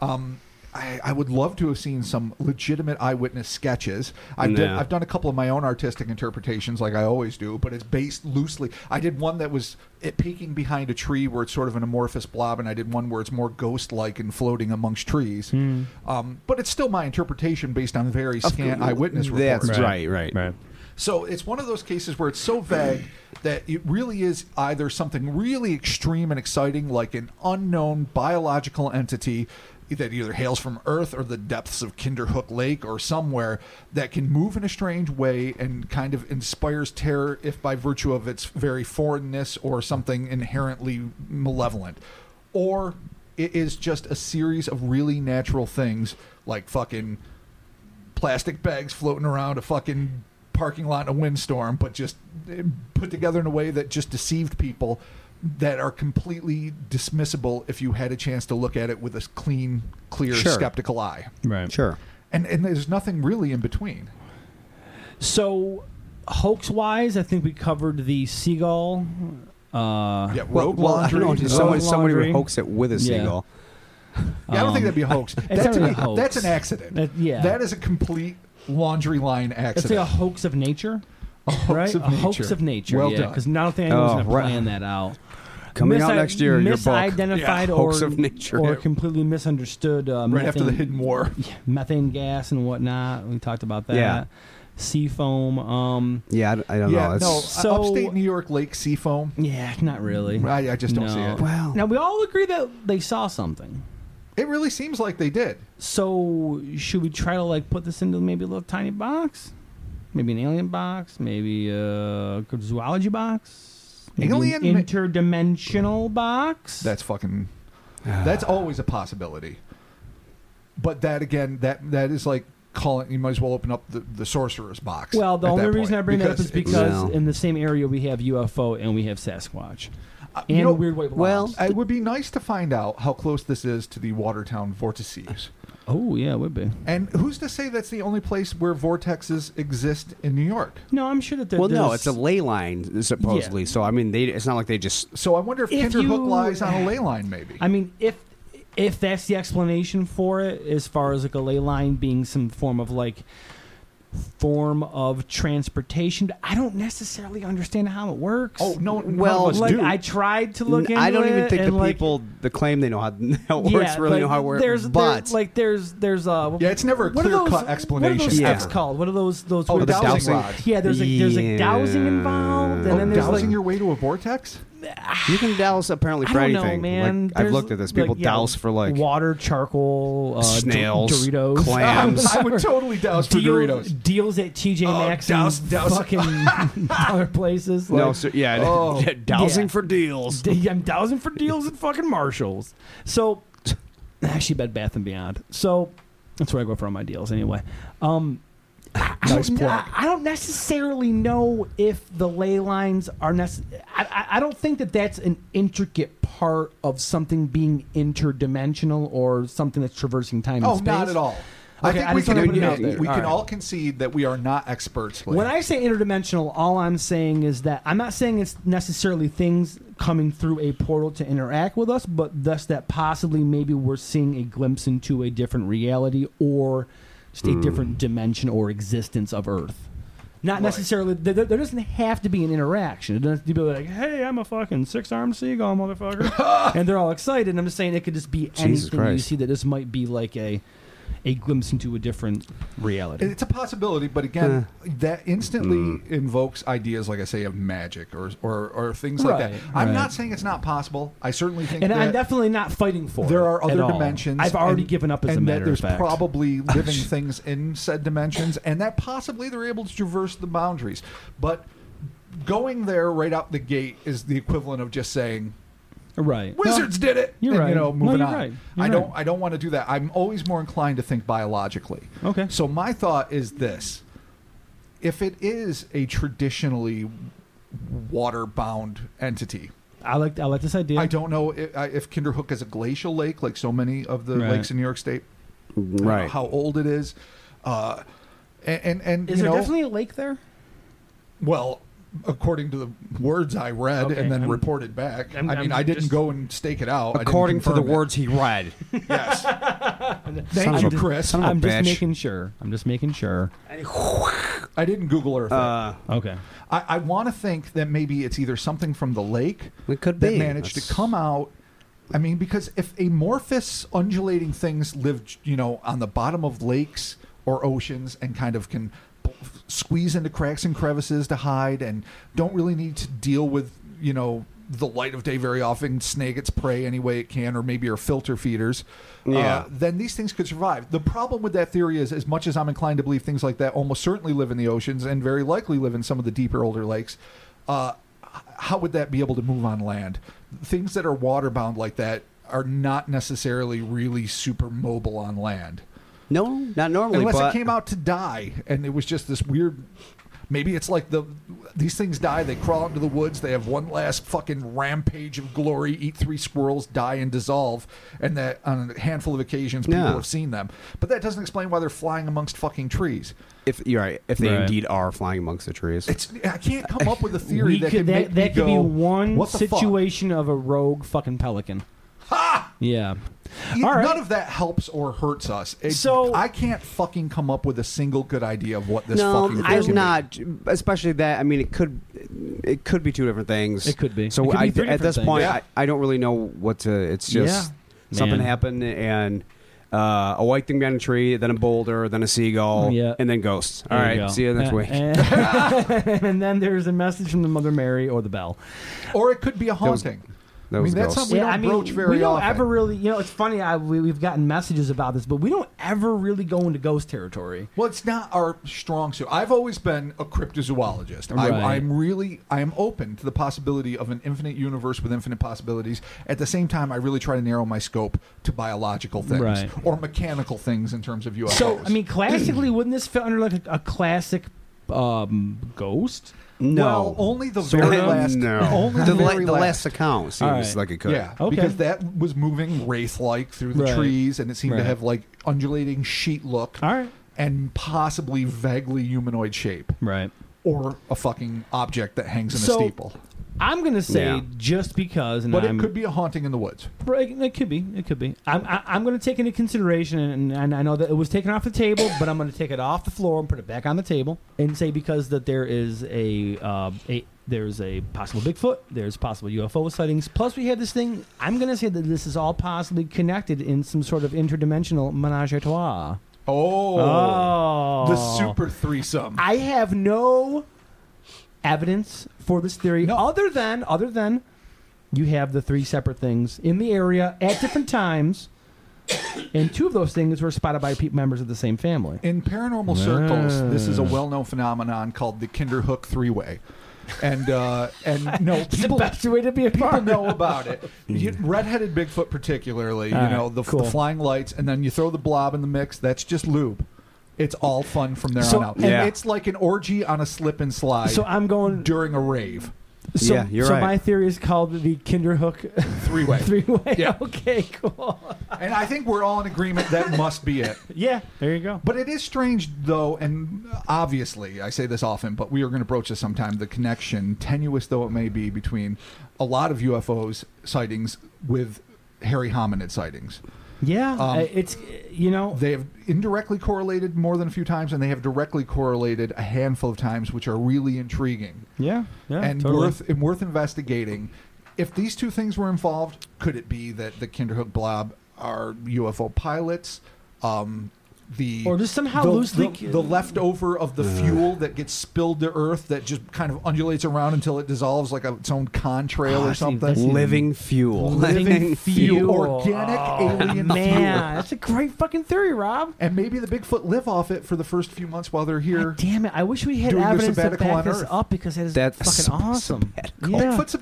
[SPEAKER 3] Um, I, I would love to have seen some legitimate eyewitness sketches. I've, done-
[SPEAKER 2] Yeah.
[SPEAKER 3] I've done a couple of my own artistic interpretations, like I always do, but it's based loosely. I did one that was it peeking behind a tree where it's sort of an amorphous blob, and I did one where it's more ghost-like and floating amongst trees.
[SPEAKER 2] Hmm.
[SPEAKER 3] Um, but it's still my interpretation based on very scant eyewitness reports.
[SPEAKER 2] That's right, right.
[SPEAKER 4] Right.
[SPEAKER 3] So it's one of those cases where it's so vague that it really is either something really extreme and exciting, like an unknown biological entity that either hails from Earth or the depths of Kinderhook Lake or somewhere that can move in a strange way and kind of inspires terror, if by virtue of its very foreignness or something inherently malevolent. Or it is just a series of really natural things like fucking plastic bags floating around a fucking parking lot in a windstorm, but just eh, put together in a way that just deceived people that are completely dismissible if you had a chance to look at it with a s- clean, clear,
[SPEAKER 2] Sure.
[SPEAKER 3] skeptical eye.
[SPEAKER 4] Right.
[SPEAKER 2] Sure.
[SPEAKER 3] And and there's nothing really in between.
[SPEAKER 4] So, hoax wise, I think we covered the seagull. Uh,
[SPEAKER 3] Yeah,
[SPEAKER 2] Well,
[SPEAKER 3] rogue
[SPEAKER 2] well, I
[SPEAKER 3] laundry.
[SPEAKER 2] don't know.
[SPEAKER 4] rogue
[SPEAKER 2] Just somebody, somebody would
[SPEAKER 4] laundry.
[SPEAKER 2] hoax it with a
[SPEAKER 4] Yeah.
[SPEAKER 2] seagull.
[SPEAKER 3] yeah, I don't think that'd be a hoax. That's,
[SPEAKER 4] not
[SPEAKER 3] an,
[SPEAKER 4] um, a hoax.
[SPEAKER 3] that's an accident.
[SPEAKER 4] That- Uh, yeah.
[SPEAKER 3] That is a complete laundry line
[SPEAKER 4] Let's say
[SPEAKER 3] accident.
[SPEAKER 4] a hoax of nature. A hoax
[SPEAKER 3] of
[SPEAKER 4] a hoax
[SPEAKER 3] nature.
[SPEAKER 4] of nature.
[SPEAKER 3] Well
[SPEAKER 4] yeah,
[SPEAKER 3] done.
[SPEAKER 4] because I don't think anyone's
[SPEAKER 2] Oh,
[SPEAKER 4] going to
[SPEAKER 2] right.
[SPEAKER 4] plan that out.
[SPEAKER 2] Coming out
[SPEAKER 4] Misi-
[SPEAKER 2] next year, your book.
[SPEAKER 4] Misidentified
[SPEAKER 2] Yeah,
[SPEAKER 4] or,
[SPEAKER 2] hoax of nature.
[SPEAKER 4] or completely misunderstood. Uh,
[SPEAKER 3] right
[SPEAKER 4] methane,
[SPEAKER 3] after the hidden war.
[SPEAKER 4] methane gas and whatnot. We talked about that.
[SPEAKER 2] Yeah.
[SPEAKER 4] Sea foam. Um,
[SPEAKER 2] [LAUGHS] Yeah, I, d- I don't know.
[SPEAKER 3] Yeah,
[SPEAKER 2] It's,
[SPEAKER 3] no. uh,
[SPEAKER 4] So-
[SPEAKER 3] upstate New York lake sea foam.
[SPEAKER 4] yeah, not really.
[SPEAKER 3] I, I just don't see it.
[SPEAKER 2] Wow.
[SPEAKER 4] Now we all agree that they saw something.
[SPEAKER 3] It really seems like they did.
[SPEAKER 4] So should we try to like put this into maybe a little tiny box, maybe an alien box, maybe a zoology box, maybe
[SPEAKER 3] Alien
[SPEAKER 4] an
[SPEAKER 3] ma-
[SPEAKER 4] interdimensional box.
[SPEAKER 3] That's fucking.
[SPEAKER 4] Ah.
[SPEAKER 3] That's always a possibility. But that again, that that is like calling. You might as well open up the, the sorcerer's box.
[SPEAKER 4] well, the
[SPEAKER 3] at
[SPEAKER 4] only
[SPEAKER 3] that
[SPEAKER 4] reason
[SPEAKER 3] point,
[SPEAKER 4] I bring that up is
[SPEAKER 3] it-
[SPEAKER 4] because
[SPEAKER 2] No.
[SPEAKER 4] in the same area we have UFO and we have Sasquatch
[SPEAKER 3] uh,
[SPEAKER 4] and
[SPEAKER 3] you know,
[SPEAKER 4] weird white
[SPEAKER 2] well,
[SPEAKER 4] blobs.
[SPEAKER 3] It would be nice to find out how close this is to the Watertown vortices.
[SPEAKER 4] oh yeah, it would be.
[SPEAKER 3] And who's to say that's the only place where vortexes exist in New York?
[SPEAKER 4] No, I'm sure that there,
[SPEAKER 2] well, no, it's
[SPEAKER 4] there's-
[SPEAKER 2] a ley line supposedly. So I mean, they, it's not like they just.
[SPEAKER 3] So I wonder if,
[SPEAKER 4] If
[SPEAKER 3] Kinderhook
[SPEAKER 4] you-
[SPEAKER 3] lies on a ley line, maybe.
[SPEAKER 4] I mean, if if that's the explanation for it, as far as like a ley line being some form of like form of transportation. I don't necessarily understand how it works.
[SPEAKER 3] Oh no! none of
[SPEAKER 2] Well,
[SPEAKER 3] us
[SPEAKER 4] like
[SPEAKER 3] do.
[SPEAKER 4] I tried to look
[SPEAKER 2] N-
[SPEAKER 4] into
[SPEAKER 2] I don't even
[SPEAKER 4] it,
[SPEAKER 2] think the
[SPEAKER 4] and, like,
[SPEAKER 2] people the claim they know how, [LAUGHS] how it
[SPEAKER 4] yeah,
[SPEAKER 2] works really
[SPEAKER 4] like,
[SPEAKER 2] know how it works.
[SPEAKER 4] There's,
[SPEAKER 2] but
[SPEAKER 4] there, like there's there's uh
[SPEAKER 3] Yeah, it's never a
[SPEAKER 4] what are
[SPEAKER 3] clear-cut
[SPEAKER 4] those-
[SPEAKER 3] explanation.
[SPEAKER 4] What are those
[SPEAKER 2] Yeah.
[SPEAKER 4] steps called? What are those those
[SPEAKER 3] Oh,
[SPEAKER 4] weird
[SPEAKER 3] the dowsing
[SPEAKER 4] things?
[SPEAKER 3] rods.
[SPEAKER 4] Yeah, there's a there's a dowsing
[SPEAKER 2] Yeah.
[SPEAKER 4] involved, and
[SPEAKER 3] Oh,
[SPEAKER 4] then there's
[SPEAKER 3] dowsing
[SPEAKER 4] like
[SPEAKER 3] your way to a
[SPEAKER 4] [LAUGHS]
[SPEAKER 3] vortex.
[SPEAKER 2] you can douse apparently
[SPEAKER 4] I
[SPEAKER 2] for
[SPEAKER 4] don't know,
[SPEAKER 2] anything.
[SPEAKER 4] man.
[SPEAKER 2] Like, I've
[SPEAKER 4] There's,
[SPEAKER 2] looked at this.
[SPEAKER 4] like,
[SPEAKER 2] People
[SPEAKER 4] yeah,
[SPEAKER 2] douse for like
[SPEAKER 4] water, charcoal, uh, Dor-
[SPEAKER 2] Snails,
[SPEAKER 4] Doritos,
[SPEAKER 2] clams.
[SPEAKER 3] I would totally douse for
[SPEAKER 4] Deal-
[SPEAKER 3] Doritos.
[SPEAKER 4] Deals at TJ
[SPEAKER 3] Oh,
[SPEAKER 4] Maxx
[SPEAKER 3] douse-
[SPEAKER 4] and
[SPEAKER 3] douse- [LAUGHS]
[SPEAKER 4] fucking [LAUGHS] other places. Like,
[SPEAKER 2] no, so, [LAUGHS] yeah,
[SPEAKER 3] Oh.
[SPEAKER 2] dousing
[SPEAKER 4] Yeah.
[SPEAKER 2] for deals.
[SPEAKER 4] D- I'm dousing for deals at fucking Marshalls. So, [LAUGHS] actually, Bed Bath and Beyond. So that's where I go for all my deals anyway. Um, I- I,
[SPEAKER 3] Nice
[SPEAKER 4] don't,
[SPEAKER 3] plug.
[SPEAKER 4] I, I don't necessarily know if the ley lines are necessary. I, I- I don't think that that's an intricate part of something being interdimensional or something that's traversing time
[SPEAKER 3] Oh,
[SPEAKER 4] and space.
[SPEAKER 3] not at all. I
[SPEAKER 4] Okay,
[SPEAKER 3] think
[SPEAKER 4] I
[SPEAKER 3] we
[SPEAKER 4] just wanna
[SPEAKER 3] can,
[SPEAKER 4] put it out
[SPEAKER 3] we
[SPEAKER 4] there.
[SPEAKER 3] can
[SPEAKER 4] All right.
[SPEAKER 3] all concede that we are not experts. Like,
[SPEAKER 4] When I say interdimensional, all I'm saying is that I'm not saying it's necessarily things coming through a portal to interact with us, but thus that possibly maybe we're seeing a glimpse into a different reality or just
[SPEAKER 2] Hmm.
[SPEAKER 4] a different dimension or existence of Earth. Not
[SPEAKER 3] Right.
[SPEAKER 4] necessarily. There, there doesn't have to be an interaction. It doesn't have to be like, "Hey, I'm a fucking six-armed seagull,
[SPEAKER 2] [LAUGHS]
[SPEAKER 4] motherfucker," and they're all excited. And I'm just saying it could just be
[SPEAKER 2] Jesus
[SPEAKER 4] anything you
[SPEAKER 2] Christ.
[SPEAKER 4] see that this might be like a a glimpse into a different reality.
[SPEAKER 3] It's a possibility, but again, that instantly invokes ideas, like I say, of magic or or, or things like that.
[SPEAKER 4] Right,
[SPEAKER 3] I'm
[SPEAKER 4] right.
[SPEAKER 3] not saying it's not possible. I certainly think
[SPEAKER 4] and
[SPEAKER 3] that
[SPEAKER 4] I'm definitely not fighting for.
[SPEAKER 3] there
[SPEAKER 4] it
[SPEAKER 3] are other
[SPEAKER 4] at all.
[SPEAKER 3] dimensions.
[SPEAKER 4] I've already
[SPEAKER 3] and-
[SPEAKER 4] given up as
[SPEAKER 3] and that
[SPEAKER 4] a matter
[SPEAKER 3] there's
[SPEAKER 4] of fact.
[SPEAKER 3] probably
[SPEAKER 4] [LAUGHS]
[SPEAKER 3] living things in said dimensions, and that possibly they're able to traverse the boundaries. But going there right out the gate is the equivalent of just saying
[SPEAKER 4] right.
[SPEAKER 3] Wizards did it.
[SPEAKER 4] You're
[SPEAKER 3] and,
[SPEAKER 4] right.
[SPEAKER 3] You know,
[SPEAKER 4] No,
[SPEAKER 3] moving
[SPEAKER 4] you're
[SPEAKER 3] on.
[SPEAKER 4] right. You're
[SPEAKER 3] I don't.
[SPEAKER 4] right.
[SPEAKER 3] I don't want to do that. I'm always more inclined to think biologically.
[SPEAKER 4] Okay.
[SPEAKER 3] So my thought is this: if it is a traditionally water-bound entity,
[SPEAKER 4] I like I like this idea.
[SPEAKER 3] I don't know if, uh, if Kinderhook is a glacial lake, like so many of the
[SPEAKER 4] Right.
[SPEAKER 3] lakes in New York State. I don't know
[SPEAKER 2] Right.
[SPEAKER 3] How old it is, uh, and and, and
[SPEAKER 4] Is
[SPEAKER 3] you
[SPEAKER 4] there
[SPEAKER 3] know,
[SPEAKER 4] definitely a lake there?
[SPEAKER 3] well. According to the words I read
[SPEAKER 4] Okay,
[SPEAKER 3] and then
[SPEAKER 4] I'm-
[SPEAKER 3] reported back, i
[SPEAKER 4] I'm-
[SPEAKER 3] mean,
[SPEAKER 4] I'm
[SPEAKER 3] I didn't
[SPEAKER 4] just-
[SPEAKER 3] go and stake it out. I didn't
[SPEAKER 2] According to the
[SPEAKER 3] confirm it.
[SPEAKER 2] words he
[SPEAKER 4] [LAUGHS]
[SPEAKER 2] read.
[SPEAKER 3] yes.
[SPEAKER 2] Son
[SPEAKER 3] Thank
[SPEAKER 2] of
[SPEAKER 3] you,
[SPEAKER 2] a-
[SPEAKER 3] Chris.
[SPEAKER 2] son of a
[SPEAKER 4] I'm
[SPEAKER 2] bitch.
[SPEAKER 4] just making sure. I'm just making sure.
[SPEAKER 3] I didn't Google Earth. it.
[SPEAKER 2] Uh,
[SPEAKER 4] Okay.
[SPEAKER 3] I, I want to think that maybe it's either something from the lake
[SPEAKER 2] It could
[SPEAKER 3] that
[SPEAKER 2] be.
[SPEAKER 3] managed to
[SPEAKER 2] That's-
[SPEAKER 3] come out. I mean, because if amorphous undulating things lived, you know, on the bottom of lakes or oceans and kind of can b- squeeze into cracks and crevices to hide and don't really need to deal with, you know, the light of day very often, snag its prey any way it can, or maybe are filter feeders. uh,
[SPEAKER 2] Yeah.
[SPEAKER 3] then these things could survive. The problem with that theory is, as much as I'm inclined to believe things like that almost certainly live in the oceans and very likely live in some of the deeper, older lakes, uh, h- how would that be able to move on land? Things that are waterbound like that are not necessarily really super mobile on land.
[SPEAKER 2] no, not normally.
[SPEAKER 3] Unless
[SPEAKER 2] but
[SPEAKER 3] it came out to die, and it was just this weird. Maybe it's like the these things die. They crawl into the woods. They have one last fucking rampage of glory. Eat three squirrels, die and dissolve. And that on a handful of occasions, people
[SPEAKER 2] Yeah.
[SPEAKER 3] have seen them. But that doesn't explain why they're flying amongst fucking trees.
[SPEAKER 2] if you're right, if they
[SPEAKER 4] Right.
[SPEAKER 2] indeed are flying amongst the trees,
[SPEAKER 3] It's I can't come up with a theory
[SPEAKER 4] We
[SPEAKER 3] that could,
[SPEAKER 4] could-
[SPEAKER 3] make
[SPEAKER 4] that, that
[SPEAKER 3] me
[SPEAKER 4] could be
[SPEAKER 3] go,
[SPEAKER 4] one
[SPEAKER 3] what the fuck?"
[SPEAKER 4] situation of a rogue fucking pelican. Ha! Yeah.
[SPEAKER 3] E-
[SPEAKER 4] All right.
[SPEAKER 3] None of that helps or hurts us. It-
[SPEAKER 4] So-
[SPEAKER 3] I can't fucking come up with a single good idea of what this
[SPEAKER 2] no,
[SPEAKER 3] fucking. thing
[SPEAKER 2] there's
[SPEAKER 3] could be.
[SPEAKER 2] not. Especially that. I mean, it could, it could be two different things.
[SPEAKER 4] It could be.
[SPEAKER 2] So
[SPEAKER 4] It could be
[SPEAKER 2] I,
[SPEAKER 4] three
[SPEAKER 2] at
[SPEAKER 4] different
[SPEAKER 2] this
[SPEAKER 4] things.
[SPEAKER 2] point,
[SPEAKER 3] Yeah.
[SPEAKER 2] I, I don't really know what to. It's just
[SPEAKER 4] Yeah.
[SPEAKER 2] something
[SPEAKER 4] Man.
[SPEAKER 2] happened and. Uh, a white thing behind a tree, then a boulder, then a seagull,
[SPEAKER 4] Yeah.
[SPEAKER 2] and then ghosts. All
[SPEAKER 4] There
[SPEAKER 2] right,
[SPEAKER 4] go.
[SPEAKER 2] see you next
[SPEAKER 4] Uh,
[SPEAKER 2] week.
[SPEAKER 4] And, [LAUGHS] and then there's a message from the Mother Mary or the bell.
[SPEAKER 3] or it could be a
[SPEAKER 2] was-
[SPEAKER 3] haunting.
[SPEAKER 2] that
[SPEAKER 3] I mean,
[SPEAKER 2] was
[SPEAKER 3] that's
[SPEAKER 2] gross.
[SPEAKER 3] something we
[SPEAKER 4] Yeah,
[SPEAKER 3] don't
[SPEAKER 4] I mean,
[SPEAKER 3] broach very
[SPEAKER 4] we don't
[SPEAKER 3] often.
[SPEAKER 4] ever really, you know, it's funny. I, we, we've gotten messages about this, but we don't ever really go into ghost territory.
[SPEAKER 3] Well, it's not our strong suit. I've always been a cryptozoologist.
[SPEAKER 4] Right.
[SPEAKER 3] I, I'm really, I am open to the possibility of an infinite universe with infinite possibilities. At the same time, I really try to narrow my scope to biological things
[SPEAKER 4] Right.
[SPEAKER 3] or mechanical things in terms of UFOs.
[SPEAKER 4] So I mean, classically, wouldn't this fit under like a, a classic um, ghost?
[SPEAKER 2] No.
[SPEAKER 3] well, only the
[SPEAKER 2] So-
[SPEAKER 3] very last,
[SPEAKER 2] Uh-huh. No.
[SPEAKER 3] only
[SPEAKER 2] the,
[SPEAKER 3] the,
[SPEAKER 2] la-
[SPEAKER 3] very
[SPEAKER 2] the
[SPEAKER 3] last
[SPEAKER 2] last account seems
[SPEAKER 4] All right.
[SPEAKER 2] like it could.
[SPEAKER 3] Yeah,
[SPEAKER 4] Okay.
[SPEAKER 3] because that was moving wraith-like through the
[SPEAKER 4] Right.
[SPEAKER 3] trees, and it seemed to
[SPEAKER 4] Right. Uh.
[SPEAKER 3] have like undulating sheet look,
[SPEAKER 4] All right.
[SPEAKER 3] and possibly vaguely humanoid shape,
[SPEAKER 4] Right.
[SPEAKER 3] or a fucking object that hangs in a
[SPEAKER 4] So-
[SPEAKER 3] steeple.
[SPEAKER 4] I'm gonna say
[SPEAKER 2] Yeah.
[SPEAKER 4] just because, and
[SPEAKER 3] But
[SPEAKER 4] I'm-
[SPEAKER 3] it could be a haunting in the woods.
[SPEAKER 4] Right, It could be. It could be. I'm, I, I'm going to take into consideration, and, and I know that it was taken off the table, but I'm going to take it off the floor and put it back on the table and say because that there is a, uh, a there's a possible Bigfoot, there's possible UFO sightings. Plus, we had this thing. I'm going to say that this is all possibly connected in some sort of interdimensional menage a trois.
[SPEAKER 3] Oh,
[SPEAKER 4] Oh,
[SPEAKER 3] the super threesome.
[SPEAKER 4] I have no evidence for this theory other than other than you have the three separate things in the area at different times, and two of those things were spotted by pe- members of the same family.
[SPEAKER 3] In paranormal
[SPEAKER 4] Ah.
[SPEAKER 3] circles, this is a well-known phenomenon called the Kinderhook three-way, and uh, and no
[SPEAKER 4] [LAUGHS] It's the
[SPEAKER 3] people.
[SPEAKER 4] best way to be a
[SPEAKER 3] People
[SPEAKER 4] part.
[SPEAKER 3] know about [LAUGHS] it. You, redheaded Bigfoot, particularly,
[SPEAKER 4] All
[SPEAKER 3] you know
[SPEAKER 4] right,
[SPEAKER 3] the,
[SPEAKER 4] cool.
[SPEAKER 3] the flying lights, and then you throw the blob in the mix. That's just lube. It's all fun from there
[SPEAKER 4] So-
[SPEAKER 3] on out.
[SPEAKER 2] Yeah.
[SPEAKER 3] It's like an orgy on a slip and slide
[SPEAKER 4] [LAUGHS] So I'm going.
[SPEAKER 3] during a rave
[SPEAKER 4] So,
[SPEAKER 2] Yeah, you're
[SPEAKER 4] so
[SPEAKER 2] right.
[SPEAKER 4] my theory is called the Kinderhook [LAUGHS]
[SPEAKER 3] three-way.
[SPEAKER 4] three-way.
[SPEAKER 3] Yeah.
[SPEAKER 4] [LAUGHS] Okay, cool.
[SPEAKER 3] And I think we're all in agreement that must be it.
[SPEAKER 4] Yeah, there you go.
[SPEAKER 3] [LAUGHS] But it is strange, though, and obviously, I say this often, but we are going to broach this sometime the connection, tenuous though it may be, between a lot of UFOs sightings with hairy hominid sightings.
[SPEAKER 4] Yeah,
[SPEAKER 3] Um,
[SPEAKER 4] uh, it's you know
[SPEAKER 3] They have indirectly correlated more than a few times, and they have directly correlated a handful of times, which are really intriguing
[SPEAKER 4] yeah yeah
[SPEAKER 3] and
[SPEAKER 4] totally.
[SPEAKER 3] worth and worth investigating. If these two things were involved, could it be that the Kinderhook Blob are UFO pilots? Um, the
[SPEAKER 4] Or just somehow
[SPEAKER 3] the,
[SPEAKER 4] loosely-
[SPEAKER 3] the, the leftover of the fuel that gets spilled to Earth that just kind of undulates around until it dissolves like a, its own contrail
[SPEAKER 4] Ah, I
[SPEAKER 3] or
[SPEAKER 4] see. That's-
[SPEAKER 3] something.
[SPEAKER 2] Living fuel.
[SPEAKER 4] Living fuel. Oh,
[SPEAKER 3] organic alien fuel.
[SPEAKER 4] man, that's a great fucking theory, Rob.
[SPEAKER 3] And maybe the Bigfoot live off it for the first few months while they're here.
[SPEAKER 4] God damn it! I wish we had
[SPEAKER 3] doing their
[SPEAKER 4] evidence to
[SPEAKER 3] sabbatical
[SPEAKER 4] back
[SPEAKER 3] on
[SPEAKER 4] this
[SPEAKER 3] Earth.
[SPEAKER 4] up because that is
[SPEAKER 2] That's
[SPEAKER 4] fucking
[SPEAKER 2] sab-
[SPEAKER 4] awesome.
[SPEAKER 2] sabbatical.
[SPEAKER 4] Yeah.
[SPEAKER 3] Bigfoot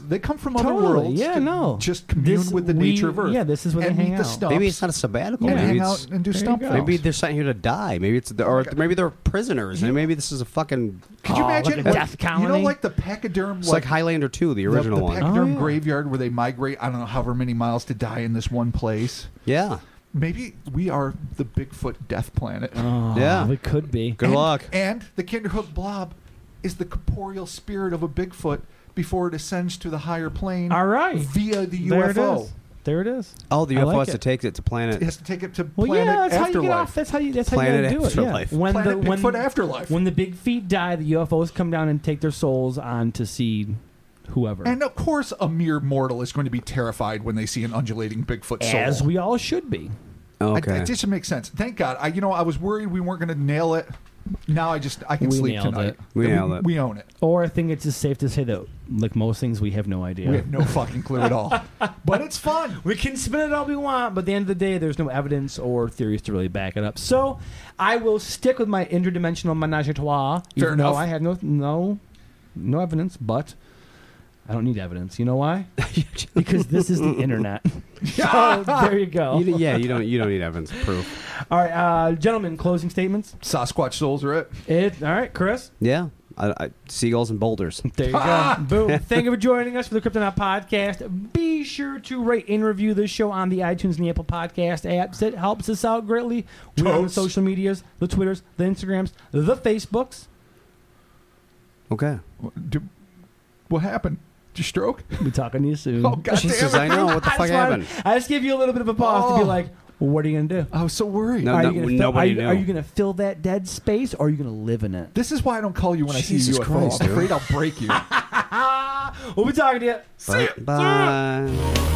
[SPEAKER 3] sabbaticals. They come from
[SPEAKER 4] Totally.
[SPEAKER 3] other worlds.
[SPEAKER 4] Yeah,
[SPEAKER 3] to
[SPEAKER 4] no.
[SPEAKER 3] Just commune
[SPEAKER 4] This-
[SPEAKER 3] with the
[SPEAKER 4] we-
[SPEAKER 3] nature of Earth.
[SPEAKER 4] yeah, this is where they
[SPEAKER 3] and
[SPEAKER 4] hang
[SPEAKER 3] meet the
[SPEAKER 4] out.
[SPEAKER 3] stumps.
[SPEAKER 2] Maybe it's not a sabbatical.
[SPEAKER 3] and
[SPEAKER 4] Yeah.
[SPEAKER 2] Maybe
[SPEAKER 3] hang
[SPEAKER 2] it's
[SPEAKER 3] out and do
[SPEAKER 4] there you
[SPEAKER 3] stump
[SPEAKER 4] go.
[SPEAKER 3] things.
[SPEAKER 2] maybe they're sent here to die. Maybe it's the, or maybe they're prisoners, and maybe this is a fucking.
[SPEAKER 3] Could you
[SPEAKER 4] Oh, like
[SPEAKER 3] imagine?
[SPEAKER 4] a
[SPEAKER 3] what-
[SPEAKER 4] death
[SPEAKER 3] You know,
[SPEAKER 4] colony?
[SPEAKER 3] like the pachyderm,
[SPEAKER 2] It's like Highlander 2, the
[SPEAKER 3] the,
[SPEAKER 2] original
[SPEAKER 3] the
[SPEAKER 2] one.
[SPEAKER 4] pack-
[SPEAKER 3] pachyderm
[SPEAKER 4] Oh, yeah.
[SPEAKER 3] graveyard where they migrate. I don't know however many miles to die in this one place.
[SPEAKER 2] yeah.
[SPEAKER 3] Maybe we are the Bigfoot death planet.
[SPEAKER 4] Oh,
[SPEAKER 2] Yeah.
[SPEAKER 4] it could be.
[SPEAKER 2] Good
[SPEAKER 3] and,
[SPEAKER 2] luck.
[SPEAKER 3] And the Kinderhook blob is the corporeal spirit of a Bigfoot before it ascends to the higher plane.
[SPEAKER 4] All right.
[SPEAKER 3] Via the
[SPEAKER 4] There it
[SPEAKER 3] UFO.
[SPEAKER 4] is. There it is.
[SPEAKER 2] Oh, the
[SPEAKER 4] I
[SPEAKER 2] UFO
[SPEAKER 4] like
[SPEAKER 2] has to
[SPEAKER 4] it.
[SPEAKER 2] take it to
[SPEAKER 3] It
[SPEAKER 2] planet.
[SPEAKER 3] has to take it to
[SPEAKER 4] Well,
[SPEAKER 3] planet
[SPEAKER 4] yeah, that's how you
[SPEAKER 3] afterlife.
[SPEAKER 4] get off. That's how you. That's
[SPEAKER 2] Planet
[SPEAKER 4] how you gotta do it.
[SPEAKER 2] afterlife.
[SPEAKER 4] Yeah. When
[SPEAKER 3] planet
[SPEAKER 4] the when
[SPEAKER 3] Bigfoot afterlife.
[SPEAKER 4] when the big feet die, the UFOs come down and take their souls on to see whoever.
[SPEAKER 3] and of course, a mere mortal is going to be terrified when they see an undulating Bigfoot soul.
[SPEAKER 4] as we all should be.
[SPEAKER 3] I-
[SPEAKER 2] Okay.
[SPEAKER 3] it just makes sense. Thank God. I, you know, I was worried we weren't going to nail it. Now I just I can
[SPEAKER 4] We
[SPEAKER 3] sleep
[SPEAKER 4] nailed
[SPEAKER 3] tonight.
[SPEAKER 4] it.
[SPEAKER 2] We
[SPEAKER 3] That
[SPEAKER 2] nailed it.
[SPEAKER 3] We own it.
[SPEAKER 4] Or I think it's just safe to say that, like most things, we have no idea.
[SPEAKER 3] We have no fucking clue at
[SPEAKER 4] [LAUGHS]
[SPEAKER 3] all. But it's fun.
[SPEAKER 4] We can spin it all we want, but at the end of the day, there's no evidence or theories to really back it up. So I will stick with my interdimensional menage a trois.
[SPEAKER 3] Fair
[SPEAKER 4] even though
[SPEAKER 3] enough.
[SPEAKER 4] I had no no no evidence, but I don't need evidence. You know [LAUGHS] why? Because this is the internet. [LAUGHS] so there you go.
[SPEAKER 2] You- yeah, you don't you don't need evidence proof.
[SPEAKER 4] All right, uh, gentlemen, closing statements.
[SPEAKER 3] Sasquatch souls are it.
[SPEAKER 4] It, all right, Chris.
[SPEAKER 2] Yeah, I, I, seagulls and boulders.
[SPEAKER 4] There you go. Boom. Thank you for joining us for the Kryptonaut Podcast. Be sure to rate and review this show on the iTunes and the Apple Podcast apps. It helps us out greatly. We're on the
[SPEAKER 3] Totes.
[SPEAKER 4] social medias, the Twitters, the Instagrams, the Facebooks.
[SPEAKER 2] Okay.
[SPEAKER 3] Do, what happened? Did you stroke? [LAUGHS]
[SPEAKER 4] We'll be talking to you soon. [LAUGHS]
[SPEAKER 3] Oh [LAUGHS] God
[SPEAKER 2] Jesus,
[SPEAKER 3] damn
[SPEAKER 2] I
[SPEAKER 3] it!
[SPEAKER 2] know what the
[SPEAKER 4] I,
[SPEAKER 2] fuck
[SPEAKER 4] just wanted-
[SPEAKER 2] happened.
[SPEAKER 4] I just gave you a little bit of a pause to
[SPEAKER 3] Oh.
[SPEAKER 4] be like, what are you going to do?
[SPEAKER 3] I, was so worried.
[SPEAKER 2] No,
[SPEAKER 4] are,
[SPEAKER 2] no,
[SPEAKER 4] you gonna fill, are
[SPEAKER 2] nobody
[SPEAKER 4] you- are you
[SPEAKER 2] knew.
[SPEAKER 4] going to fill that dead space or are you going to live in it?
[SPEAKER 3] This is why I don't call you when
[SPEAKER 2] Jesus
[SPEAKER 3] I see a UFO.
[SPEAKER 2] Christ,
[SPEAKER 3] I'm
[SPEAKER 2] dude.
[SPEAKER 3] afraid I'll break you.
[SPEAKER 4] We'll be talking to you.
[SPEAKER 2] Bye.